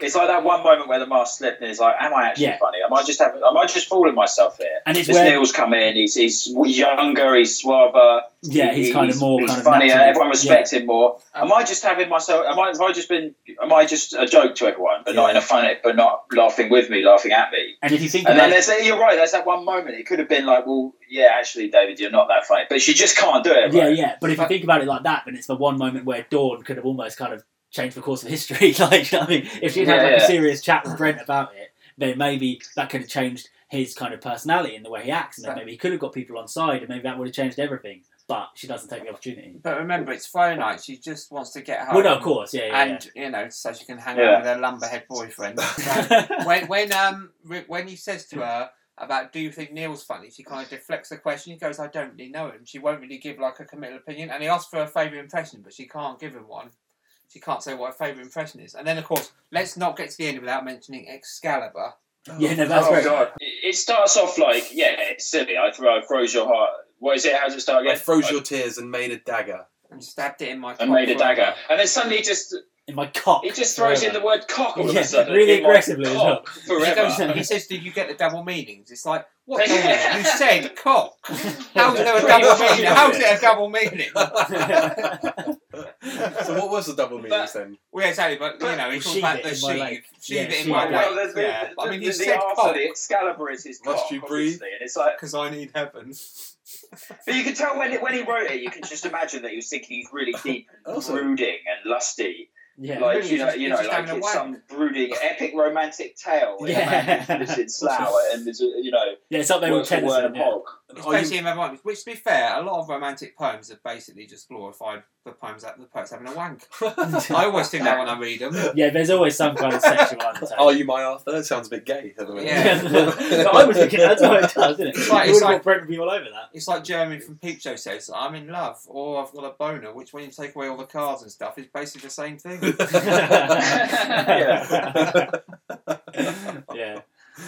[SPEAKER 4] It's like that one moment where the mask slipped, and he's like, "Am I actually
[SPEAKER 3] Yeah.
[SPEAKER 4] funny? Am I just having? Am I just fooling myself here?"
[SPEAKER 3] And it's
[SPEAKER 4] This
[SPEAKER 3] where-
[SPEAKER 4] Neil's come in. He's he's younger. He's suaver.
[SPEAKER 3] Yeah, he's
[SPEAKER 4] he-
[SPEAKER 3] kind of more
[SPEAKER 4] he's
[SPEAKER 3] kind of
[SPEAKER 4] funnier.
[SPEAKER 3] natural,
[SPEAKER 4] everyone respects
[SPEAKER 3] yeah.
[SPEAKER 4] him more. Am I just having myself? Am I? Have I just been? Am I just a joke to everyone, but not in a funny, but not laughing with me, laughing at me?
[SPEAKER 3] And if you think
[SPEAKER 4] And
[SPEAKER 3] about
[SPEAKER 4] then there's that, you're right. There's that one moment. It could have been like, well, yeah, actually, David, you're not that funny, but she just can't do it.
[SPEAKER 3] Yeah,
[SPEAKER 4] right?
[SPEAKER 3] yeah. But if you think about it like that, then it's the one moment where Dawn could have almost kind of changed the course of history. like, you know what I mean, if she'd had
[SPEAKER 4] Yeah,
[SPEAKER 3] like
[SPEAKER 4] yeah.
[SPEAKER 3] a serious chat with Brent about it, then maybe that could have changed his kind of personality and the way he acts, and then maybe he could have got people on side, and maybe that would have changed everything. But she doesn't take the opportunity.
[SPEAKER 2] But remember, it's Friday night. She just wants to get home.
[SPEAKER 3] Well, no, of course, yeah, yeah,
[SPEAKER 2] and you know, so she can hang
[SPEAKER 3] Yeah.
[SPEAKER 2] out with her lumberhead boyfriend. So when when um re- when he says to her about do you think Neil's funny, she kind of deflects the question. He goes, I don't really know him. She won't really give like a committed opinion, and he asks for a favourite impression, but she can't give him one. She can't say what her favourite impression is. And then, of course, let's not get to the end without mentioning Excalibur.
[SPEAKER 3] Yeah, no, that's
[SPEAKER 4] oh,
[SPEAKER 3] great.
[SPEAKER 4] God. It it starts off like, yeah, it's silly. I, throw, I froze your heart. What is it? How does it start again?
[SPEAKER 1] I froze your tears and made a dagger.
[SPEAKER 2] And stabbed it in my.
[SPEAKER 4] and made a dagger. And then suddenly just
[SPEAKER 3] in my cock.
[SPEAKER 10] He just throws in the word cock all of
[SPEAKER 3] Yeah,
[SPEAKER 10] a sudden.
[SPEAKER 3] really
[SPEAKER 10] in my
[SPEAKER 3] aggressively as well.
[SPEAKER 10] cock Forever.
[SPEAKER 2] He says, "Do you get the double meanings?" It's like, what? double meaning? You said cock. How's there a
[SPEAKER 10] Pretty
[SPEAKER 2] double
[SPEAKER 10] much,
[SPEAKER 2] meaning?
[SPEAKER 10] yeah.
[SPEAKER 2] How's there a double meaning?
[SPEAKER 1] so what was the double meanings then?
[SPEAKER 2] Well, yeah, exactly, but you know, he talks
[SPEAKER 1] Sheathe
[SPEAKER 2] about
[SPEAKER 1] it
[SPEAKER 2] the
[SPEAKER 1] in my leg.
[SPEAKER 2] sheave, sheave
[SPEAKER 1] Yeah,
[SPEAKER 2] it in
[SPEAKER 1] sheathe
[SPEAKER 2] my
[SPEAKER 1] it.
[SPEAKER 2] way.
[SPEAKER 1] Well, there's
[SPEAKER 2] Yeah,
[SPEAKER 1] been-
[SPEAKER 2] but I mean,
[SPEAKER 4] the,
[SPEAKER 2] he
[SPEAKER 4] the
[SPEAKER 2] said
[SPEAKER 4] answer,
[SPEAKER 2] cock.
[SPEAKER 4] the Excalibur is his
[SPEAKER 2] Must
[SPEAKER 4] cock,
[SPEAKER 2] you
[SPEAKER 4] breathe? And it's like,
[SPEAKER 2] because I need heaven.
[SPEAKER 4] but you can tell when when he wrote it, you can just imagine that he was thinking he's really deep and brooding and lusty.
[SPEAKER 3] Yeah.
[SPEAKER 4] like
[SPEAKER 3] Really,
[SPEAKER 4] you know,
[SPEAKER 3] just-
[SPEAKER 4] you
[SPEAKER 3] he's
[SPEAKER 4] know,
[SPEAKER 3] just
[SPEAKER 4] like
[SPEAKER 3] having a
[SPEAKER 4] it's
[SPEAKER 3] wank.
[SPEAKER 4] some brooding epic romantic tale. where the man
[SPEAKER 3] Yeah.
[SPEAKER 4] lives in Slough and is, you know,
[SPEAKER 3] Yeah, it's up there with
[SPEAKER 4] works for
[SPEAKER 3] Tennyson,
[SPEAKER 4] Werner
[SPEAKER 3] yeah.
[SPEAKER 4] Hogg.
[SPEAKER 2] It's basically in my mind, which to be fair, a lot of romantic poems are basically just glorified the poems that the poet's having a wank. I always think that when I read them.
[SPEAKER 3] Yeah, there's always some kind of sexual undertone.
[SPEAKER 1] Are you my Arthur? That sounds a bit gay. at the moment.
[SPEAKER 2] Yeah.
[SPEAKER 3] No, I was thinking that's what it does, isn't it?
[SPEAKER 2] It's like,
[SPEAKER 3] You
[SPEAKER 2] it's
[SPEAKER 3] would've
[SPEAKER 2] like
[SPEAKER 3] got Brent to be all over that.
[SPEAKER 2] It's like Jeremy from Peep Show says, "I'm in love" or "I've got a boner," which when you take away all the cards and stuff, is basically the same thing.
[SPEAKER 3] yeah.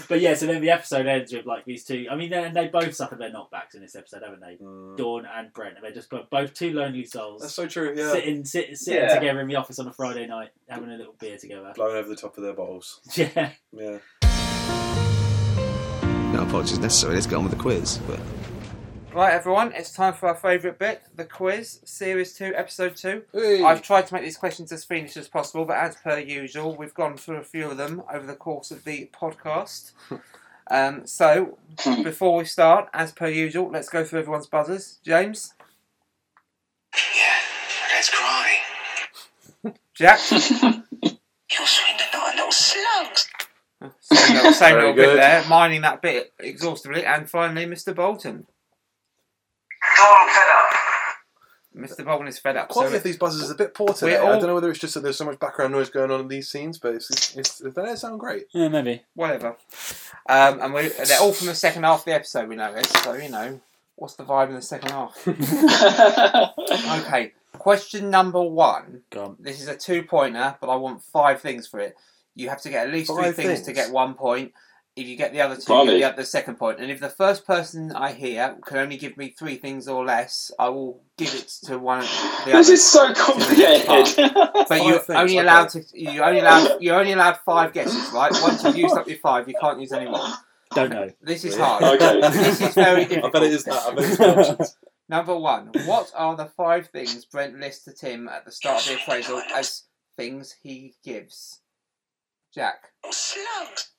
[SPEAKER 3] But yeah, so then the episode ends with like these two. I mean, they, they both suffered their knockbacks in this episode, haven't they? Dawn and Brent, and they're just both- both two lonely souls.
[SPEAKER 1] Mm. That's so true, yeah.
[SPEAKER 3] Sitting, sit, sitting
[SPEAKER 1] Yeah.
[SPEAKER 3] together in the office on a Friday night, having a little beer together.
[SPEAKER 1] Blown over the top of their bottles.
[SPEAKER 3] Yeah.
[SPEAKER 1] Yeah.
[SPEAKER 9] No apologies necessary. Let's get on with the quiz. But
[SPEAKER 2] Right, everyone, it's time for our favourite bit, the quiz, Series 2, Episode 2. I've tried to make these questions as fiendish as possible, but as per usual, we've gone through a few of them over the course of the podcast. um, so, before we start, as per usual, let's go through everyone's buzzers. James?
[SPEAKER 5] Let's cry.
[SPEAKER 2] Jack?
[SPEAKER 5] You're sweet little, little slugs.
[SPEAKER 2] Same little, same
[SPEAKER 5] Very
[SPEAKER 2] little bit
[SPEAKER 5] good.
[SPEAKER 2] there, mining that bit exhaustively. And finally, Mr. Bolton. Mr. Bolton is fed up.
[SPEAKER 1] The quality
[SPEAKER 2] so
[SPEAKER 1] of these buzzers is a bit poor today.
[SPEAKER 2] We're all-
[SPEAKER 1] I don't know whether it's just that there's so much background noise going on in these scenes, but it's, it's, it's they don't sound great.
[SPEAKER 3] Yeah, maybe.
[SPEAKER 2] Whatever. Um, and we, they're all from the second half of the episode, we know this. So, you know, what's the vibe in the second half? okay, question number one. This is a two pointer, but I want five things for it. You have to get at least three
[SPEAKER 1] Five
[SPEAKER 2] things, to
[SPEAKER 1] things?
[SPEAKER 2] get one point. If you get the other two,
[SPEAKER 1] Blimey.
[SPEAKER 2] you get the, the second point. And if the first person I hear can only give me three things or less, I will give it to one of the
[SPEAKER 4] This
[SPEAKER 2] others.
[SPEAKER 4] is so complicated.
[SPEAKER 2] But you're
[SPEAKER 4] Five
[SPEAKER 2] only
[SPEAKER 4] things,
[SPEAKER 2] allowed to. You only allowed. You're only allowed five guesses, right? Once you've used up your five, you can't use any more.
[SPEAKER 3] Don't know.
[SPEAKER 2] This is
[SPEAKER 3] Really?
[SPEAKER 2] hard.
[SPEAKER 3] Okay.
[SPEAKER 2] This is very difficult.
[SPEAKER 3] I bet it is that. I bet it's the options.
[SPEAKER 2] Number one. What are the five things Brent lists to Tim at the start of the appraisal as things he gives? Jack.
[SPEAKER 5] Slugs.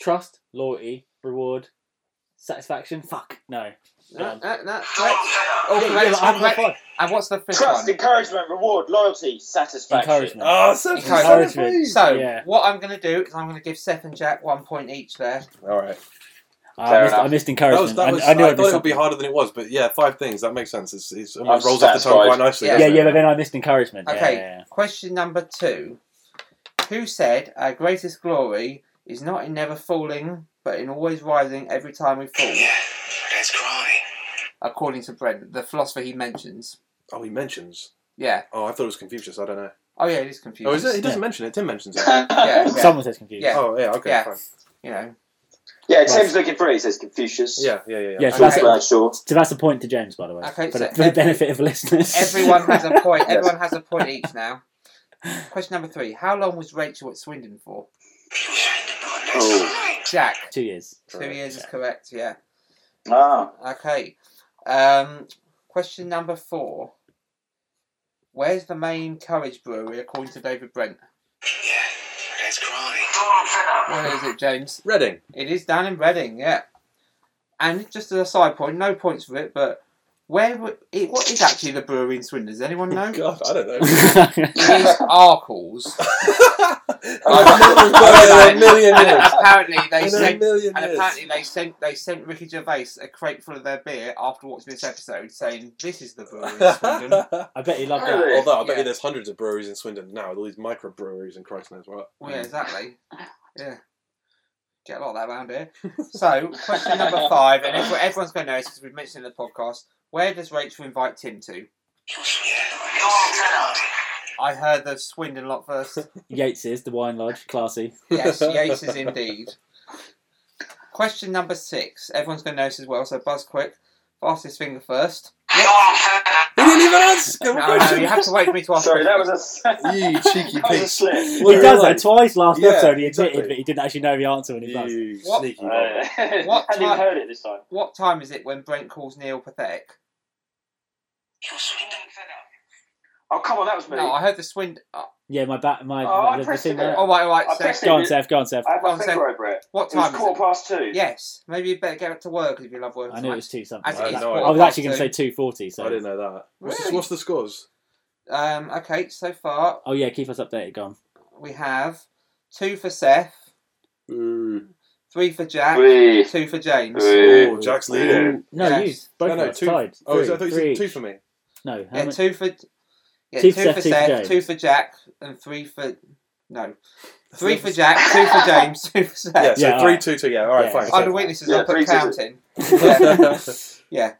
[SPEAKER 3] Trust, loyalty, reward, satisfaction. Fuck. No.
[SPEAKER 2] No,
[SPEAKER 3] Um,
[SPEAKER 2] no, no.
[SPEAKER 3] Yeah, yeah,
[SPEAKER 2] correct,
[SPEAKER 3] but I've got
[SPEAKER 2] correct.
[SPEAKER 3] five.
[SPEAKER 2] Oh, And what's the fifth
[SPEAKER 4] Trust,
[SPEAKER 2] one?
[SPEAKER 4] encouragement, reward, loyalty, satisfaction.
[SPEAKER 3] Encouragement.
[SPEAKER 1] Ah,
[SPEAKER 3] Oh, so- Encouragement.
[SPEAKER 2] So
[SPEAKER 3] Yeah.
[SPEAKER 2] what I'm going to do is I'm going to give Seth and Jack one point each there.
[SPEAKER 1] All right.
[SPEAKER 3] Ah, I Fair missed- enough. I missed encouragement.
[SPEAKER 1] That was, that
[SPEAKER 3] I-
[SPEAKER 1] was,
[SPEAKER 3] I knew
[SPEAKER 1] I,
[SPEAKER 3] I'd
[SPEAKER 1] thought
[SPEAKER 3] miss
[SPEAKER 1] it would be
[SPEAKER 3] something.
[SPEAKER 1] harder than it was, but yeah, five things. That makes sense. It's, it's, it
[SPEAKER 2] I'm
[SPEAKER 1] rolls off the tongue
[SPEAKER 2] satisfied.
[SPEAKER 1] quite nicely.
[SPEAKER 2] Yeah. Yeah,
[SPEAKER 1] doesn't
[SPEAKER 2] yeah,
[SPEAKER 1] it?
[SPEAKER 3] Yeah, but then I missed encouragement. Yeah,
[SPEAKER 2] Okay,
[SPEAKER 3] yeah, yeah.
[SPEAKER 2] question number two. Who said our greatest glory is not in never falling, but in always rising every time we fall?
[SPEAKER 5] Let's cry.
[SPEAKER 2] According to Brent, the philosopher he mentions.
[SPEAKER 1] Oh, he mentions.
[SPEAKER 2] Yeah.
[SPEAKER 1] Oh, I thought it was Confucius. I don't know.
[SPEAKER 2] Oh yeah, it is Confucius.
[SPEAKER 1] Oh, is it? He doesn't
[SPEAKER 2] Yeah.
[SPEAKER 1] mention it. Tim mentions it.
[SPEAKER 2] Yeah, yeah.
[SPEAKER 3] Someone says Confucius.
[SPEAKER 2] Yeah.
[SPEAKER 1] Oh, yeah. Okay.
[SPEAKER 2] Yeah.
[SPEAKER 1] Fine.
[SPEAKER 2] You know.
[SPEAKER 4] Yeah, Tim's looking for it. He says Confucius.
[SPEAKER 1] Yeah, yeah, yeah.
[SPEAKER 3] Yeah, so
[SPEAKER 4] George
[SPEAKER 3] that's,
[SPEAKER 4] Bradshaw.
[SPEAKER 3] so that's the point to James, by the way,
[SPEAKER 2] Okay,
[SPEAKER 3] for,
[SPEAKER 2] so
[SPEAKER 3] the, for the
[SPEAKER 2] every-
[SPEAKER 3] benefit of the listeners.
[SPEAKER 2] Everyone has a point. Everyone has a point each now. Question number three. How long was Rachel at Swindon for?
[SPEAKER 5] Oh.
[SPEAKER 2] Jack.
[SPEAKER 3] Two years.
[SPEAKER 2] Two years is correct, yeah.
[SPEAKER 4] Ah.
[SPEAKER 2] Okay. Um, question number four. Where's the main Courage Brewery according to David Brent?
[SPEAKER 5] Let's cry.
[SPEAKER 2] Where is it, James?
[SPEAKER 1] Reading.
[SPEAKER 2] It is down in Reading, yeah. And just as a side point, no points for it, but where would it, what is actually the brewery in Swindon? Does anyone know?
[SPEAKER 1] God, I don't know.
[SPEAKER 2] it is Arkles.
[SPEAKER 1] I've never heard of it in a million
[SPEAKER 2] And
[SPEAKER 1] years.
[SPEAKER 2] Apparently they
[SPEAKER 1] In a
[SPEAKER 2] sent,
[SPEAKER 1] million
[SPEAKER 2] and
[SPEAKER 1] years.
[SPEAKER 2] apparently they sent they sent Ricky Gervais a crate full of their beer after watching this episode, saying this is the brewery in Swindon.
[SPEAKER 3] I bet he loved
[SPEAKER 2] Really?
[SPEAKER 1] that. Although I bet
[SPEAKER 2] Yeah.
[SPEAKER 1] you there's hundreds of breweries in Swindon now with all these microbreweries and Christ knows what.
[SPEAKER 2] Well, yeah, exactly. Yeah. Get a lot of that around here. So, question number five, and everyone, everyone's going to know this because we've mentioned it in the podcast. Where does Rachel invite Tim to? I heard the Swindon lot first.
[SPEAKER 3] Yates is the wine lodge, classy.
[SPEAKER 2] Yes, Yates is indeed. Question number six. Everyone's going to know this as well, so buzz quick. Fastest finger first. He
[SPEAKER 5] didn't even
[SPEAKER 1] an answer.
[SPEAKER 2] No, no, you have to wait for me to ask.
[SPEAKER 4] Sorry, that was
[SPEAKER 1] a you cheeky pig.
[SPEAKER 3] Well, he does that twice last
[SPEAKER 1] Yeah,
[SPEAKER 3] episode. He admitted
[SPEAKER 1] exactly.
[SPEAKER 3] that he didn't actually know the answer when he buzzed.
[SPEAKER 2] What- what
[SPEAKER 4] Hadn't even
[SPEAKER 2] time-
[SPEAKER 4] heard it this time.
[SPEAKER 2] What time is it when Brent calls Neil pathetic?
[SPEAKER 4] Oh come on, that was me.
[SPEAKER 2] No, I heard the Swind. Oh,
[SPEAKER 3] Yeah, my back, my.
[SPEAKER 2] Oh, I
[SPEAKER 3] the
[SPEAKER 2] pressed
[SPEAKER 3] thing
[SPEAKER 2] it.
[SPEAKER 3] there.
[SPEAKER 2] Oh, right, all right, I so- pressed it.
[SPEAKER 3] Go on, Seth. Go on, Seth.
[SPEAKER 2] Go on, Seth. What
[SPEAKER 4] It was
[SPEAKER 2] time? is
[SPEAKER 4] quarter past two.
[SPEAKER 2] Yes, maybe you better get up to work if you love work.
[SPEAKER 3] I knew it was two something.
[SPEAKER 2] As it
[SPEAKER 3] I,
[SPEAKER 2] is
[SPEAKER 3] know.
[SPEAKER 2] quarter
[SPEAKER 3] I was
[SPEAKER 2] past
[SPEAKER 3] actually going to say two forty. So
[SPEAKER 1] I didn't know that. What's,
[SPEAKER 2] Really?
[SPEAKER 1] the, what's the scores?
[SPEAKER 2] Um, okay, so far
[SPEAKER 3] Oh yeah, keep us updated. Go on.
[SPEAKER 2] we have two for Seth, three for Jack,
[SPEAKER 1] Whee.
[SPEAKER 2] two for James.
[SPEAKER 1] Oh, Jack's leading.
[SPEAKER 3] No,
[SPEAKER 2] Yes.
[SPEAKER 3] you both
[SPEAKER 1] No, no,
[SPEAKER 3] of us
[SPEAKER 1] two-
[SPEAKER 3] tied.
[SPEAKER 1] oh,
[SPEAKER 3] Three,
[SPEAKER 1] so I thought you said
[SPEAKER 3] three
[SPEAKER 1] two
[SPEAKER 3] each.
[SPEAKER 1] for me.
[SPEAKER 3] No, how
[SPEAKER 2] Yeah,
[SPEAKER 3] many-
[SPEAKER 2] two for yeah,
[SPEAKER 3] Two
[SPEAKER 2] two,
[SPEAKER 3] for Seth,
[SPEAKER 2] for
[SPEAKER 3] two for
[SPEAKER 2] Seth,
[SPEAKER 3] James.
[SPEAKER 2] two for Jack, and three for no, three for Jack, two for James, two for Seth.
[SPEAKER 1] Yeah, so Yeah, three, alright. two, two, yeah, alright, fine,
[SPEAKER 2] Under
[SPEAKER 1] Seth.
[SPEAKER 2] witnesses,
[SPEAKER 1] Yeah,
[SPEAKER 2] I put
[SPEAKER 1] three, two,
[SPEAKER 2] counting.
[SPEAKER 1] two.
[SPEAKER 2] yeah. yeah.
[SPEAKER 3] Uh,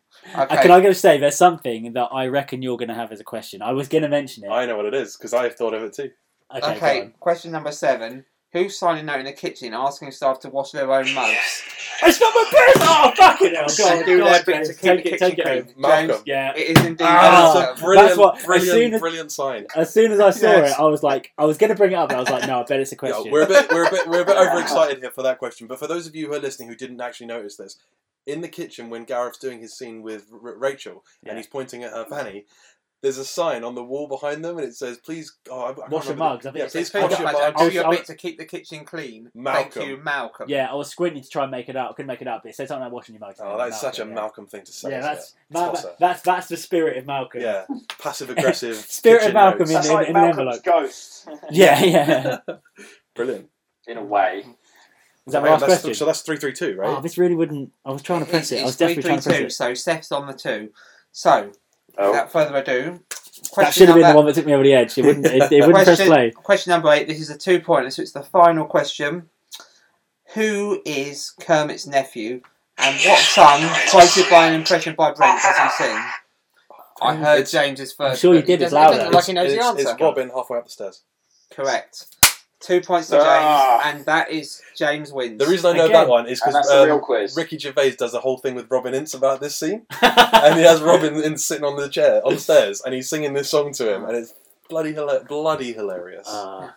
[SPEAKER 2] Okay.
[SPEAKER 3] Can I go say there's something that I reckon you're going to have as a question? I was going to mention it.
[SPEAKER 1] I know what it is because I thought of it too.
[SPEAKER 3] Okay,
[SPEAKER 2] Okay,
[SPEAKER 3] go on.
[SPEAKER 2] question number seven. Who's signing out in the kitchen asking staff to wash their own mugs?
[SPEAKER 3] It's not my piss! Oh, fucking hell. Go on,
[SPEAKER 2] They do
[SPEAKER 3] go
[SPEAKER 2] their
[SPEAKER 3] on,
[SPEAKER 2] bit to
[SPEAKER 3] James.
[SPEAKER 2] keep
[SPEAKER 3] Take
[SPEAKER 2] the
[SPEAKER 3] it, take
[SPEAKER 2] kitchen
[SPEAKER 3] it.
[SPEAKER 2] clean. James,
[SPEAKER 1] Malcolm.
[SPEAKER 3] Yeah.
[SPEAKER 2] It is indeed
[SPEAKER 3] Ah,
[SPEAKER 2] Malcolm.
[SPEAKER 3] that's a brilliant- That's what- as
[SPEAKER 1] brilliant,
[SPEAKER 3] soon as-
[SPEAKER 1] brilliant sign.
[SPEAKER 3] As soon as I saw
[SPEAKER 1] Yes.
[SPEAKER 3] it, I was like, I was going to bring it up, and I was like, no, I bet it's a question.
[SPEAKER 1] Yeah, we're a bit, we're a bit, we're a bit overexcited here for that question. But for those of you who are listening who didn't actually notice this, in the kitchen when Gareth's doing his scene with R- R- Rachel and he's pointing at her fanny, there's a sign on the wall behind them and it says, "Please, oh, I, I can't
[SPEAKER 3] Wash your
[SPEAKER 1] remember the-
[SPEAKER 3] mugs." I think
[SPEAKER 1] Yeah,
[SPEAKER 3] it
[SPEAKER 1] please
[SPEAKER 3] says-
[SPEAKER 1] wash your mugs.
[SPEAKER 2] Do your bit to keep the kitchen clean.
[SPEAKER 1] Malcolm.
[SPEAKER 2] Thank you, Malcolm.
[SPEAKER 3] Yeah, I was squinting to try and make it out. I couldn't make it out, but it said something like washing your mouth.
[SPEAKER 1] Oh, that's such a Malcolm thing to say.
[SPEAKER 3] Yeah,
[SPEAKER 1] isn't
[SPEAKER 3] that's
[SPEAKER 1] it?
[SPEAKER 3] Ma-
[SPEAKER 1] Tosser.
[SPEAKER 3] that's that's the spirit of Malcolm.
[SPEAKER 1] Yeah, passive aggressive.
[SPEAKER 3] spirit of Malcolm in,
[SPEAKER 4] That's
[SPEAKER 3] in,
[SPEAKER 4] like
[SPEAKER 3] in an
[SPEAKER 4] Malcolm's
[SPEAKER 3] envelope.
[SPEAKER 4] ghost.
[SPEAKER 3] Yeah, yeah.
[SPEAKER 1] Brilliant.
[SPEAKER 4] In a way.
[SPEAKER 3] Is that
[SPEAKER 1] Hang
[SPEAKER 3] my
[SPEAKER 1] on,
[SPEAKER 3] last
[SPEAKER 1] that's-
[SPEAKER 3] question?
[SPEAKER 1] So that's three, three, two, right?
[SPEAKER 3] Oh, this really wouldn't. I was trying to press it. I was
[SPEAKER 2] It's
[SPEAKER 3] definitely trying to press
[SPEAKER 2] 3-3-2,
[SPEAKER 3] it.
[SPEAKER 2] so Seth's on the two. So,
[SPEAKER 1] Oh.
[SPEAKER 2] without further ado,
[SPEAKER 3] That
[SPEAKER 2] question
[SPEAKER 3] should have been the
[SPEAKER 2] number-
[SPEAKER 3] one that took me over the edge. It wouldn't. It, it wouldn't press
[SPEAKER 2] question,
[SPEAKER 3] play.
[SPEAKER 2] question number eight. This is a two pointer, so it's the final question. Who is Kermit's nephew, and what song quoted by an impression by Brent does he sing? I heard James's first.
[SPEAKER 3] I'm sure you
[SPEAKER 2] but he
[SPEAKER 3] did, it's
[SPEAKER 2] doesn't- he doesn't
[SPEAKER 3] louder.
[SPEAKER 2] look Like he knows the
[SPEAKER 1] it's,
[SPEAKER 2] answer.
[SPEAKER 1] It's Robin halfway up the stairs.
[SPEAKER 2] Correct. Two points to James,
[SPEAKER 1] Ah.
[SPEAKER 2] and that is James wins.
[SPEAKER 1] The reason I know that one is because Ricky Gervais does a whole thing with Robin Ince about this scene, and he has Robin Ince sitting on the chair on the stairs, and he's singing this song to him, and it's bloody hila- bloody hilarious.
[SPEAKER 2] Uh,
[SPEAKER 3] Uh,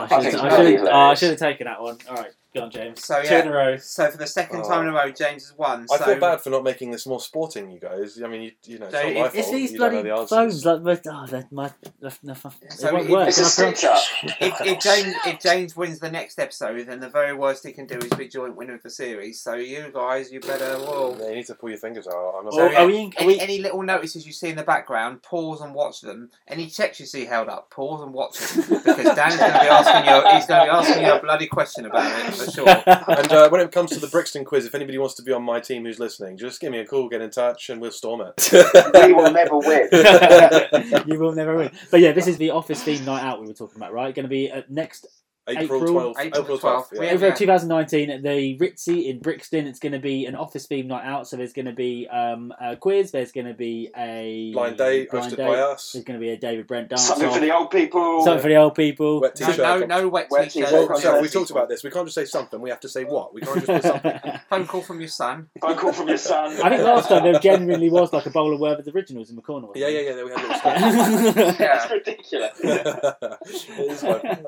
[SPEAKER 3] I
[SPEAKER 1] Fucking
[SPEAKER 3] should, have, I,
[SPEAKER 1] bloody
[SPEAKER 3] should have, oh, I
[SPEAKER 1] hilarious.
[SPEAKER 3] should have taken that one. All right, go on, James.
[SPEAKER 2] So
[SPEAKER 3] Two
[SPEAKER 2] Oh, yeah.
[SPEAKER 3] in a row.
[SPEAKER 2] So for the second time in a row, James has won.
[SPEAKER 1] Ah. I
[SPEAKER 2] so
[SPEAKER 1] feel bad for not making this more sporting, you guys. I mean, you, you know, it's
[SPEAKER 2] So
[SPEAKER 1] not
[SPEAKER 2] it-
[SPEAKER 1] my fault.
[SPEAKER 3] It's these
[SPEAKER 1] you don't
[SPEAKER 3] bloody
[SPEAKER 1] know the answer.
[SPEAKER 3] phones. Like, but- oh, they're, my, they're, they're,
[SPEAKER 2] So
[SPEAKER 3] it won't
[SPEAKER 2] if-
[SPEAKER 3] work.
[SPEAKER 2] It's a
[SPEAKER 3] Can I press-
[SPEAKER 2] if, if James if James wins the next episode, then the very worst he can do is be joint winner of the series. So you guys, you better. Whoa.
[SPEAKER 1] Yeah, you need to pull your fingers out. I'm not
[SPEAKER 3] Oh,
[SPEAKER 2] So, yeah,
[SPEAKER 1] yeah.
[SPEAKER 2] any, any little notices you see in the background, pause and watch them. Any checks you see held up, pause and watch them because Dan's going to be asking you. He's going to be asking you a bloody question about it for sure.
[SPEAKER 1] and uh, when it comes to the Brixton quiz, if anybody wants to be on my team who's listening, just give me a call, get in touch, and we'll storm it.
[SPEAKER 4] we will never win.
[SPEAKER 3] you will never win. But yeah, this is the office theme night out we were talking about, right? Going to be at next
[SPEAKER 1] April 12th. April April 12th, yeah.
[SPEAKER 3] April
[SPEAKER 1] yeah.
[SPEAKER 3] 2019 at the Ritzy in Brixton. It's going to be an office theme night out. So there's going to be um, a quiz. There's going to be a
[SPEAKER 1] Blind date
[SPEAKER 3] blind
[SPEAKER 1] hosted
[SPEAKER 3] date.
[SPEAKER 1] by us.
[SPEAKER 3] There's going to be a David Brent dance.
[SPEAKER 1] Something for the
[SPEAKER 4] old people.
[SPEAKER 3] Something for the old people.
[SPEAKER 1] Wet t-shirt.
[SPEAKER 3] Wet
[SPEAKER 1] Well,
[SPEAKER 3] t-shirt.
[SPEAKER 1] Seth, we talked about this. We can't just say something. We have to say what. We can't just put something.
[SPEAKER 2] Phone call from your son.
[SPEAKER 4] Phone call from your son.
[SPEAKER 3] I think last time there genuinely was like a bowl of Werther's originals in the corner. wasn't
[SPEAKER 1] Yeah, yeah,
[SPEAKER 3] there?
[SPEAKER 1] yeah. There we had little
[SPEAKER 4] It's ridiculous.
[SPEAKER 1] it is fun.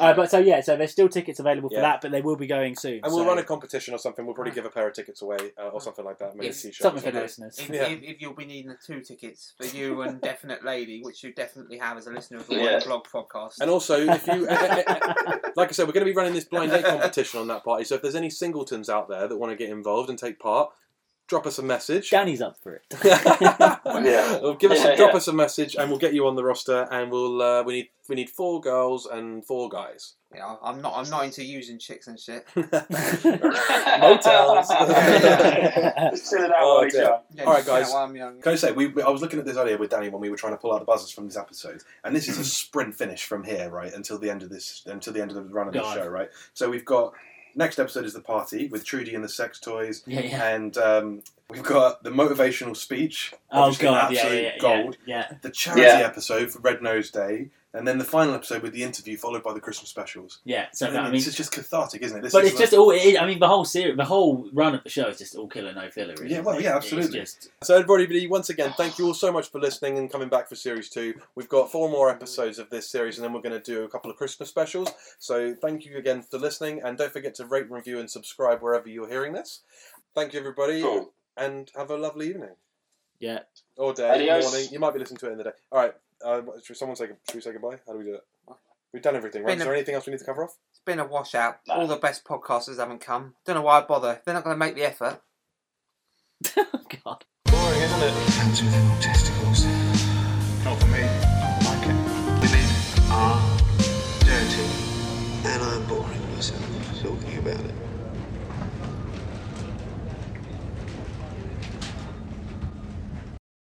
[SPEAKER 3] Uh, but so yeah, so there's still tickets available for
[SPEAKER 1] Yeah.
[SPEAKER 3] that, but they will be going soon.
[SPEAKER 1] And we'll
[SPEAKER 3] so-
[SPEAKER 1] run a competition or something. We'll probably give a pair of tickets away uh, or something like that. Maybe a
[SPEAKER 2] If-
[SPEAKER 1] t-shirt.
[SPEAKER 3] Something for the
[SPEAKER 1] or
[SPEAKER 3] listeners.
[SPEAKER 2] If,
[SPEAKER 1] Yeah.
[SPEAKER 2] if, if you'll be needing the two tickets for you and Definite Lady, which you definitely have as a listener of the
[SPEAKER 1] Yeah.
[SPEAKER 2] One Blog podcast.
[SPEAKER 1] And also, if you, like I said, we're going to be running this blind date competition on that party. So if there's any singletons out there that want to get involved and take part, drop us a message.
[SPEAKER 3] Danny's up for it.
[SPEAKER 1] yeah. give us,
[SPEAKER 3] Yeah,
[SPEAKER 1] drop
[SPEAKER 3] yeah.
[SPEAKER 1] us a message, and we'll get you on the roster. And we'll uh, we need we need four girls and four guys.
[SPEAKER 2] Yeah, I'm not. I'm not into using chicks and shit.
[SPEAKER 1] Motels.
[SPEAKER 2] Just chilling out while
[SPEAKER 1] Oh,
[SPEAKER 2] he's
[SPEAKER 1] dear.
[SPEAKER 2] young. Yeah,
[SPEAKER 1] All
[SPEAKER 2] just chilling
[SPEAKER 1] right, guys.
[SPEAKER 2] out while I'm young.
[SPEAKER 1] Can I say we, we- I was looking at this earlier with Danny when we were trying to pull out the buzzers from these episodes, and this is a sprint finish from here, right, until the end of this, until the end of the run of this
[SPEAKER 3] God.
[SPEAKER 1] show, right. So we've got next episode is the party with Trudy and the sex toys,
[SPEAKER 3] Yeah, yeah.
[SPEAKER 1] and um, We've got the motivational speech.
[SPEAKER 3] Oh,
[SPEAKER 1] obviously
[SPEAKER 3] God, yeah,
[SPEAKER 1] absolute
[SPEAKER 3] yeah, yeah,
[SPEAKER 1] gold.
[SPEAKER 3] yeah.
[SPEAKER 1] The charity
[SPEAKER 3] Yeah.
[SPEAKER 1] episode for Red Nose Day, and then the final episode with the interview, followed by the Christmas specials.
[SPEAKER 3] Yeah, so
[SPEAKER 1] And then
[SPEAKER 3] I mean-
[SPEAKER 1] this is just cathartic, isn't it? This
[SPEAKER 3] but
[SPEAKER 1] is
[SPEAKER 3] it's
[SPEAKER 1] like-
[SPEAKER 3] just all. It, I mean, the whole series, the whole run of the show is just all killer no filler. Really.
[SPEAKER 1] Yeah, well, yeah,
[SPEAKER 3] It's
[SPEAKER 1] absolutely.
[SPEAKER 3] just-
[SPEAKER 1] So, everybody, once again, thank you all so much for listening and coming back for series two. We've got four more episodes of this series, and then we're going to do a couple of Christmas specials. So, thank you again for listening, and don't forget to rate, review, and subscribe wherever you're hearing this. Thank you, everybody, and have a lovely evening
[SPEAKER 3] yeah.
[SPEAKER 1] or day,
[SPEAKER 3] Adios.
[SPEAKER 1] morning. You might be listening to it in the day. All right, uh, should someone say should we say goodbye? How do we do it? We've done everything, right?
[SPEAKER 2] Been
[SPEAKER 1] Is
[SPEAKER 2] a-
[SPEAKER 1] there anything else we need to cover off?
[SPEAKER 2] It's been a washout. All the best podcasters haven't come. Don't know why I bother. They're not going to make the effort.
[SPEAKER 5] Boring, isn't it? Fans with no testicles. Not for me.